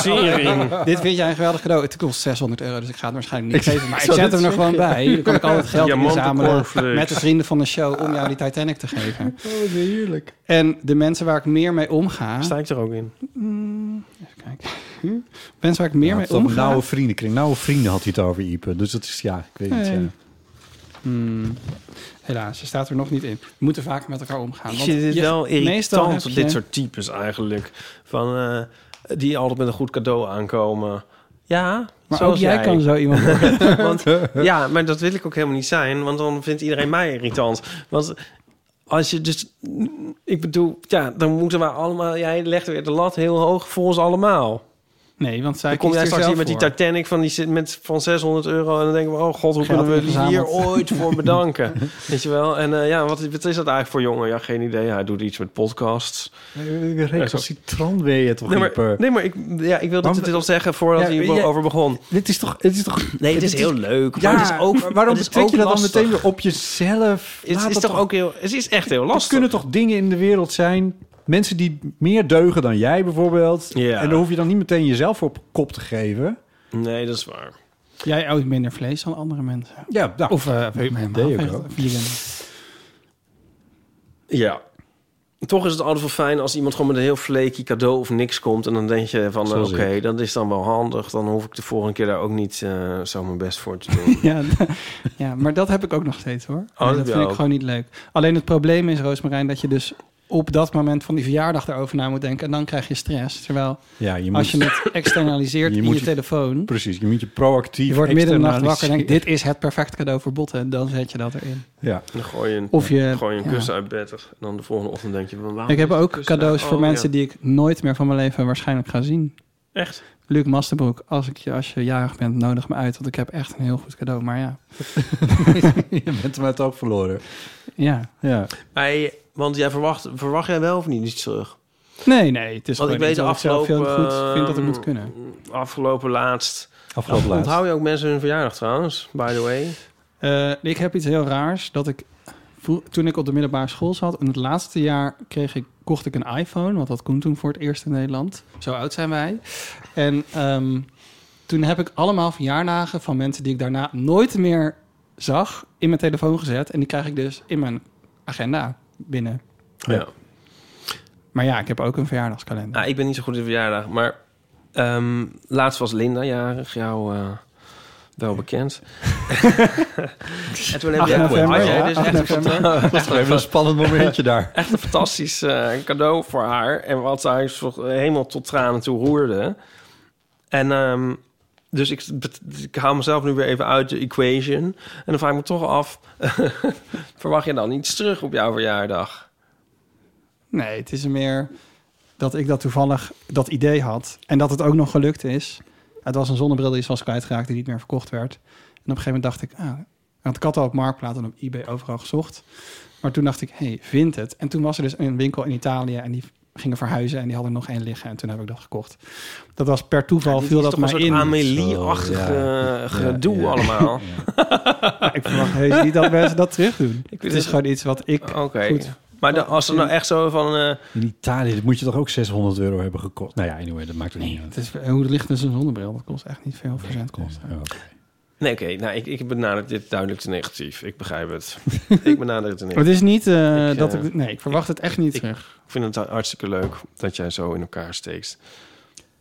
S4: Tering.
S2: Dit vind jij een geweldig cadeau. Het kost 600 euro, dus ik ga het waarschijnlijk niet
S4: Ik-
S2: geven. Maar
S4: ik
S2: ik
S4: zou
S2: zet
S4: net
S2: hem er gewoon
S4: zeggen.
S2: bij. Dan kan ik altijd geld
S4: Diamanten
S2: inzamelen
S4: cornflakes.
S2: met de vrienden van de show om jou die Titanic te geven.
S3: Oh, wat heerlijk.
S2: En de mensen waar ik meer mee omga...
S4: Sta ik er ook in?
S2: Mensen waar ik meer
S3: Ja,
S2: mee
S3: het is over
S2: omga...
S4: Nou-
S3: Nauwe vriendenkring. Nauwe vrienden had hij het over, Ipe. Dus dat is, ja, ik weet niet.
S2: Nee.
S3: ja.
S2: Hmm. Helaas, ze staat er nog niet in. We moeten vaker met elkaar omgaan.
S4: Ik
S2: want
S4: vind dit
S2: je-
S4: wel
S2: meestal heb
S4: irritant,
S2: je-
S4: dit soort types eigenlijk. Van, eh, die altijd met een goed cadeau aankomen. Ja,
S2: Maar
S4: zoals
S2: ook jij kan zo iemand worden.
S4: want, ja, maar dat wil ik ook helemaal niet zijn. Want dan vindt iedereen mij irritant. Want als je dus... Ik bedoel, ja, dan moeten we allemaal... Jij legt weer de lat heel hoog voor ons allemaal.
S2: Nee, want zij
S4: Dan kom
S2: kiest
S4: jij
S2: er
S4: straks hier
S2: zelf
S4: met die
S2: voor.
S4: Titanic van, die, zit met, van 600 euro... en dan denken we, oh god, hoe
S2: Geld
S4: kunnen we hier
S2: ingezameld.
S4: ooit voor bedanken? Weet je wel? En eh, ja, wat, wat is dat eigenlijk voor jongen? Ja, geen idee. Hij doet iets met podcasts.
S3: Recalcitrant ben je toch,
S4: Nee, maar,
S3: Ieper?
S4: nee, maar ik, ja, ik wilde
S3: Want-
S4: dit al zeggen voordat
S3: Ja,
S4: hij
S3: jij-
S4: over begon.
S3: Dit is toch... Dit is toch
S4: nee, het is
S3: dit
S4: heel leuk.
S3: Ja,
S4: maar het is ook,
S3: maar waarom
S4: het is
S3: betrek
S4: ook
S3: je dat
S4: lastig.
S3: dan meteen weer op jezelf?
S4: Het is toch ook heel... Het is echt heel
S3: Er
S4: lastig.
S3: kunnen toch dingen in de wereld zijn... Mensen die meer deugen dan jij bijvoorbeeld.
S4: Ja.
S3: En daar hoef je dan niet meteen jezelf voor op kop te geven.
S4: Nee, dat is waar.
S2: Jij houdt minder vlees dan andere mensen.
S3: Ja, nou,
S2: Of eh weet ik helemaal
S3: deed ik
S2: niet.
S3: ook.
S2: Vegan.
S4: Ja. Toch is het altijd wel fijn als iemand gewoon met een heel flaky cadeau of niks komt. En dan denk je van, eh,
S3: Zoals
S4: oké,
S3: ik.
S4: dat is dan wel handig. Dan hoef ik de volgende keer daar ook niet eh, zo mijn best voor te doen.
S2: Ja, d- ja, maar dat heb ik ook nog steeds hoor.
S3: Oh,
S2: Nee,
S4: dat heb
S2: dat
S4: je
S2: vind ik
S4: ook.
S2: gewoon niet leuk. Alleen het probleem is, Roosmarijn, dat je dus op dat moment van die verjaardag erover na moet denken. En dan krijg je stress. Terwijl
S3: Ja, je
S2: als je
S3: moet-
S2: het externaliseert in je, telefoon.
S3: Precies, je moet je proactief...
S2: Je wordt midden in de nacht wakker en denkt,
S3: externaliseren.
S2: dit is het perfecte cadeau voor botten. Dan zet je dat erin.
S3: Ja.
S4: Dan gooi je een,
S2: Of je-
S4: gooi je een
S2: ja.
S4: kus uit bed. En dan de volgende ochtend denk je van, waarom
S2: ik heb
S4: is die
S2: ook
S4: kus
S2: cadeaus
S4: uit?
S2: voor
S4: Ah, dus- Oh,
S2: mensen
S4: ja.
S2: die ik nooit meer van mijn leven waarschijnlijk ga zien.
S4: Echt?
S2: Luc Masterbroek, als, ik je, als je jarig bent, nodig me uit. Want ik heb echt een heel goed cadeau. Maar ja.
S3: je bent hem uit het oog verloren.
S2: Ja.
S3: ja.
S4: Hey, want jij verwacht, verwacht jij wel of niet iets terug?
S2: Nee, nee. Het is
S4: Want ik
S2: gewoon
S4: weet
S2: iets
S4: de
S2: wat ik zelf
S4: afgelopen...
S2: heel goed vind dat het moet
S4: ehm,
S2: kunnen.
S4: Afgelopen laatst...
S3: Afgelopen laatst.
S4: Onthoud je ook mensen hun verjaardag trouwens, by the way?
S2: Eh, ik heb iets heel raars dat ik vro- toen ik op de middelbare school zat in het laatste jaar kreeg ik kocht ik een iPhone, want dat kon toen voor het eerst in Nederland. Zo oud zijn wij. En ehm, toen heb ik allemaal verjaardagen van mensen die ik daarna nooit meer zag in mijn telefoon gezet en die krijg ik dus in mijn agenda binnen.
S4: Ja.
S2: Maar ja, ik heb ook een verjaardagskalender.
S4: Nou, ik ben niet zo goed in verjaardag, maar ehm, laatst was Linda jarig, jou eh, wel bekend. en toen heb
S3: 8
S4: jij,
S3: november,
S4: had jij
S3: ja,
S4: dus
S3: 8
S4: echt een
S3: november.
S4: fanta-
S3: Dat was wel even een spannend momentje daar.
S4: Echt een fantastisch eh, cadeau voor haar. En wat zij zo- helemaal tot tranen toe roerde. En ehm, dus ik, bet- ik haal mezelf nu weer even uit de equation. En dan vraag ik me toch af, verwacht je dan iets terug op jouw verjaardag?
S2: Nee, het is meer dat ik dat toevallig dat idee had. En dat het ook nog gelukt is. Het was een zonnebril die is vast kwijtgeraakt die niet meer verkocht werd. En op een gegeven moment dacht ik, ah, want ik had al op Marktplaats en op eBay overal gezocht. Maar toen dacht ik, hé, hey, vind het. En toen was er dus een winkel in Italië en die gingen verhuizen en die hadden er nog één liggen. En toen heb ik dat gekocht. Dat was per toeval,
S4: dit
S2: viel
S4: is
S2: dat
S4: toch een
S2: mij
S4: soort
S2: in.
S4: Amélie-achtig, Zo, ja. eh, gedoe allemaal.
S2: Maar ik verwacht heus niet dat mensen dat terug doen.
S4: weet
S2: Het
S4: het-
S2: is gewoon iets wat ik
S4: Oké.
S2: goed
S4: Maar dan- als er nou echt zo van... eh,
S3: In Italië dat moet je toch ook 600 euro hebben gekost? Nou ja, anyway, dat maakt ook niet uit.
S2: Het is, hoe licht is een zonnebril? Dat kost echt niet veel verzendkosten.
S4: Nee, oké. Nou, ik, ik benader dit duidelijk te negatief. Ik begrijp het. ik benader het te negatief.
S2: Maar het is niet eh,
S4: Ik,
S2: dat
S4: eh,
S2: ik... Nee, ik verwacht het echt niet
S4: ik-
S2: terug.
S4: Ik vind het hartstikke leuk dat jij zo in elkaar steekt.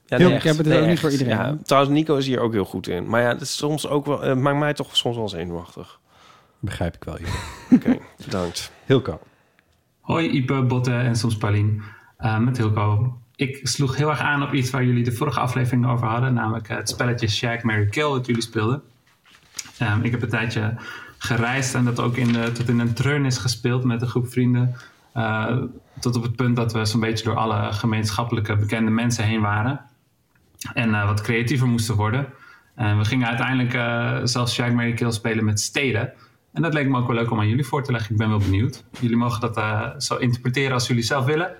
S4: Ja,
S2: Heel-
S4: nee,
S2: ik heb het
S4: Nee,
S2: ook niet
S4: echt.
S2: voor iedereen,
S4: Ja,
S2: hè?
S4: trouwens, Nico is hier ook heel goed in. Maar ja, het, is soms ook wel, het maakt mij toch soms wel zenuwachtig.
S3: Begrijp ik wel. Oké,
S4: bedankt.
S3: Hilco.
S11: Hoi Ipe, Botte en soms Paulien. Eh, met Hilco. Ik sloeg heel erg aan op iets waar jullie de vorige aflevering over hadden. Namelijk eh, het spelletje Shag, Mary Kill dat jullie speelden. Ehm, ik heb een tijdje gereisd en dat ook in de, tot in een treun is gespeeld met een groep vrienden. Eh, tot op het punt dat we zo'n beetje door alle gemeenschappelijke bekende mensen heen waren. En eh, wat creatiever moesten worden. En we gingen uiteindelijk eh, zelfs Shag, Mary Kill spelen met steden. En dat leek me ook wel leuk om aan jullie voor te leggen. Ik ben wel benieuwd. Jullie mogen dat eh, zo interpreteren als jullie zelf willen.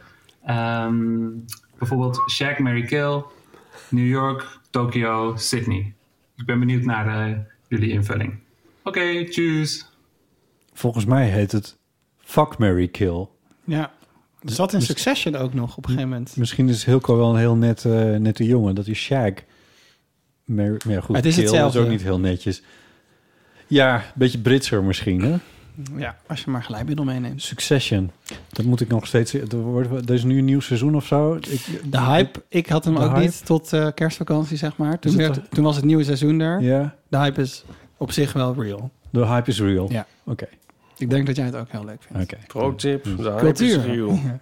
S11: Ehm, bijvoorbeeld Shag, Mary Kill, New York, Tokio, Sydney. Ik ben benieuwd naar eh, jullie invulling. Oké, tjus.
S3: Volgens mij heet het Fuck, Mary Kill.
S2: Ja. Zat
S4: Dus-
S2: in Succession ook nog op een gegeven moment.
S3: Misschien is Hilco wel een heel net, eh, nette jongen. Dat is Shaq. Maar, maar ja, goed,
S2: Maar het is
S3: Kill
S2: hetzelfde.
S3: is ook niet heel netjes. Ja, een beetje Britser misschien, hè?
S4: Mm.
S2: Ja, als je maar glijmiddel meeneemt.
S3: Succession. Dat moet ik nog steeds... Er, wordt, er is nu een nieuw seizoen of zo.
S2: De hype, ik had hem
S3: De
S2: ook
S3: hype?
S2: niet tot eh, kerstvakantie, zeg maar. Toen,
S3: Is het
S2: werd-
S3: toch-
S2: toen was het nieuwe seizoen er.
S3: Ja.
S2: De hype is op zich wel real.
S3: De hype is real.
S2: Ja.
S3: Oké.
S2: Ik denk dat jij het ook heel leuk vindt.
S3: Oké.
S4: Pro tip, de hype
S2: Mm. Cultuur.
S4: is real.
S2: Ja.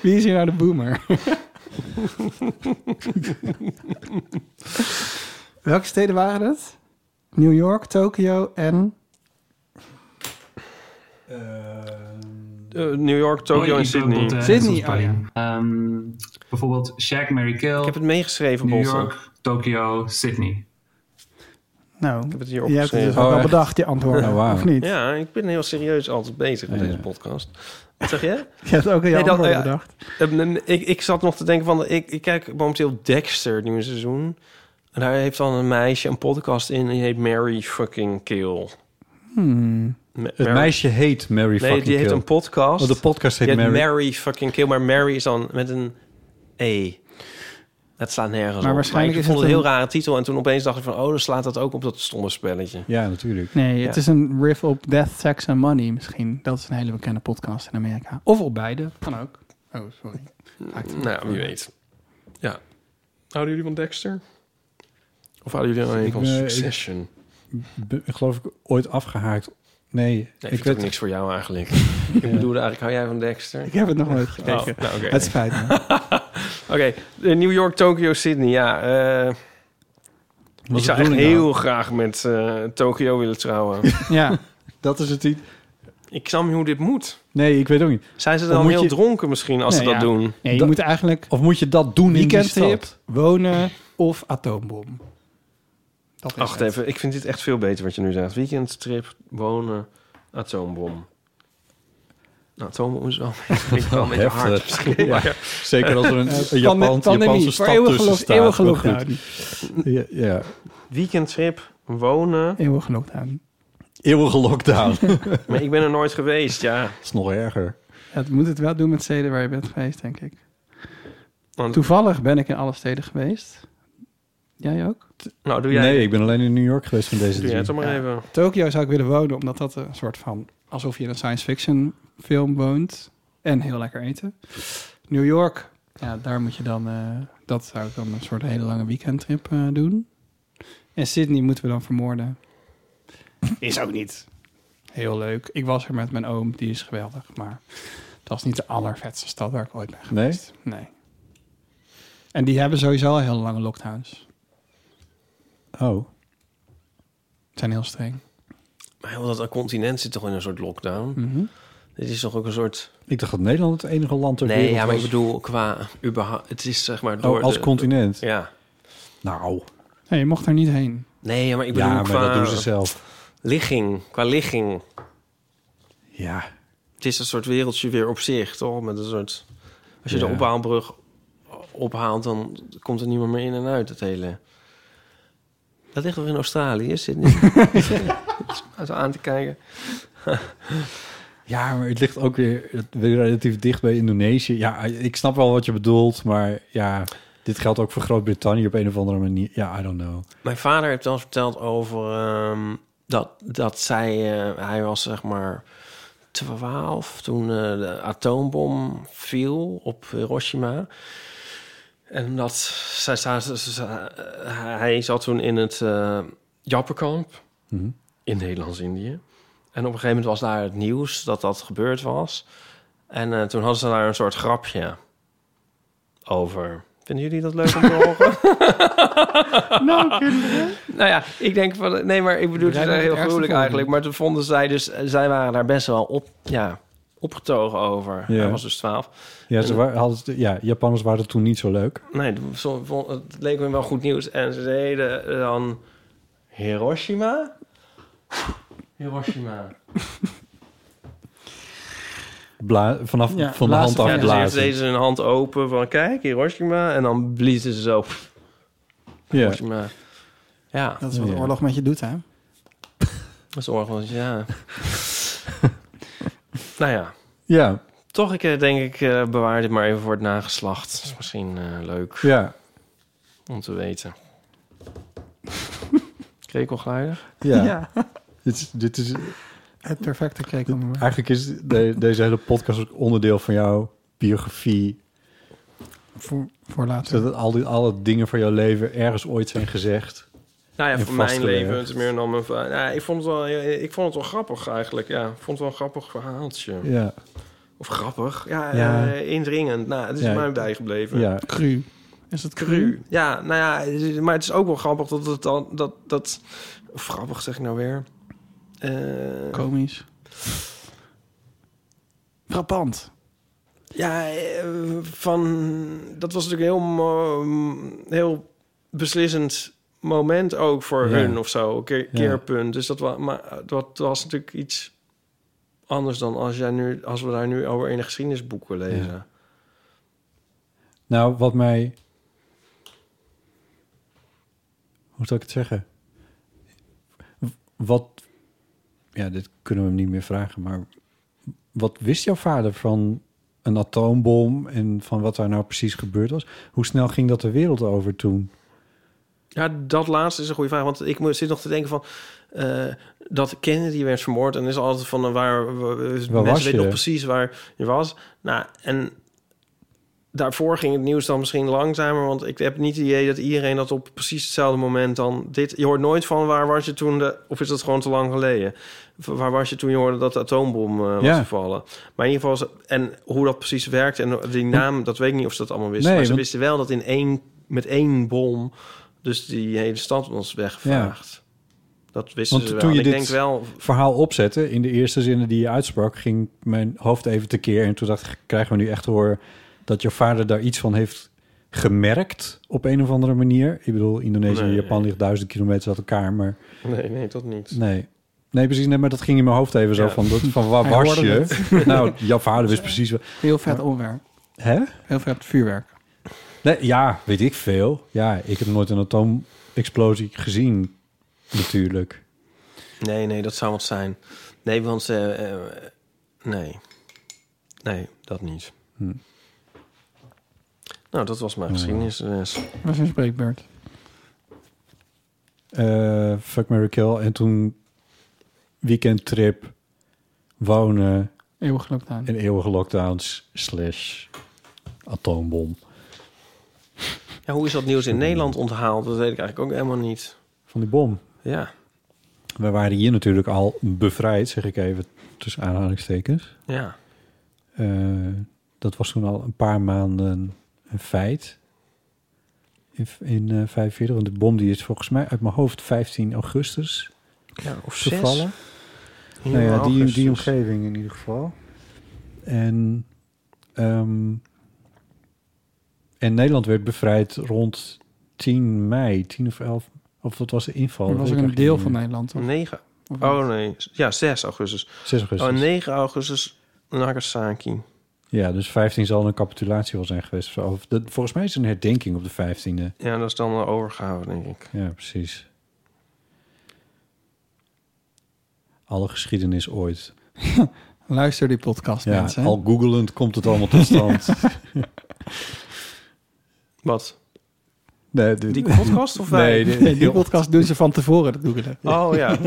S2: Wie is hier nou de boomer? Welke steden waren het? New York, Tokio en...
S4: Eh, New York,
S11: Hoi,
S4: Tokio en
S11: Ipe,
S4: Sydney.
S11: Botte en
S2: Sydney, oh
S11: Soms Paulien. Ehm, bijvoorbeeld Shaq, Mary Kill. Ik heb
S4: het meegeschreven,
S11: New
S4: Botte.
S11: York, Tokio, Sydney.
S2: Nou,
S4: Ik heb het hier
S2: je hebt het
S4: opgeschreven. Oh,
S2: dus ook al bedacht, je antwoorden,
S4: Ja.
S2: of niet?
S4: Ja, ik ben heel serieus altijd bezig met deze podcast. Wat zeg je?
S2: Je hebt ook al je
S4: dat-
S2: antwoorden
S4: eh,
S2: bedacht.
S4: eh, nee, nee, ik, ik zat nog te denken van... Ik, ik kijk momenteel Dexter, het nieuwe seizoen. En daar heeft dan een meisje een podcast in... die heet Mary Fucking Kill.
S2: Hmm.
S4: Ma-
S3: Het
S4: Mary-
S3: meisje heet Mary
S4: nee,
S3: fucking
S4: die heet
S3: Kill.
S4: een podcast.
S3: Oh, de podcast heet
S4: Die
S3: Mary.
S4: Fucking Kill. Maar Mary is dan met een E. Dat slaat nergens op.
S2: Maar waarschijnlijk
S4: ik
S2: is
S4: vond
S2: het
S4: een heel
S2: een-
S4: rare titel. En toen opeens dacht ik van... oh, dan slaat dat ook op dat stomme spelletje.
S3: Ja, natuurlijk.
S2: Nee, het
S4: Ja.
S2: is een riff op Death, Sex and Money misschien. Dat is een hele bekende podcast in Amerika. Of op beide, kan ook. Oh, sorry.
S4: Nou, wie weet. Ja. Houden jullie van Dexter? Of houden jullie alleen
S3: Ik
S4: van
S3: ben-
S4: Succession?
S3: Be- geloof ik ooit afgehaakt. Nee,
S4: Nee, ik
S3: ik
S4: vind
S3: weet
S4: ook niks voor jou eigenlijk. Ik bedoelde eigenlijk, hou jij van Dexter?
S2: Ik heb het nog nooit gekeken.
S4: nou, oké.
S2: Het spijt me.
S4: Oké, eh, New York, Tokio, Sydney. Ja, eh, ik
S3: de
S4: zou echt
S3: bedoeling
S4: heel
S3: nou?
S4: graag met eh, Tokio willen trouwen.
S2: Ja,
S3: dat is het niet.
S4: ik snap niet hoe dit moet.
S3: Nee, ik weet ook niet.
S4: Zijn ze
S3: Of
S4: dan
S3: moet
S4: heel
S3: je-
S4: dronken misschien als
S2: Nee,
S4: ze dat
S2: ja.
S4: doen?
S2: Nee, je
S3: Dat-
S2: moet eigenlijk
S3: Of moet je dat doen in die
S2: weekendtrip,
S3: stad?
S2: wonen of atoombom. Dat is
S4: Wacht
S2: het.
S4: even, ik vind dit echt veel beter wat je nu zegt. Weekendtrip, wonen, atoombom. Nou, atoombom is wel, vind ik wel een beetje
S3: Heftig.
S4: hard misschien.
S3: Ja,
S4: maar-
S3: Zeker als er een,
S2: Eh,
S3: een
S2: pande-
S3: Japan,
S2: pandemie,
S3: Japanse
S2: voor
S3: stad
S2: eeuwig
S3: tussen
S2: geloof-
S3: staat.
S2: eeuwig
S3: maar
S2: lockdown.
S3: goed. Ja, ja.
S4: Weekendtrip, wonen.
S2: Eeuwig lockdown.
S3: Eeuwige lockdown.
S4: Maar ik ben er nooit geweest, ja.
S3: dat is nog erger.
S2: Ja, het moet het wel doen met steden waar je bent geweest, denk ik.
S4: Want-
S2: Toevallig ben ik in alle steden geweest. Jij ook?
S4: Nou, doe jij,
S3: Nee, ik ben alleen in New York geweest van deze
S4: doe jij
S3: drie.
S4: het dan maar
S2: Ja.
S4: even.
S2: Tokio zou ik willen wonen, omdat dat een soort van... alsof je in een science fiction film woont. En heel lekker eten. New York, ja, daar moet je dan... eh, dat zou ik dan een soort hele lange weekendtrip eh, doen. En Sydney moeten we dan vermoorden. Is ook niet heel leuk. Ik was er met mijn oom, die is geweldig. Maar dat is niet de allervetste stad waar ik ooit ben geweest. Nee? En die hebben sowieso al heel lange lockdowns.
S3: Oh.
S2: Zijn heel streng.
S4: Maar heel dat continent zit toch in een soort lockdown?
S2: Mhm.
S4: Dit is toch ook een soort...
S3: Ik dacht dat Nederland het enige land ter
S4: Nee,
S3: wereld
S4: ja, maar ik
S3: was.
S4: bedoel qua... überhaupt- Het is zeg maar door
S3: Oh, als
S4: de-
S3: continent.
S4: Ja.
S3: Nou,
S2: Nee, je mocht er niet heen.
S4: Nee, maar ik bedoel
S3: ja, maar
S4: qua
S3: dat doen ze zelf.
S4: ligging. Qua ligging.
S3: Ja.
S4: Het is een soort wereldje weer op zich, toch? Met een soort... Als je
S3: Ja.
S4: de ophaalbrug ophaalt, dan komt er niemand meer in en uit, het hele... Dat ligt toch in Australië, Sydney? Om Zo aan te kijken.
S3: Ja, maar het ligt ook weer, het- weer relatief dicht bij Indonesië. Ja, ik snap wel wat je bedoelt, maar ja, dit geldt ook voor Groot-Brittannië op een of andere manier. Ja, I don't know.
S4: Mijn vader heeft ons verteld over ehm, dat, dat zij, eh, hij was zeg maar 12 toen eh, de atoombom viel op Hiroshima. En dat zij, zij- zij- zij- hij zat toen in het eh, Jappenkamp
S3: Mhm.
S4: in Nederlands-Indië. En op een gegeven moment was daar het nieuws dat dat gebeurd was. En eh, toen hadden ze daar een soort grapje over. Vinden jullie dat leuk om te horen? Nou ja, ik denk van... Nee, maar ik bedoel,
S2: Bedrijven
S4: ze zijn
S2: het
S4: heel
S2: ergste
S4: gruwelijk
S2: voor.
S4: eigenlijk. Maar toen vonden zij dus... Zij waren daar best wel op, ja, opgetogen over.
S3: Ja.
S4: Hij was dus 12.
S3: Ja, ze wa- hadden, het- ja, Japanners waren toen niet zo leuk.
S4: Nee, toen vond- vond- het leek me wel goed nieuws. En ze deden dan... Hiroshima? Hiroshima.
S3: Bla- vanaf
S2: Ja,
S3: van de hand
S2: blazen van-
S4: Ja, dus eerst
S3: afblazen.
S4: deden ze hun hand open van... Kijk, Hiroshima. En dan bliezen ze zo...
S3: Ja,
S4: Hiroshima. Ja,
S2: Dat is wat de
S3: Ja.
S2: oorlog met je doet, hè?
S4: dat is orgels, ja. dus nou ja.
S3: Ja.
S4: Toch, ik eh, denk ik eh, bewaar dit maar even voor het nageslacht. Dat is misschien eh, leuk
S3: Ja.
S4: om te weten. Krekelgeluiden?
S3: Ja. Dit is, dit is,
S2: Het perfecte cake
S3: eigenlijk is de- deze hele podcast ook onderdeel van jouw biografie.
S2: voor, voor later.
S3: Zodat al die, alle dingen van jouw leven ergens ooit zijn gezegd.
S4: Nou ja,
S3: En
S4: voor mijn
S3: vastgelegd.
S4: leven het is meer dan mijn... va- Nou, ik, vond het wel, ik vond het wel grappig eigenlijk. Ja, ik vond het wel een grappig verhaaltje.
S3: Ja.
S4: Of grappig. Ja,
S3: Ja.
S4: eh, indringend. Nou, het is
S3: Ja.
S4: mij bijgebleven.
S3: Ja.
S2: Cru. Is het
S3: Hm?
S2: cru?
S4: Cru. Ja, nou ja, het is- maar het is ook wel grappig dat het dan... Dat, dat, of grappig zeg ik nou weer. Eh,
S2: Komisch. Frappant.
S4: Ja, eh, van, dat was natuurlijk een heel, mo- heel beslissend moment ook voor
S3: Ja.
S4: hun of zo. Een keer,
S3: Ja.
S4: keerpunt. Dus dat was, maar dat was natuurlijk iets anders dan als, jij nu, als we daar nu over in een geschiedenisboek willen lezen.
S3: Nou, wat mij... Hoe zal ik het zeggen? Wat... Ja, dit kunnen we hem niet meer vragen, maar... Wat wist jouw vader van een atoombom en van wat daar nou precies gebeurd was? Hoe snel ging dat de wereld over toen?
S4: Ja, dat laatste is een goede vraag. Want ik moet- zit nog te denken van... eh, dat Kennedy werd vermoord. En is altijd van eh, waar... waar mensen
S3: was
S4: weten
S3: je?
S4: nog precies waar je was. Nou, en daarvoor ging het nieuws dan misschien langzamer. Want ik heb niet het idee dat iedereen dat op precies hetzelfde moment dan... Dit, je hoort nooit van waar was je toen... De, of is dat gewoon te lang geleden? V- Waar was je toen je hoorde dat de atoombom eh, was
S3: Ja.
S4: gevallen? Maar in ieder geval... is- En hoe dat precies werkt en die naam... Dat weet ik niet of ze dat allemaal wisten.
S3: Nee,
S4: maar ze
S3: want-
S4: wisten wel dat in één, met één bom... Dus die hele stad was weggevaagd. Dat wisten
S3: Want
S4: ze wel.
S3: toen je
S4: ik
S3: dit
S4: denk wel...
S3: verhaal opzette, in de eerste zinnen die je uitsprak, ging mijn hoofd even tekeer. En toen dacht ik, krijgen we nu echt te horen dat jouw vader daar iets van heeft gemerkt op een of andere manier. Ik bedoel, Indonesië en
S4: Nee.
S3: Japan ligt duizend kilometers uit elkaar, maar
S4: Nee, nee, dat niet.
S3: nee. Nee, precies. Nee, maar dat ging in mijn hoofd even zo
S4: Ja.
S3: van, dat- van waar
S2: Hij
S3: was
S2: hoorde
S3: je?
S2: het.
S3: nou, jouw vader wist precies wel.
S2: Heel vet onwerk.
S3: Hè?
S2: Heel vet vuurwerk.
S3: Nee, ja, weet ik veel. Ja, ik heb nooit een atoomexplosie gezien, natuurlijk.
S4: Nee, nee, dat zou wat zijn. Nee, want... eh, eh, nee. Nee, dat niet.
S3: Hm.
S4: Nou, dat was mijn
S3: Ja.
S4: geschiedenis.
S2: Was een spreekbeurt.
S3: eh fuck Mary Kill. En toen weekendtrip, wonen.
S2: Eeuwig lockdown.
S3: En eeuwige lockdowns slash atoombom.
S4: Ja, hoe is dat nieuws in Nederland onthaald? Dat weet ik eigenlijk ook helemaal niet.
S3: Van die bom.
S4: Ja.
S3: We waren hier natuurlijk al bevrijd, zeg ik even tussen aanhalingstekens.
S4: Ja.
S3: Eh, dat was toen al een paar maanden een feit. In, in eh, 45, want de bom die is volgens mij uit mijn hoofd 15 augustus
S4: Ja, of zes.
S3: gevallen.
S4: Hier
S3: Nou
S4: in
S3: ja, die,
S4: augustus.
S3: die omgeving in ieder geval. En, ehm, en Nederland werd bevrijd rond 10 mei, 10 of 11. Of wat was de inval?
S2: Dat
S3: Dat
S2: was
S3: weet
S2: ook
S3: ik
S2: een deel
S3: eigenlijk
S2: van
S3: niet meer.
S2: Nederland. toch?
S4: 9.
S2: Of eh, niet?
S4: Oh nee, ja, 6 augustus.
S3: 6 augustus.
S4: Oh, 9 augustus Nagasaki.
S3: Ja, dus 15 zal een capitulatie wel zijn geweest. of zo. Of de- volgens mij is het een herdenking op de 15e.
S4: Ja, dat is dan een overgave, denk ik.
S3: Ja, precies. Alle geschiedenis ooit.
S2: Luister die podcast,
S3: Ja,
S2: mensen.
S3: al googelend komt het allemaal tot stand.
S4: Wat?
S3: nee, dit-
S4: Die podcast of wij?
S3: Nee, dit-
S2: Nee, die podcast doen ze van tevoren, dat googelen.
S4: Oh ja.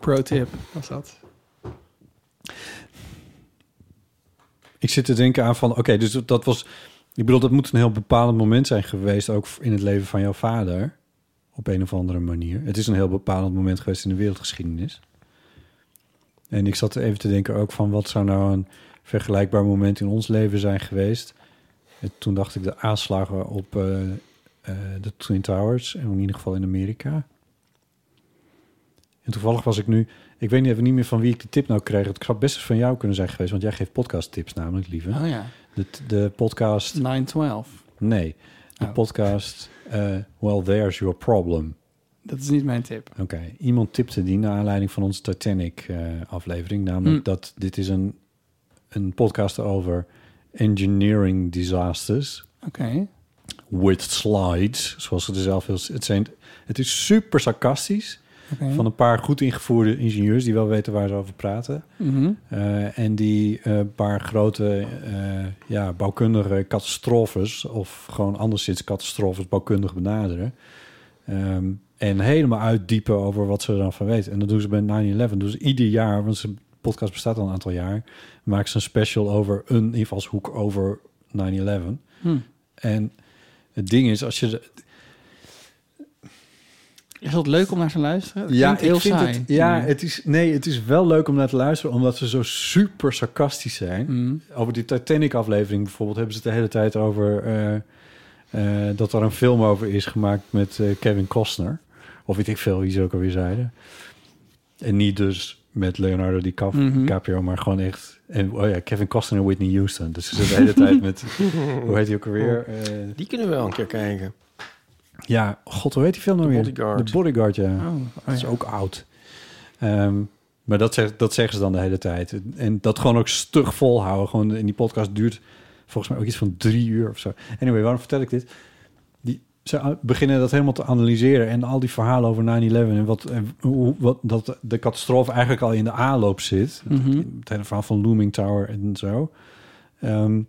S2: Pro tip was dat.
S3: Ik zit te denken aan van, oké, dus dat- dat was... Ik bedoel, dat moet een heel bepalend moment zijn geweest... ook in het leven van jouw vader. Op een of andere manier. Het is een heel bepalend moment geweest in de wereldgeschiedenis. En ik zat even te denken ook van... wat zou nou een vergelijkbaar moment in ons leven zijn geweest? En toen dacht ik de aanslagen op eh, eh, de Twin Towers... en in ieder geval in Amerika. En toevallig was ik nu... Ik weet niet even niet meer van wie ik die tip nou kreeg. Het zou best eens van jou kunnen zijn geweest... want jij geeft podcasttips namelijk, lieve.
S2: Oh ja. Nou.
S3: De, de podcast...
S2: 912.
S3: Nee, de
S2: Oh.
S3: podcast eh, Well, There's Your Problem.
S2: Dat is niet mijn tip.
S3: Oké, iemand tipte die naar aanleiding van onze Titanic-aflevering. namelijk
S2: Hm.
S3: dat dit is een, een podcast over engineering disasters
S2: Oké.
S3: with slides, zoals ze er zelf heel... Het, zijn, het is super sarcastisch.
S2: Oké.
S3: Van een paar goed ingevoerde ingenieurs die wel weten waar ze over praten.
S2: Mhm.
S3: Eh, en die eh, een paar grote eh, ja, bouwkundige catastrofes... of gewoon anderszins catastrofes bouwkundig benaderen. Ehm, en helemaal uitdiepen over wat ze er dan van weten. En dat doen ze bij 9-11. Dus ieder jaar, want zijn podcast bestaat al een aantal jaar... maken ze een special over een invalshoek over 9-11.
S2: Hmm.
S3: En het ding is, als je... de-
S2: Is dat leuk om naar te luisteren?
S3: ja,
S2: Klinkt heel
S3: ik vind
S2: saai. Mhm.
S3: het. Ja, het is, nee, het is wel leuk om naar te luisteren, omdat ze zo super sarcastisch zijn.
S2: Mm.
S3: Over die Titanic-aflevering bijvoorbeeld hebben ze het de hele tijd over eh, eh, dat er een film over is gemaakt met eh, Kevin Costner. Of weet ik veel wie ze ook alweer zeiden. En niet dus met Leonardo DiCap-
S2: Mhm.
S3: DiCaprio, maar gewoon echt. En oh ja, Kevin Costner en Whitney Houston. Dus ze zitten de hele tijd met. hoe heet die ook alweer? Eh,
S4: Die kunnen we wel een keer kijken.
S3: ja, god, hoe heet die film nou
S4: The
S3: weer?
S4: Bodyguard.
S3: De Bodyguard, ja.
S4: Oh, oh
S3: dat is
S4: ja.
S3: ook oud. Ehm, maar dat, zeg, dat zeggen ze dan de hele tijd. En dat gewoon ook stug volhouden. Gewoon in die podcast duurt volgens mij ook iets van drie uur of zo. Anyway, waarom vertel ik dit? Die, ze beginnen dat helemaal te analyseren. En al die verhalen over 9-11 en, wat, en hoe, wat, dat de catastrofe eigenlijk al in de aanloop zit.
S2: Mhm.
S3: Het hele verhaal van Looming Tower en zo. Ehm,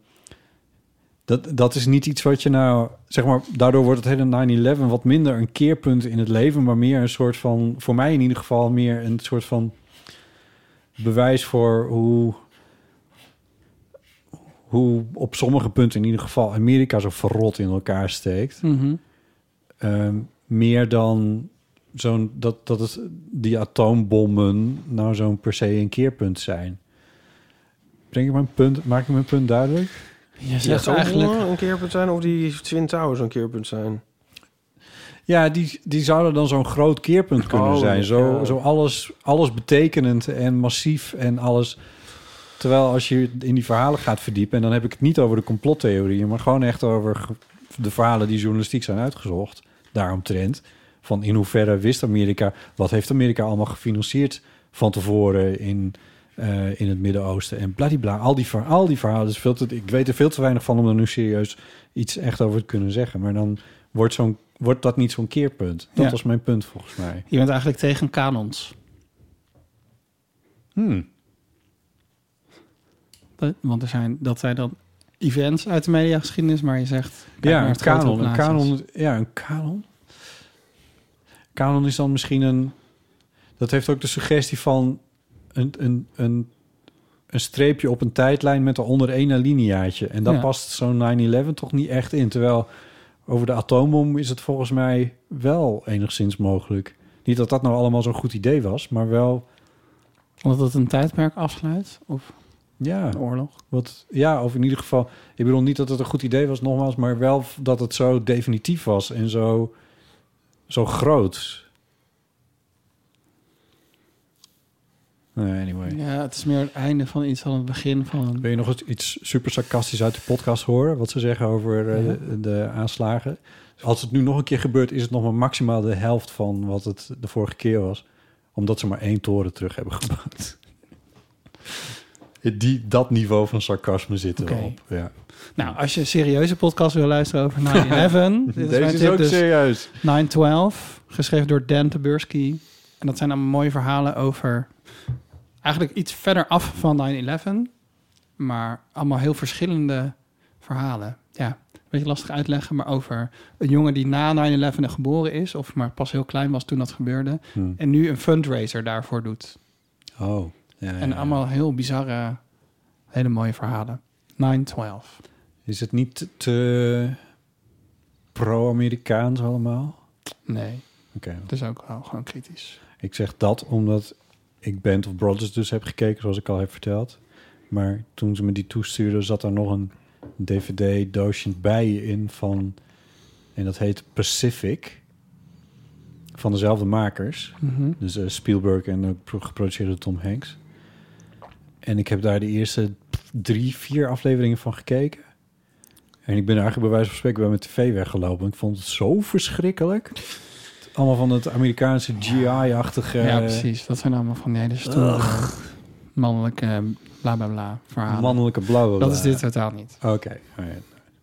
S3: dat, dat is niet iets wat je nou, zeg maar, daardoor wordt het hele 9-11 wat minder een keerpunt in het leven, maar meer een soort van, voor mij in ieder geval, meer een soort van bewijs voor hoe, hoe op sommige punten in ieder geval Amerika zo verrot in elkaar steekt.
S2: Mhm.
S3: Ehm, meer dan zo'n, dat, dat het, die atoombommen nou zo'n per se een keerpunt zijn. Breng ik mijn punt, maak ik mijn punt duidelijk?
S4: Je zegt eigenlijk een keerpunt zijn of die Twin Towers een keerpunt zijn.
S3: Ja, die, die zouden dan zo'n groot keerpunt kunnen
S4: Oh,
S3: zijn. Zo,
S4: ja.
S3: zo alles, alles betekenend en massief en alles. Terwijl als je in die verhalen gaat verdiepen... en dan heb ik het niet over de complottheorieën... maar gewoon echt over ge- de verhalen die journalistiek zijn uitgezocht... daaromtrent. Van in hoeverre wist Amerika... wat heeft Amerika allemaal gefinancierd van tevoren... in, eh, in het Midden-Oosten en bladibla. Al die, ver- al die verhalen. Dus veel te, ik weet er veel te weinig van om er nu serieus iets echt over te kunnen zeggen. Maar dan wordt, zo'n, wordt dat niet zo'n keerpunt. Dat
S2: Ja.
S3: was mijn punt volgens mij.
S2: Je bent eigenlijk tegen kanons.
S3: Hmm.
S2: Dat- Eh, Want er zijn, dat zijn dan events uit de mediageschiedenis, maar je zegt... kijk
S3: Ja,
S2: naar
S3: een
S2: het grotere
S3: kanon. Een
S2: plaatjes.
S3: kanon, ja, een kanon. Kanon is dan misschien een... Dat heeft ook de suggestie van een, een, een, een streepje op een tijdlijn... met daaronder één alineaatje. En daar
S2: Ja.
S3: past zo'n 9-11 toch niet echt in. Terwijl over de atoombom is het volgens mij wel enigszins mogelijk. Niet dat dat nou allemaal zo'n goed idee was, maar wel...
S2: Omdat het een tijdperk afsluit? Of
S3: Ja.
S2: een oorlog?
S3: Wat, ja, of in ieder geval... Ik bedoel niet dat het een goed idee was, nogmaals... maar wel dat het zo definitief was en zo, zo groot. Nee, anyway.
S2: Ja, het is meer het einde van iets dan het begin van...
S3: Wil je nog eens iets super sarcastisch uit de podcast horen? Wat ze zeggen over eh,
S2: Ja.
S3: de, de aanslagen? Als het nu nog een keer gebeurt... is het nog maar maximaal de helft van wat het de vorige keer was. Omdat ze maar één toren terug hebben gebouwd. Die, dat niveau van sarcasme zit
S2: Oké.
S3: erop. Ja.
S2: Nou, als je een serieuze podcast wil luisteren over 9-11... dit
S3: Deze
S2: mijn
S3: is
S2: tip, dus.
S3: ook serieus.
S2: 9-12, geschreven door Dan Taberski. En dat zijn dan mooie verhalen over... Eigenlijk iets verder af van 9-11. Maar allemaal heel verschillende verhalen. Ja, een beetje lastig uitleggen, maar over een jongen die na 9-11 geboren is... of maar pas heel klein was toen dat gebeurde...
S3: Hmm.
S2: en nu een fundraiser daarvoor doet.
S3: Oh, ja,
S2: En
S3: ja, ja.
S2: allemaal heel bizarre, hele mooie verhalen. 9-12.
S3: Is het niet te pro-Amerikaans allemaal?
S2: Nee.
S3: Oké.
S2: Het is ook wel gewoon kritisch.
S3: Ik zeg dat omdat ik Band of Brothers dus heb gekeken, zoals ik al heb verteld. Maar toen ze me die toestuurden, zat er nog een DVD-doosje bij in van... En dat heet Pacific. Van dezelfde makers.
S2: Mhm.
S3: Dus eh, Spielberg en ook pro- geproduceerd door Tom Hanks. En ik heb daar de eerste drie, vier afleveringen van gekeken. En ik ben er eigenlijk bij wijze van spreken bij mijn tv weggelopen. Ik vond het zo verschrikkelijk. Allemaal van het Amerikaanse GI-achtige...
S2: ja, precies. Dat zijn allemaal van die hele stoere mannelijke bla bla bla verhalen.
S3: eh, Mannelijke blauwe.
S2: Dat is dit totaal niet.
S3: Oké. oh ja.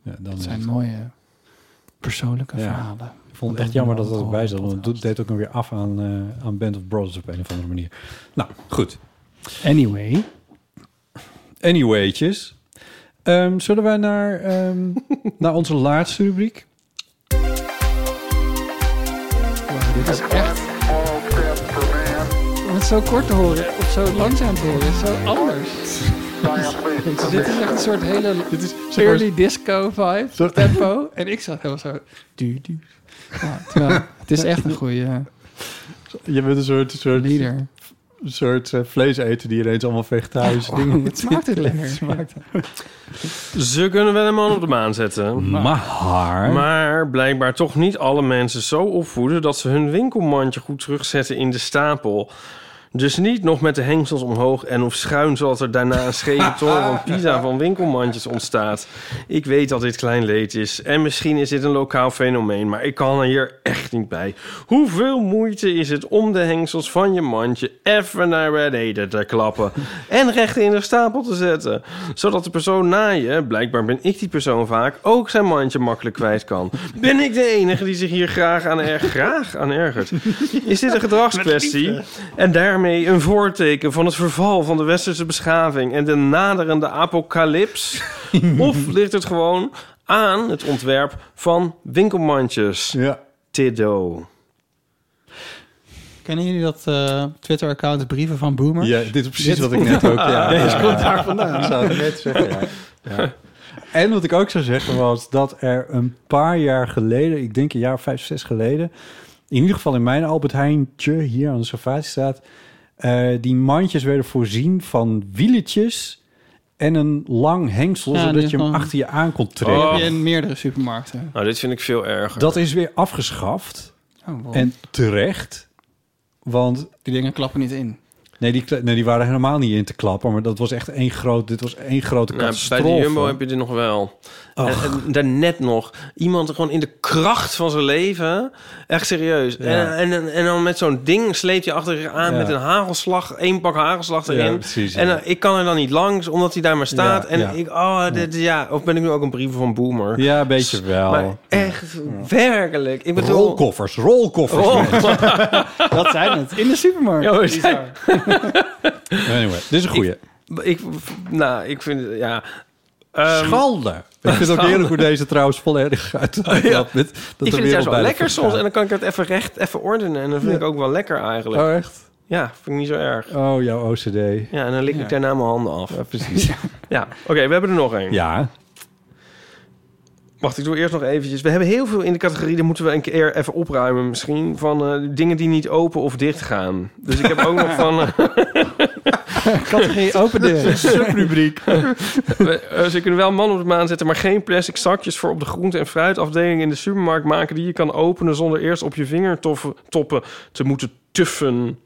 S3: Ja, dan
S2: Dat
S3: is
S2: zijn
S3: het-
S2: mooie persoonlijke
S3: Ja.
S2: verhalen.
S3: vond het echt jammer dat dat erbij zat. Want het deed ook nog weer af aan, eh, aan Band of Brothers op een of andere manier. Nou, goed.
S2: Anyway.
S3: Anyway'tjes. Ehm, zullen wij naar, ehm, naar onze laatste rubriek?
S2: Dit is echt... Om het zo kort te horen of zo langzaam te horen, is zo anders. Dus Dit is echt een soort hele Dit is,
S3: maar-
S2: early disco vibe, tempo. En ik zat helemaal zo... Du, du. Ja, terwijl, het is echt een goeie... ja.
S3: Je bent een soort, soort
S2: Leader.
S3: Een soort eh, vleeseter die ineens allemaal vegetarische
S2: Oh,
S3: dingen
S2: het smaakt het lekker.
S4: Ze kunnen wel een man op de maan zetten.
S3: Maar...
S4: Maar blijkbaar toch niet alle mensen zo opvoeden... dat ze hun winkelmandje goed terugzetten in de stapel. Dus niet nog met de hengsels omhoog en of schuin... zodat er daarna een scheve toren van pizza van winkelmandjes ontstaat. Ik weet dat dit klein leed is. En misschien is dit een lokaal fenomeen... maar ik kan er hier echt niet bij. Hoeveel moeite is het om de hengsels van je mandje... even naar beneden te klappen... en recht in de stapel te zetten... zodat de persoon na je, blijkbaar ben ik die persoon vaak... ook zijn mandje makkelijk kwijt kan. Ben ik de enige die zich hier graag aan, erg graag aan ergert? Is dit een gedragskwestie? En daarmee een voorteken van het verval van de westerse beschaving en de naderende apocalyps? of ligt het gewoon aan het ontwerp van winkelmandjes?
S3: Ja.
S4: Tiddo.
S2: Kennen jullie dat eh, Twitter-account Brieven van Boomers?
S3: Ja, dit is precies wat ik net ook... Ja,
S2: Deze komt daar vandaan.
S3: Ik zou het net zeggen, ja. Ja. En wat ik ook zou zeggen was dat er een paar jaar geleden... ik denk een jaar of vijf, zes geleden... in ieder geval in mijn Albert Heijntje hier aan de Savaatstraat... eh die mandjes werden voorzien van wieletjes... en een lang hengsel,
S2: Ja, die
S3: zodat
S2: is
S3: je hem
S2: gewoon-
S3: achter je aan kon
S2: Die
S3: trekken.
S2: heb je in meerdere supermarkten.
S4: Nou, dit vind ik veel erger.
S3: Dat is weer afgeschaft.
S2: Oh, wow.
S3: En terecht. Want...
S2: Die dingen klappen niet in.
S3: Nee die, kle- nee, die waren helemaal niet in te klappen. Maar dat was echt één groot... Dit was één grote
S4: Nou, bij
S3: catastrofe.
S4: de Jumbo heb je dit nog wel. En,
S3: Ach.
S4: en daarnet nog. Iemand gewoon in de kracht van zijn leven. Echt serieus. En, en, en, dan met zo'n ding sleep je achter je aan
S3: Ja.
S4: met een hagelslag. één pak hagelslag erin.
S3: Ja, precies, ja.
S4: En dan- ik kan er dan niet langs, omdat hij daar maar staat.
S3: Ja,
S4: en
S3: ja.
S4: ik, oh, dit, ja. Of ben ik nu ook een brief van Boomer?
S3: Ja, een beetje wel.
S4: Maar echt, werkelijk. Ik bedoel... Oh.
S3: Rolkoffers, rolkoffers.
S4: Rol-
S2: Dat zijn het. In de supermarkt.
S4: Ja, we
S2: Bizar.
S3: Anyway, dit is een goeie.
S4: Ik, nou, ik vind, ja... ehm,
S3: Schalde. Ik vind het ook
S4: Schalde.
S3: heerlijk hoe deze trouwens volledig uit. Dat, dat
S4: ik
S3: er
S4: vind het juist wel lekker soms. En
S3: En...
S4: dan kan ik het even recht, even ordenen. En dat vind
S3: Ja.
S4: ik ook wel lekker eigenlijk.
S3: Oh, echt?
S4: Ja, vind ik niet zo erg.
S3: Oh, jouw OCD.
S4: Ja, en dan lik
S3: Ja.
S4: ik daarna mijn handen af.
S3: Ja, precies.
S4: Ja, oké, we hebben er nog één.
S3: Ja.
S4: Wacht, ik doe eerst nog eventjes. We hebben heel veel in de categorie, daar moeten we een keer even opruimen misschien, van eh, dingen die niet open of dicht gaan. Dus ik heb ook nog van... eh,
S2: Categorie open deur.
S3: Subrubriek.
S4: We- eh, ze kunnen wel man op de maan zetten, maar geen plastic zakjes voor op de groente- en fruitafdeling in de supermarkt maken die je kan openen zonder eerst op je vingertoppen te moeten tuffen.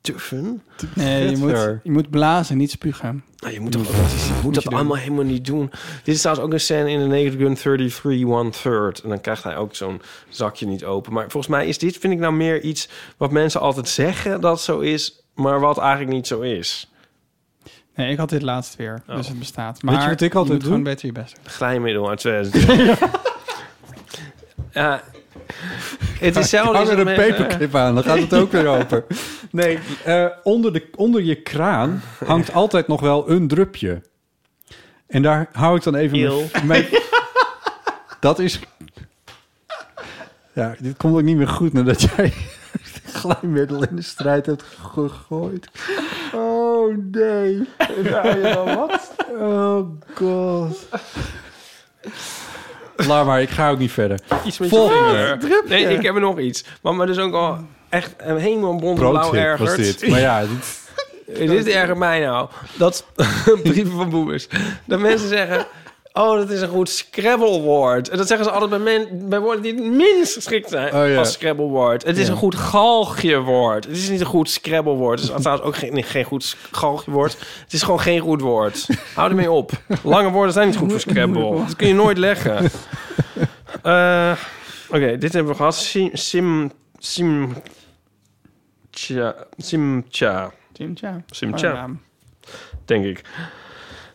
S4: Tuffen?
S2: Nee, je moet, je moet blazen, niet spugen.
S4: Nou, je moet toch dat is- je moet dat
S2: je
S4: allemaal helemaal niet doen. Dit is trouwens ook een scène in de Naked Gun 33 One Third. En dan krijgt hij ook zo'n zakje niet open. Maar volgens mij is dit, vind ik nou meer iets wat mensen altijd zeggen dat zo is, maar wat eigenlijk niet zo is.
S2: Nee, ik had dit laatst weer,
S4: Oh.
S2: dus het bestaat. Maar
S4: Weet je wat ik altijd
S2: moet
S4: doe?
S2: gewoon beter je best. doen.
S4: Glijmiddel uit 2000. ja. Het is zelf
S3: Hang
S4: is
S3: er
S4: het
S3: een
S4: met-
S3: paperclip
S4: eh.
S3: aan, dan gaat het ook weer open. Nee, eh, onder, de, onder je kraan hangt altijd nog wel een drupje. En daar hou ik dan even
S4: Heel.
S3: mee- mee. Dat is. Ja, dit komt ook niet meer goed nadat jij glijmiddel in de strijd hebt gegooid. Oh nee. Ja, ja, wat? Oh god. Laat maar, ik ga ook niet verder.
S4: Iets met
S3: Volgende.
S4: je vinger.
S3: Wat? Drupje.
S4: Nee, ik heb er nog iets. Maar maar dus ook al echt een helemaal blauw
S3: Broodhip was
S4: ergert.
S3: dit. Maar ja, dit...
S4: dit ergert mij nou. Dat brieven van boemers. Dat mensen zeggen... Oh, dat is een goed Scrabble-woord. En dat zeggen ze altijd bij, men, bij woorden die het minst geschikt zijn
S3: Oh, ja.
S4: als Scrabble-woord. Het is
S3: Ja.
S4: een goed galgje-woord. Het is niet een goed Scrabble-woord. Het is trouwens ook geen, nee, geen goed galgje-woord. Het is gewoon geen goed woord. Hou ermee op. Lange woorden zijn niet goed voor Scrabble. Dat kun je nooit leggen. Eh, Oké, dit hebben we gehad. Sim... Sim... Sim... Tja... Simcha.
S2: Jim, Oh, tja.
S4: Simcha.
S2: Mooie naam.
S4: Denk ik.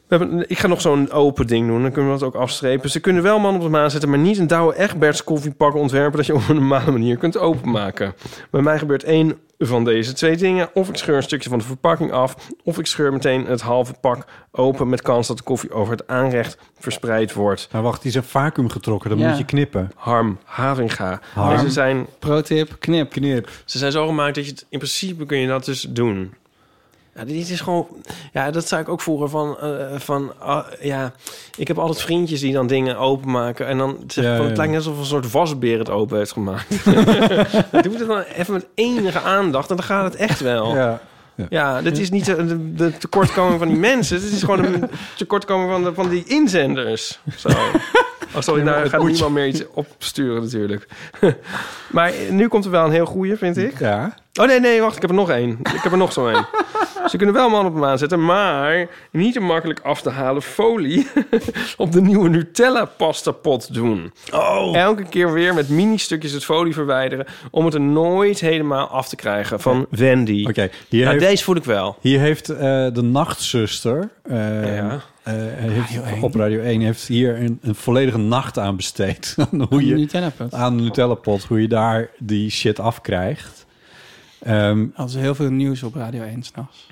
S4: hebben, ik ga nog zo'n open ding doen, dan kunnen we dat ook afstrepen. Ze kunnen wel man op de maan zetten, maar niet een Douwe Egberts koffiepak ontwerpen... dat je op een normale manier kunt openmaken. Bij mij gebeurt één van deze twee dingen. Of ik scheur een stukje van de verpakking af... of ik scheur meteen het halve pak open... met kans dat de koffie over het aanrecht verspreid wordt.
S3: Nou wacht, die is een vacuüm getrokken, dan
S4: Ja.
S3: moet je knippen.
S4: Harm Havinga.
S3: Harm.
S4: Deze zijn...
S2: Pro-tip, knip.
S3: Knip.
S4: Ze zijn zo gemaakt dat je het... In principe kun je dat dus doen. Ja, dit is gewoon... Ja, dat zei ik ook vroeger van... eh, van ah, ja, ik heb altijd vriendjes die dan dingen openmaken. En dan zeg ik
S3: Ja,
S4: van...
S3: ja.
S4: Het lijkt net alsof een soort wasbeer het open heeft gemaakt. Doe het dan even met enige aandacht. En dan gaat het echt wel.
S3: Ja.
S4: Ja, dit is niet de, de, de tekortkoming van die mensen. Dit is gewoon een tekortkoming van, de, van die inzenders. Zo. Oh, sorry,
S3: maar
S4: daar
S3: het
S4: gaat
S3: moet je-
S4: niemand meer iets opsturen natuurlijk. maar nu komt er wel een heel goeie, vind ik.
S3: Ja.
S4: Oh nee, nee, wacht. Ik heb er nog één. Ik heb er nog zo één. Ze kunnen wel man op hem aanzetten, maar niet een makkelijk af te halen folie op de nieuwe Nutella pasta pot doen.
S3: Oh.
S4: Elke keer weer met mini stukjes het folie verwijderen om het er nooit helemaal af te krijgen van Wendy. Oké,
S3: hier
S4: nou,
S3: heeft-
S4: deze voel ik wel.
S3: Hier heeft eh, de nachtzuster eh, eh, heeft, op Radio 1 heeft hier een, een volledige nacht aan besteed. aan hoe je,
S2: de Nutella-pot.
S3: Aan de Nutella-pot, hoe je daar die shit afkrijgt. Ehm
S2: Hadden ze heel veel nieuws op Radio 1 s'nachts.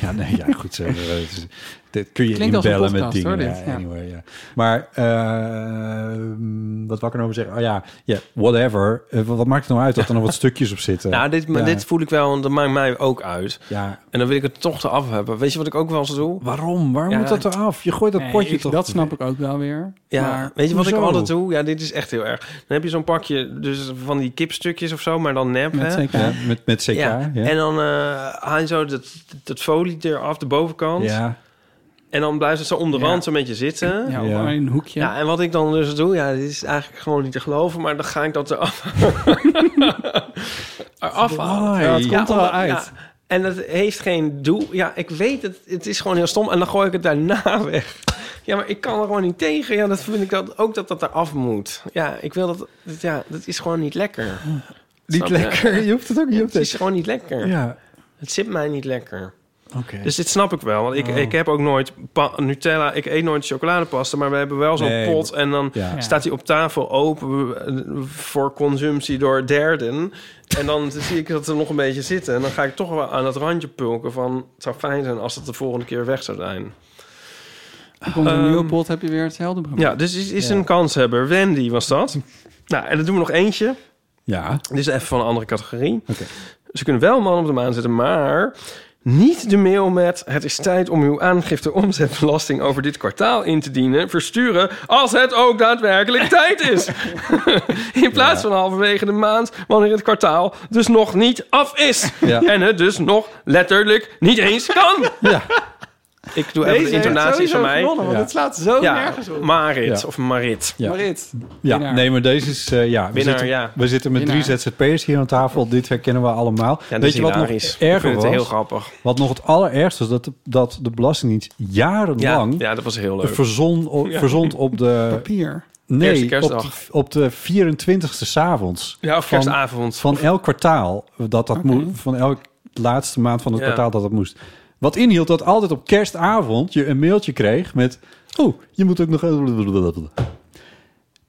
S3: ja, nee, ja, goed. zo. Het is- dit kun je
S2: Klinkt als een
S3: inbellen met
S2: podcast,
S3: dingen.
S2: hoor,
S3: ja,
S2: dit. Ja.
S3: anyway, ja. Maar ehm, wat wou ik er nou over zeggen? Oh ja, ja, whatever. Eh, wat, wat maakt het nou uit dat er nog wat stukjes op zitten?
S4: Nou, dit, maar
S3: Ja.
S4: dit voel ik wel, want dat maakt mij ook uit.
S3: Ja.
S4: En dan wil ik het toch eraf hebben. Weet je wat ik ook wel eens doe?
S3: Waarom? Waarom moet dat eraf? Je gooit dat
S4: Nee,
S3: potje
S4: ik-
S3: toch?
S4: dat
S2: Snap ik ook wel weer.
S4: Ja,
S2: Maar
S4: weet je wat ik
S2: hoezo?
S4: altijd doe? Ja, dit is echt heel erg. Dan heb je zo'n pakje dus van die kipstukjes of zo, maar dan nep.
S3: Met
S4: hè?
S3: CK. Ja, met- met CK, ja.
S4: En dan eh, haal je zo dat, dat folie eraf, de bovenkant.
S3: Ja.
S4: En dan blijft het zo om de
S2: Ja.
S4: rand een beetje zitten.
S2: Ja, op Ja. een hoekje.
S4: Ja, en wat ik dan dus doe, ja, dit is eigenlijk gewoon niet te geloven, maar dan ga ik dat eraf eraf halen.
S2: Why? Ja, het komt er wel
S4: omdat-
S2: uit.
S4: ja, en het heeft geen doel. Ja, ik weet het. Het is gewoon heel stom. En dan gooi ik het daarna weg. Ja, maar ik kan er gewoon niet tegen. Ja, dat vind ik dat, ook dat dat eraf moet. Ja, ik wil dat... dat- ja, dat is gewoon niet lekker.
S3: Niet
S4: Snap je?
S3: lekker. Je hoeft het ook niet op
S4: Het
S3: te
S4: is gewoon niet lekker.
S3: Ja.
S4: Het zit mij niet lekker.
S3: Oké.
S4: Dus dit snap ik wel. Want ik,
S3: Oh.
S4: ik heb ook nooit pa- Nutella. Ik eet nooit chocoladepasta. Maar we hebben wel zo'n
S3: Nee,
S4: pot. En dan
S3: ja.
S4: staat die op tafel open eh, voor consumptie door derden. En dan zie ik dat er nog een beetje zitten. En dan ga ik toch wel aan het randje pulken van... Het zou fijn zijn als het de volgende keer weg zou zijn.
S2: Komt er een
S4: Ehm,
S2: nieuwe pot, heb je weer hetzelfde probleem.
S4: Ja, dus is, is een kanshebber. Wendy was dat. nou, en dan doen we nog eentje.
S3: Ja.
S4: Dit is even van een andere categorie. Ze kunnen wel man op de maan zetten, maar niet de mail met... het is tijd om uw aangifte omzetbelasting over dit kwartaal in te dienen... versturen als het ook daadwerkelijk tijd is. in plaats van halverwege de maand, wanneer het kwartaal dus nog niet af is.
S3: Ja.
S4: En het dus nog letterlijk niet eens kan. Ik doe even
S2: Deze
S4: de
S2: heeft
S4: intonatie
S2: sowieso
S4: van mij.
S2: gewonnen, want Ja. het slaat zo
S4: Ja,
S2: nergens op.
S4: Marit
S3: Ja.
S4: of Marit.
S3: Ja.
S2: Marit.
S3: Ja,
S2: Winnaar.
S3: nee, maar deze is... eh, ja, we
S4: Winnaar,
S3: zitten,
S4: ja.
S3: We zitten met drie
S4: Winnaar.
S3: ZZP'ers hier aan tafel. Dit herkennen we allemaal.
S4: dat
S3: Weet
S4: is
S3: je wat nog
S4: hilarisch. Ik
S3: erger
S4: vind het
S3: was?
S4: heel grappig.
S3: Wat nog het allerergste was, dat de, dat de Belastingdienst jarenlang...
S4: Ja, ja, dat was heel leuk.
S3: Verzon, o-
S4: Ja.
S3: Verzond op de...
S2: Papier.
S4: Eerste
S3: Nee, op de,
S4: kerstdag.
S3: op de 24ste s'avonds.
S4: Ja, of
S3: Van-
S4: kerstavond.
S3: Van elk kwartaal. Dat dat moe- van elk laatste maand van het
S4: Ja.
S3: kwartaal dat dat moest. Wat inhield dat altijd op kerstavond je een mailtje kreeg met... Oh, je moet ook nog...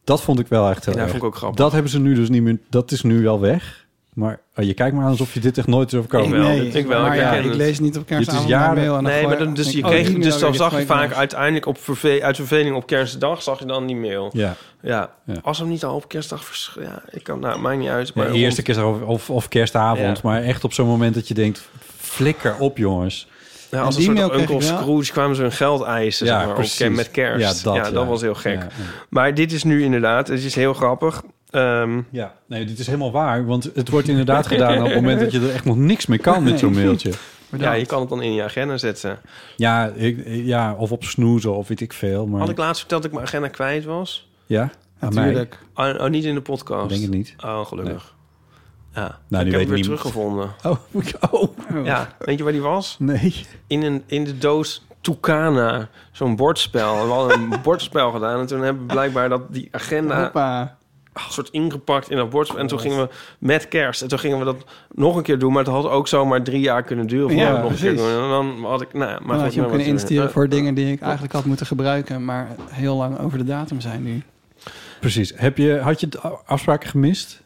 S3: Dat vond ik wel echt heel
S4: Ja,
S3: erg.
S4: vond ik ook grappig.
S3: Dat hebben ze nu dus niet meer... Dat is nu wel weg. Maar oh, je kijkt maar aan alsof je dit echt nooit is overkomen.
S4: Ik wel, Nee, ik wel, maar ik ja, herken ik het. lees
S2: niet op kerstavond
S3: Dit is jaren...
S2: mijn mail en dan
S4: Nee,
S2: gooi-
S4: maar dan, dus,
S2: denk
S4: je
S2: ik, oh,
S4: kreeg,
S2: die
S4: dus
S3: nou
S2: mail
S4: dan
S2: heb ik
S4: zag je
S2: gekregen.
S4: vaak uiteindelijk op verve uit verveling op kerstdag zag je dan die mail.
S3: Ja.
S4: Ja. Als hem niet al op kerstdag vers- ja, ik kan, nou, maakt niet uit.
S3: Ja,
S4: Maar
S3: de eerste keer of, of, of kerstavond.
S4: Ja.
S3: Maar echt op zo'n moment dat je denkt... Flikker op, jongens.
S4: Ja, als
S3: En die
S4: een soort
S3: mail kreeg
S4: Uncle
S3: ik wel.
S4: Scrooge kwamen ze hun geld eisen,
S3: Ja,
S4: zeg maar, ook
S3: precies.
S4: met kerst.
S3: Ja, dat, ja.
S4: was heel gek.
S3: Ja, ja.
S4: Maar dit is nu inderdaad, het is heel grappig. Ehm,
S3: Ja, nee, dit is helemaal waar. Want het wordt inderdaad gedaan op het moment dat je er echt nog niks mee kan met zo'n
S4: Nee.
S3: mailtje.
S4: ja, je kan het dan in je agenda zetten.
S3: Ja, ik, ja, of op snoezen of weet ik veel. Maar,
S4: Had ik laatst verteld dat ik mijn agenda kwijt was?
S3: ja, aan mij.
S4: Natuurlijk. Oh, oh, niet in de podcast?
S3: Denk het niet.
S4: Oh, gelukkig. Ja,
S3: Nou,
S4: ik
S3: die
S4: heb hem weer
S3: weet niemand.
S4: teruggevonden.
S3: Oh, oh.
S4: Ja, weet je waar die was?
S3: Nee.
S4: In, een, in de doos Tucana, zo'n bordspel. We hadden een bordspel gedaan en toen hebben we blijkbaar dat die agenda...
S2: Hoppa.
S4: soort ingepakt in dat bordspel. En toen gingen we met kerst. En toen gingen we dat nog een keer doen. Maar het had ook zomaar drie jaar kunnen duren. Of
S2: Ja,
S4: ja, nog een keer
S2: precies.
S4: doen. En dan had ik... Nou, ja, maar
S2: Maar
S4: goed,
S2: had je
S4: nou,
S2: hem kunnen
S4: wat-
S2: insturen
S4: eh,
S2: voor dingen die ik eigenlijk had moeten gebruiken, maar heel lang over de datum zijn nu.
S3: Precies. Heb je, had je de a- afspraken gemist?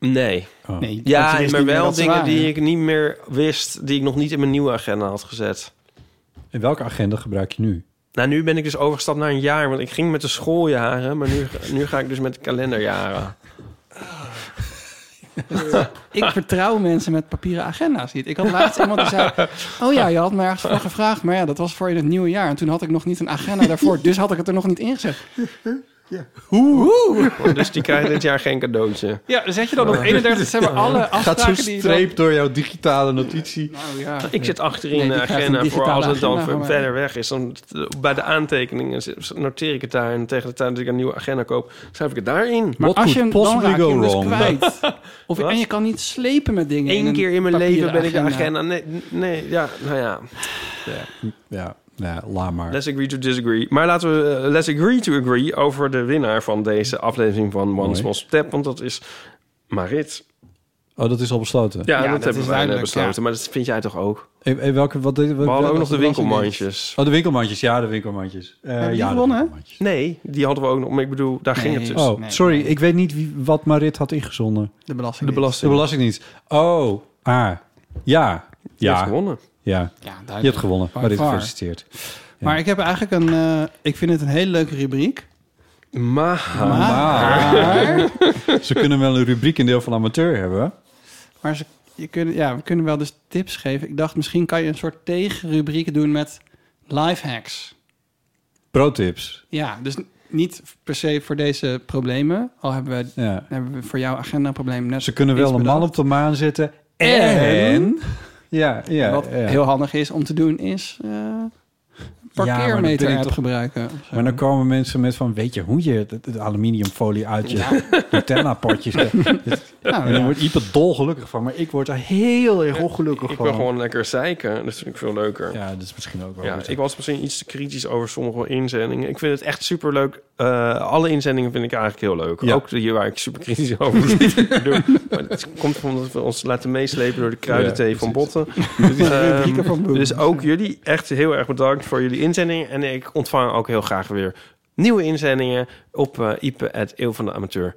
S4: Nee.
S3: Oh.
S2: Nee,
S3: dat je
S4: ja,
S3: wist
S4: maar
S3: niet meer
S4: wel
S3: dat ze
S4: dingen
S3: waren.
S4: die ik niet meer wist... die ik nog niet in mijn nieuwe agenda had gezet.
S3: En welke agenda gebruik je nu?
S4: Nou, nu ben ik dus overgestapt naar een jaar. Want ik ging met de schooljaren. Maar nu, nu ga ik dus met de kalenderjaren.
S2: Ik vertrouw mensen met papieren agenda's niet. Ik had laatst iemand die zei... Oh ja, je had me ergens voor gevraagd. Maar ja, dat was voor in het nieuwe jaar. En toen had ik nog niet een agenda daarvoor. Dus had ik het er nog niet ingezet. Hoe?
S4: Oh, Dus die krijgen dit jaar geen cadeautje.
S2: Ja, zet je dan op 31 december alle
S12: Gaat zo'n
S2: afspraken die je dan-
S12: streep door jouw digitale notitie.
S4: Nou Ik zit achterin
S12: Nee, die
S4: de
S12: krijgt een
S4: agenda voor
S12: digitale
S4: als het dan
S12: agenda van mij.
S4: verder weg is. Dan bij de aantekeningen noteer ik het daar. En tegen de tijd dat ik een nieuwe agenda koop, schrijf ik het daarin.
S2: Maar als je hem dan raak je hem dus kwijt. Of, en je kan niet slepen met dingen.
S4: Eén
S2: een
S4: keer in mijn
S2: papieren
S4: leven ben ik de agenda. Nee, nee, ja, nou ja. ja.
S3: Ja, nou ja, laat maar.
S4: Let's agree to disagree. Maar laten we eh, let's agree to agree over de winnaar van deze aflevering van One
S3: Mooi.
S4: Small Step. Want dat is Marit.
S3: Oh, dat is al besloten.
S4: Ja, dat, hebben wij net besloten. Maar dat vind jij toch ook?
S3: En- en welke, wat, wat,
S4: We hadden ook nog de
S3: winkelmandjes.
S4: winkelmandjes.
S3: Oh, de winkelmandjes. Ja, de winkelmandjes. Eh,
S4: Hebben die
S3: ja, de
S4: gewonnen?
S3: winkelmandjes.
S4: Nee, die hadden we ook nog. Maar ik bedoel, daar ging het dus.
S3: Oh, sorry. Ik weet niet wie, wat Marit had ingezonden.
S2: De
S4: De
S2: belasting.
S4: belasting.
S3: De belastingdienst. Oh, ah. Ja.
S4: Je
S3: ja.
S4: hebt gewonnen.
S3: Ja.
S2: duidelijk.
S3: Je hebt gewonnen.
S2: By
S3: Marit,
S2: far.
S3: gefeliciteerd.
S2: Maar ik heb eigenlijk een... eh, ik vind het een hele leuke rubriek.
S4: Maar...
S2: Maar...
S3: Ah. Ze kunnen wel een rubriek in deel van amateur hebben.
S2: Maar ze, je kunnen, ja, we kunnen wel dus tips geven. Ik dacht, misschien kan je een soort tegenrubriek doen met lifehacks.
S3: Pro-tips.
S2: Ja, dus n- niet per se voor deze problemen. Al hebben we, eh,
S3: Ja.
S2: hebben we voor jouw agenda-probleem net
S3: Ze kunnen
S2: iets
S3: wel een
S2: bedacht.
S3: man op de maan zetten.
S2: En-
S3: En... Ja, ja.
S2: Wat
S3: ja.
S2: heel handig is om te doen, is eh, een
S3: Ja, maar dan
S2: parkeermeter
S3: ben je
S2: app
S3: toch-
S2: gebruiken.
S3: Maar dan komen mensen met van, weet je hoe je het, het aluminiumfolie uit je Nutella-potjes... Dus- en
S4: ja.
S3: dan wordt Ipe dolgelukkig van, maar ik word er heel erg ongelukkig
S4: Ik
S3: van.
S4: wil gewoon lekker zeiken. Dat vind ik veel leuker.
S3: Ja, dat is misschien ook wel
S4: Ja,
S3: weer zo.
S4: ik was misschien iets te kritisch over sommige inzendingen. Ik vind het echt superleuk. Eh, alle inzendingen vind ik eigenlijk heel leuk.
S3: Ja.
S4: Ook die waar ik super kritisch over doe. Maar het komt omdat we ons laten meeslepen door de kruidenthee
S3: Ja,
S4: van botten.
S2: De rubrieken van Boom.
S4: dus ook jullie echt heel erg bedankt voor jullie inzendingen. En ik ontvang ook heel graag weer nieuwe inzendingen op eh ipe.eeuwvandeamateur.nl.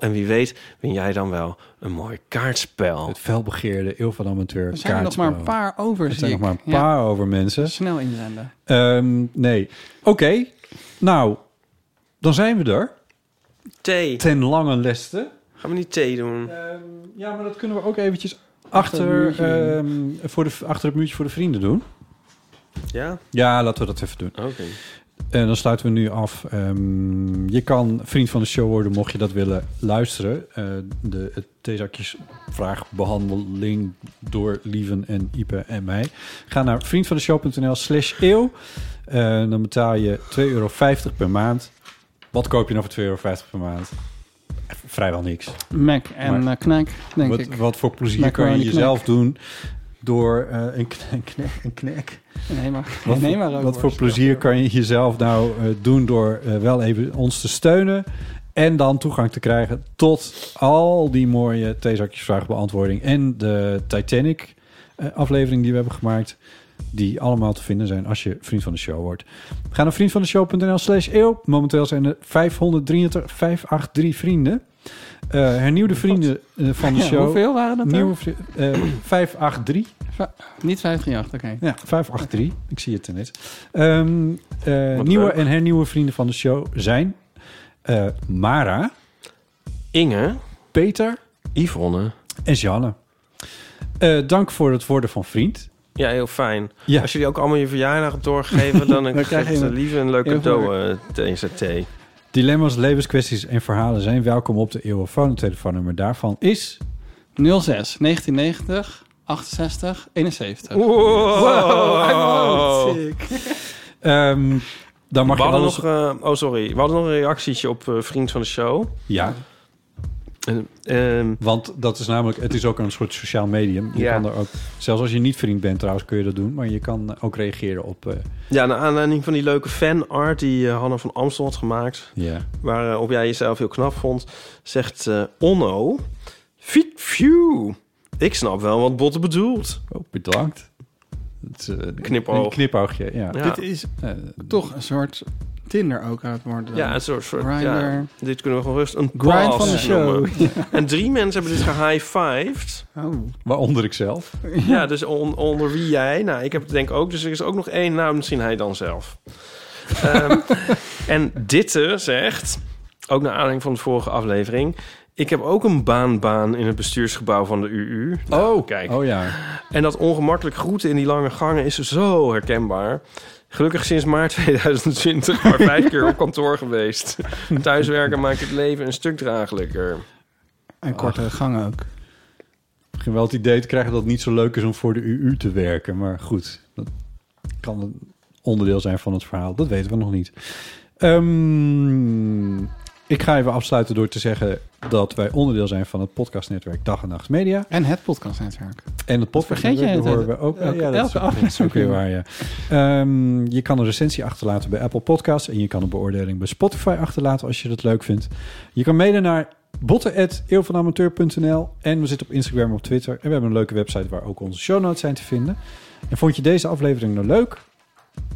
S4: En wie weet win jij dan wel een mooi kaartspel.
S3: Het felbegeerde eeuw van amateur.
S2: Er zijn er nog maar een
S3: kaartspel.
S2: paar over,
S3: Er
S2: zie
S3: zijn nog maar
S2: ik.
S3: een
S2: Ja,
S3: paar over mensen.
S2: snel inzenden.
S3: Ehm, nee. Oké. Nou, dan zijn we er.
S4: Thee.
S3: Ten lange leste. Ehm,
S4: Gaan we niet thee doen?
S3: ja, maar dat kunnen we ook eventjes
S4: Achter het
S3: achter,
S4: muurtje
S3: ehm, voor de, achter het muurtje voor de vrienden doen.
S4: Ja?
S3: Ja, laten we dat even doen.
S4: Oké.
S3: En Eh, dan sluiten we nu af. Ehm, je kan vriend van de show worden mocht je dat willen luisteren. Eh, de het theezakjesvraagbehandeling door Lieven en Ipe en mij. Ga naar vriendvandeshow.nl slash eeuw. Eh, dan betaal je 2,50 euro per maand. Wat koop je nou voor 2,50 euro per maand? Eh, Vrijwel niks.
S2: Mac en
S3: Maar-
S2: eh, knak, denk
S3: wat,
S2: ik.
S3: Wat voor plezier
S2: Macaroni
S3: kan je
S2: knak.
S3: jezelf doen door eh, een kn- een knak? Een knak?
S2: Nee, maar,
S3: Wat,
S2: nee, maar ook
S3: wat voor
S2: worst.
S3: plezier kan je jezelf nou eh, doen door eh, wel even ons te steunen en dan toegang te krijgen tot al die mooie theezakjesvraagbeantwoording en de Titanic eh, aflevering die we hebben gemaakt, die allemaal te vinden zijn als je vriend van de show wordt. Ga naar vriendvandeshow.nl slash eeuw. Momenteel zijn er 533, 583 vrienden. Eh, hernieuwde vrienden eh, van de
S2: Oh, Ja,
S3: show.
S2: hoeveel waren dat er?
S3: Nieuwe, vri- eh, 583.
S2: Va- niet 538, oké.
S3: Ja, 583. Ik zie het er net. Ehm, eh,
S4: Wat
S3: nieuwe
S4: leuk.
S3: en hernieuwe vrienden van de show zijn eh, Mara,
S4: Inge,
S3: Peter
S4: Yvonne.
S3: en Janne. Eh, dank voor het worden van vriend.
S4: Ja, heel fijn.
S3: Ja.
S4: Als jullie ook allemaal je verjaardag hebt doorgegeven, dan,
S3: Dan
S4: dan
S3: krijg
S4: krijg
S3: je
S4: je
S3: een-
S4: lieve een leuk
S3: heel
S4: cadeau eh, deze thee.
S3: Dilemma's, levenskwesties en verhalen zijn welkom op de Eeuwofoon. Het telefoonnummer daarvan is...
S2: 06 1990 68 71.
S4: Wow, I'm old.
S3: Ehm, dan mag
S4: we
S3: je
S4: hadden
S3: alles...
S4: eh, nog, eh, oh sorry, we hadden nog een reactietje op eh, Vriend van de Show.
S3: Ja.
S4: ehm,
S3: Want dat is namelijk, het is ook een soort sociaal medium. Je
S4: Ja.
S3: kan er ook, zelfs als je niet vriend bent trouwens, kun je dat doen. Maar je kan ook reageren op... eh,
S4: Ja, naar aanleiding van die leuke fanart die eh, Hanna van Amstel had gemaakt...
S3: Ja.
S4: waarop jij jezelf heel knap vond, zegt eh, Onno... Fiet, phew. Ik snap wel wat Botte bedoelt.
S3: Oh, bedankt. Het, eh,
S4: Knipoog.
S3: Een knipoogje, ja. Eh,
S2: Dit is toch een soort Tinder ook aan het worden.
S4: Ja, een soort... soort
S2: Grindr.
S4: ja, dit kunnen we gewoon rust een
S2: Grind
S4: pass
S2: van de show.
S4: noemen. En drie mensen hebben dit gehighfived.
S2: Oh.
S3: Waaronder ikzelf.
S4: Ja, dus on- onder wie jij. Nou, ik heb het denk ik ook. Dus er is ook nog één naam, misschien hij dan zelf. Ehm, en Ditte zegt, ook naar aanleiding van de vorige aflevering... Ik heb ook een baanbaan in het bestuursgebouw van de UU.
S2: Nou.
S4: oh, kijk.
S3: Oh ja.
S4: En dat ongemakkelijk groeten in die lange gangen is zo herkenbaar. Gelukkig sinds maart 2020 maar vijf keer op kantoor geweest. Thuiswerken maakt het leven een stuk draaglijker.
S2: En korte gangen ook.
S3: Ik begin wel het idee te krijgen dat het niet zo leuk is om voor de UU te werken. Maar goed, dat kan een onderdeel zijn van het verhaal. Dat weten we nog niet. Ehm, ik ga even afsluiten door te zeggen dat wij onderdeel zijn van het podcastnetwerk Dag en Nacht Media.
S2: En het podcastnetwerk.
S3: En het podcast
S2: vergeet jij het
S3: horen we
S2: hele-
S3: ook.
S2: elke-
S3: ja, dat is
S2: elke
S3: ook- dat is ook weer
S2: aflevering.
S3: waar, ja. Ehm, je kan een recensie achterlaten bij Apple Podcasts. En je kan een beoordeling bij Spotify achterlaten als je dat leuk vindt. Je kan mailen naar botten.eeuwvanamateur.nl En we zitten op Instagram en op Twitter. En we hebben een leuke website waar ook onze show notes zijn te vinden. En vond je deze aflevering nou leuk?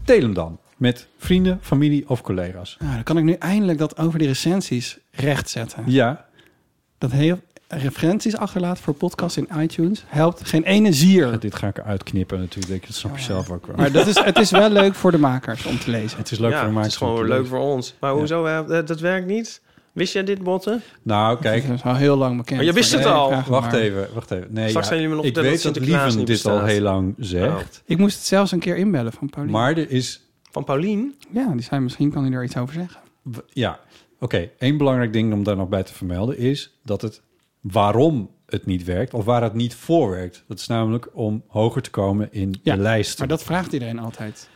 S3: Deel hem dan met vrienden, familie of collega's.
S2: Nou, dan kan ik nu eindelijk dat over die recensies rechtzetten.
S3: Ja.
S2: Dat heel referenties achterlaten voor podcasts in iTunes helpt geen ene zier.
S3: Dit ga ik eruit knippen natuurlijk. Dat snap je zelf ook wel.
S2: Maar dat is, het is wel leuk voor de makers om te lezen.
S3: Het is leuk
S4: ja,
S3: voor de
S4: het
S3: makers
S4: is gewoon
S3: om te
S4: leuk
S3: lezen.
S4: voor ons. Maar hoezo? eh, Dat werkt niet? Wist jij dit, Botten?
S3: Nou, kijk.
S2: Dat is al heel lang bekend.
S4: Oh, je wist het
S2: Nee,
S4: al.
S2: vraag het
S3: Wacht
S2: maar.
S3: even, wacht even. Nee,
S4: Straks
S3: ja,
S4: zijn jullie me
S3: ik
S4: nog vertellen
S3: weet
S4: dat
S3: dat
S4: Sinterklaas
S3: Lieven
S4: niet
S3: dit al
S4: bestaat. Oh.
S3: heel lang zegt.
S2: Ik moest het zelfs een keer inbellen van Paulien.
S3: Maar er is...
S4: Van Paulien?
S2: Ja, die zei misschien kan hij er iets over zeggen.
S3: w- Ja, oké. Eén belangrijk ding om daar nog bij te vermelden is dat het waarom het niet werkt of waar het niet voor werkt. Dat is namelijk om hoger te komen in de lijsten.
S2: Maar dat vraagt iedereen altijd.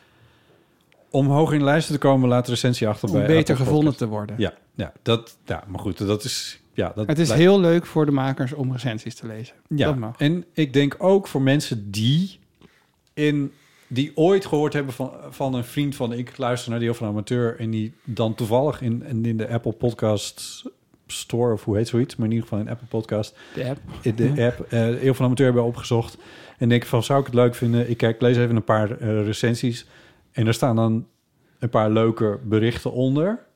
S3: Om hoger in de lijsten te komen, laat de recensie achter
S2: Om
S3: bij
S2: beter
S3: Apple
S2: gevonden
S3: Podcast.
S2: te worden.
S3: Ja, ja, dat, ja, maar goed, dat is... Ja, dat
S2: het is
S3: lijkt-
S2: heel leuk voor de makers om recensies te lezen.
S3: Ja,
S2: Dat mag.
S3: en ik denk ook voor mensen die, in, die ooit gehoord hebben van, van een vriend van... ik luister naar Deel van Amateur... en die dan toevallig in, en in de Apple Podcast Store... of hoe heet zoiets, maar in ieder geval in Apple Podcast...
S2: De app.
S3: in de app eh Eeuw van Amateur hebben opgezocht... en denk van, zou ik het leuk vinden? Ik kijk, lees even een paar eh, recensies... en er staan dan een paar leuke berichten onder...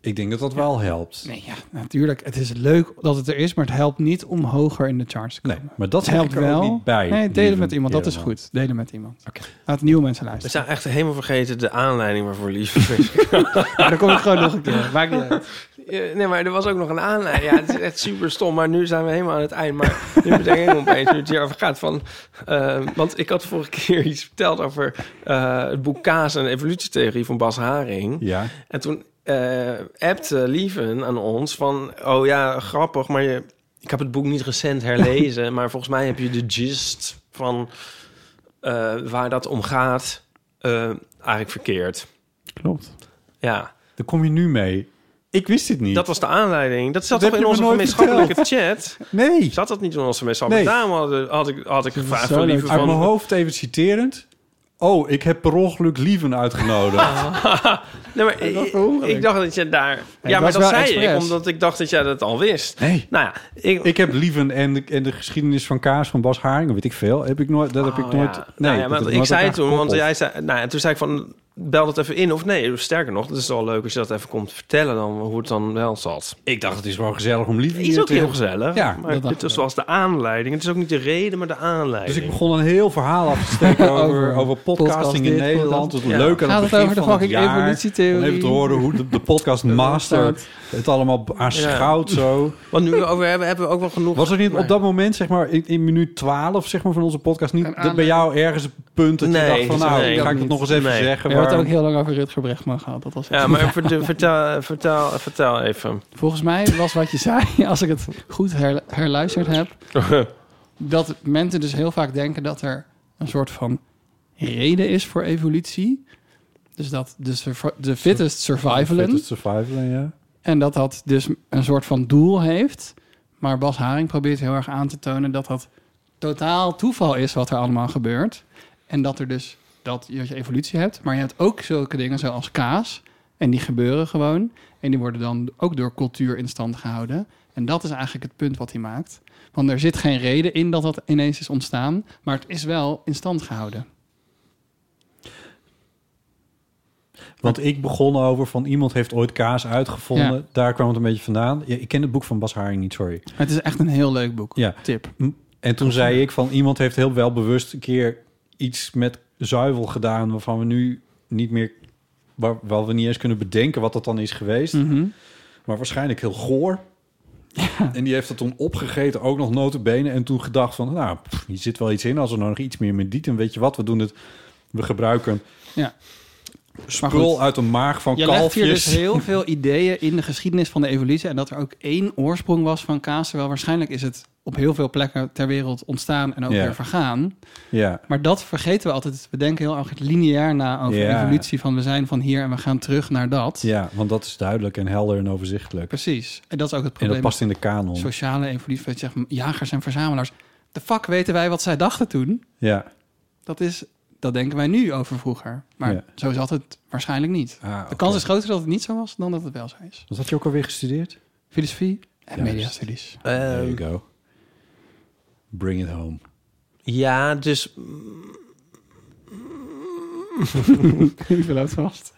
S3: Ik denk dat dat wel helpt.
S2: Nee, ja, natuurlijk. Het is leuk dat het er is, maar het helpt niet om hoger in de charts te komen.
S3: maar dat
S2: Het
S3: heb ik er ook niet bij,
S2: Nee, delen met
S3: lieve
S2: iemand. Dat is
S3: Edelman.
S2: goed. Delen met iemand. Laat nieuwe mensen
S4: We
S2: luisteren.
S4: zijn echt helemaal vergeten de aanleiding waarvoor Lieve is.
S2: Maar dan kom ik gewoon nog een keer. Maakt niet uit.
S4: Ja, Nee, maar er was ook nog een aanleiding. Ja, het is echt super stom. Maar nu zijn we helemaal aan het eind. Maar nu bedenk ik me opeens nu het hierover gaat. Van, eh, want ik had vorige keer iets verteld over eh, het boek Kaas en de evolutietheorie van Bas Haring.
S3: Ja.
S4: En toen eh appte Lieven aan ons van... Oh ja, grappig, maar je, ik heb het boek niet recent herlezen. maar volgens mij heb je de gist van eh, waar dat om gaat eh, eigenlijk verkeerd.
S3: Klopt.
S4: Ja.
S3: Daar kom je nu mee. Ik wist dit niet.
S4: Dat was de aanleiding. Dat zat
S3: Dat
S4: toch
S3: heb je
S4: in onze
S3: me nooit
S4: gemeenschappelijke chat?
S3: Nee.
S4: Zat dat niet in onze gemeenschappelijke?
S3: Nee.
S4: Daarom had, had ik, had ik gevraagd
S3: Zo
S4: van
S3: leuk.
S4: liever
S3: Uit mijn
S4: van...
S3: hoofd even citerend. Oh, ik heb per ongeluk Lieven uitgenodigd.
S4: Nee, maar ik, ik dacht dat je daar... ja,
S3: dat
S4: maar
S3: is
S4: dat
S3: wel
S4: zei ik,
S3: expres.
S4: omdat ik dacht dat jij dat al wist.
S3: Nee.
S4: Nou ja, ik...
S3: ik heb Lieven en de, en de geschiedenis van Kaas van Bas Haring, weet ik veel. Heb ik nooit, dat heb ik
S4: Oh,
S3: nooit...
S4: ja.
S3: Nee,
S4: Nou ja,
S3: dat
S4: maar
S3: heb
S4: ik
S3: nooit
S4: zei
S3: elkaar
S4: toen, want
S3: gekoppeld.
S4: jij zei, nou, en toen zei ik van, bel dat even in of nee. Sterker nog, het is wel leuk als je dat even komt vertellen dan hoe het dan wel zat.
S3: Ik dacht, het is wel gezellig om Lieven
S4: Het is
S3: hier
S4: ook
S3: te
S4: heel
S3: hebben.
S4: gezellig.
S3: Ja, dat
S4: maar
S3: dacht
S4: dit
S3: ik
S4: was
S3: ook.
S4: zoals de aanleiding. Het is ook niet de reden, maar de aanleiding.
S3: Dus ik begon een heel verhaal af te steken over, over podcasting in Nederland. Het leuk aan
S2: Gaat het
S3: het begin
S2: over de
S3: van
S2: fucking
S3: het jaar.
S2: evolutietheorie?
S3: Om even te horen hoe de, de podcast master het allemaal aanschouwt zo.
S4: Want nu we over hebben, hebben we ook wel genoeg.
S3: Was er niet
S4: Nee.
S3: op dat moment, zeg maar, in, in minuut 12 zeg maar, van onze podcast, niet dat bij jou ergens een punt dat je
S4: Nee,
S3: dacht van, nou,
S4: nee,
S3: ga ik
S4: niet.
S3: het nog eens even
S4: Nee.
S3: zeggen.
S2: We hebben het
S3: waarom-
S2: ook heel lang over Rutger Bregman gehad. Dat was echt-
S4: Ja, maar vertel, vertel, vertel, vertel even.
S2: Volgens mij was wat je zei, als ik het goed her- herluisterd heb, dat mensen dus heel vaak denken dat er een soort van reden is voor evolutie. Dus dat de, survi- de fittest survivalen.
S3: Fittest survivalen, ja.
S2: En dat dat dus een soort van doel heeft. Maar Bas Haring probeert heel erg aan te tonen dat dat totaal toeval is wat er allemaal gebeurt. En dat er dus dat je dat je evolutie hebt. Maar je hebt ook zulke dingen zoals kaas. En die gebeuren gewoon. En die worden dan ook door cultuur in stand gehouden. En dat is eigenlijk het punt wat hij maakt. Want er zit geen reden in dat dat ineens is ontstaan. Maar het is wel in stand gehouden.
S3: Want ik begon over van iemand heeft ooit kaas uitgevonden.
S2: Ja.
S3: Daar kwam het een beetje vandaan. Ja, ik ken het boek van Bas Haring niet, sorry.
S2: Het is echt een heel leuk boek.
S3: Ja.
S2: Tip.
S3: En toen zei ik van iemand heeft heel wel bewust een keer iets met zuivel gedaan... waarvan we nu niet meer... waar, waar we niet eens kunnen bedenken wat dat dan is geweest.
S2: Mhm.
S3: Maar waarschijnlijk heel goor. En die heeft dat toen opgegeten, ook nog notenbenen. En toen gedacht van, nou, pff, hier zit wel iets in. Als er nou nog iets meer met diet en weet je wat, we doen het. We gebruiken
S2: Ja. Maar goed.
S3: spul uit de maag van
S2: je legt
S3: kalfjes.
S2: hier dus heel veel ideeën in de geschiedenis van de evolutie. En dat er ook één oorsprong was van kaas. Terwijl waarschijnlijk is het op heel veel plekken ter wereld ontstaan en ook
S3: Ja.
S2: weer vergaan.
S3: Ja.
S2: Maar dat vergeten we altijd. We denken heel erg lineair na over
S3: Ja.
S2: de evolutie. Van we zijn van hier en we gaan terug naar dat.
S3: ja, want dat is duidelijk en helder en overzichtelijk.
S2: Precies. En dat is ook het
S3: En
S2: probleem.
S3: dat past in de kanon.
S2: Sociale evolutie. Dat je zegt, jagers en verzamelaars. De fuck weten wij wat zij dachten toen?
S3: Ja.
S2: Dat is... Dat denken wij nu over vroeger. Maar
S3: Ja. Ah,
S2: zo zat het waarschijnlijk niet. De kans is groter dat het niet zo was dan dat het wel zo is.
S3: Wat had je ook alweer gestudeerd?
S2: Ehm. Filosofie en
S3: Juist.
S2: mediastudies.
S4: Ehm,
S3: There you go. Bring it home.
S4: Ja, dus...
S2: Ik verloop vast.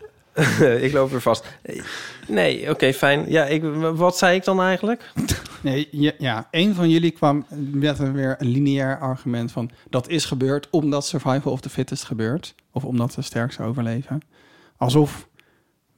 S4: ik loop weer vast. Nee, oké, fijn. Ja, ik, wat zei ik dan eigenlijk?
S2: Nee, ja, ja, een van jullie kwam met een weer een lineair argument van... dat is gebeurd omdat survival of the fittest gebeurt. Of omdat de sterkste overleven. Alsof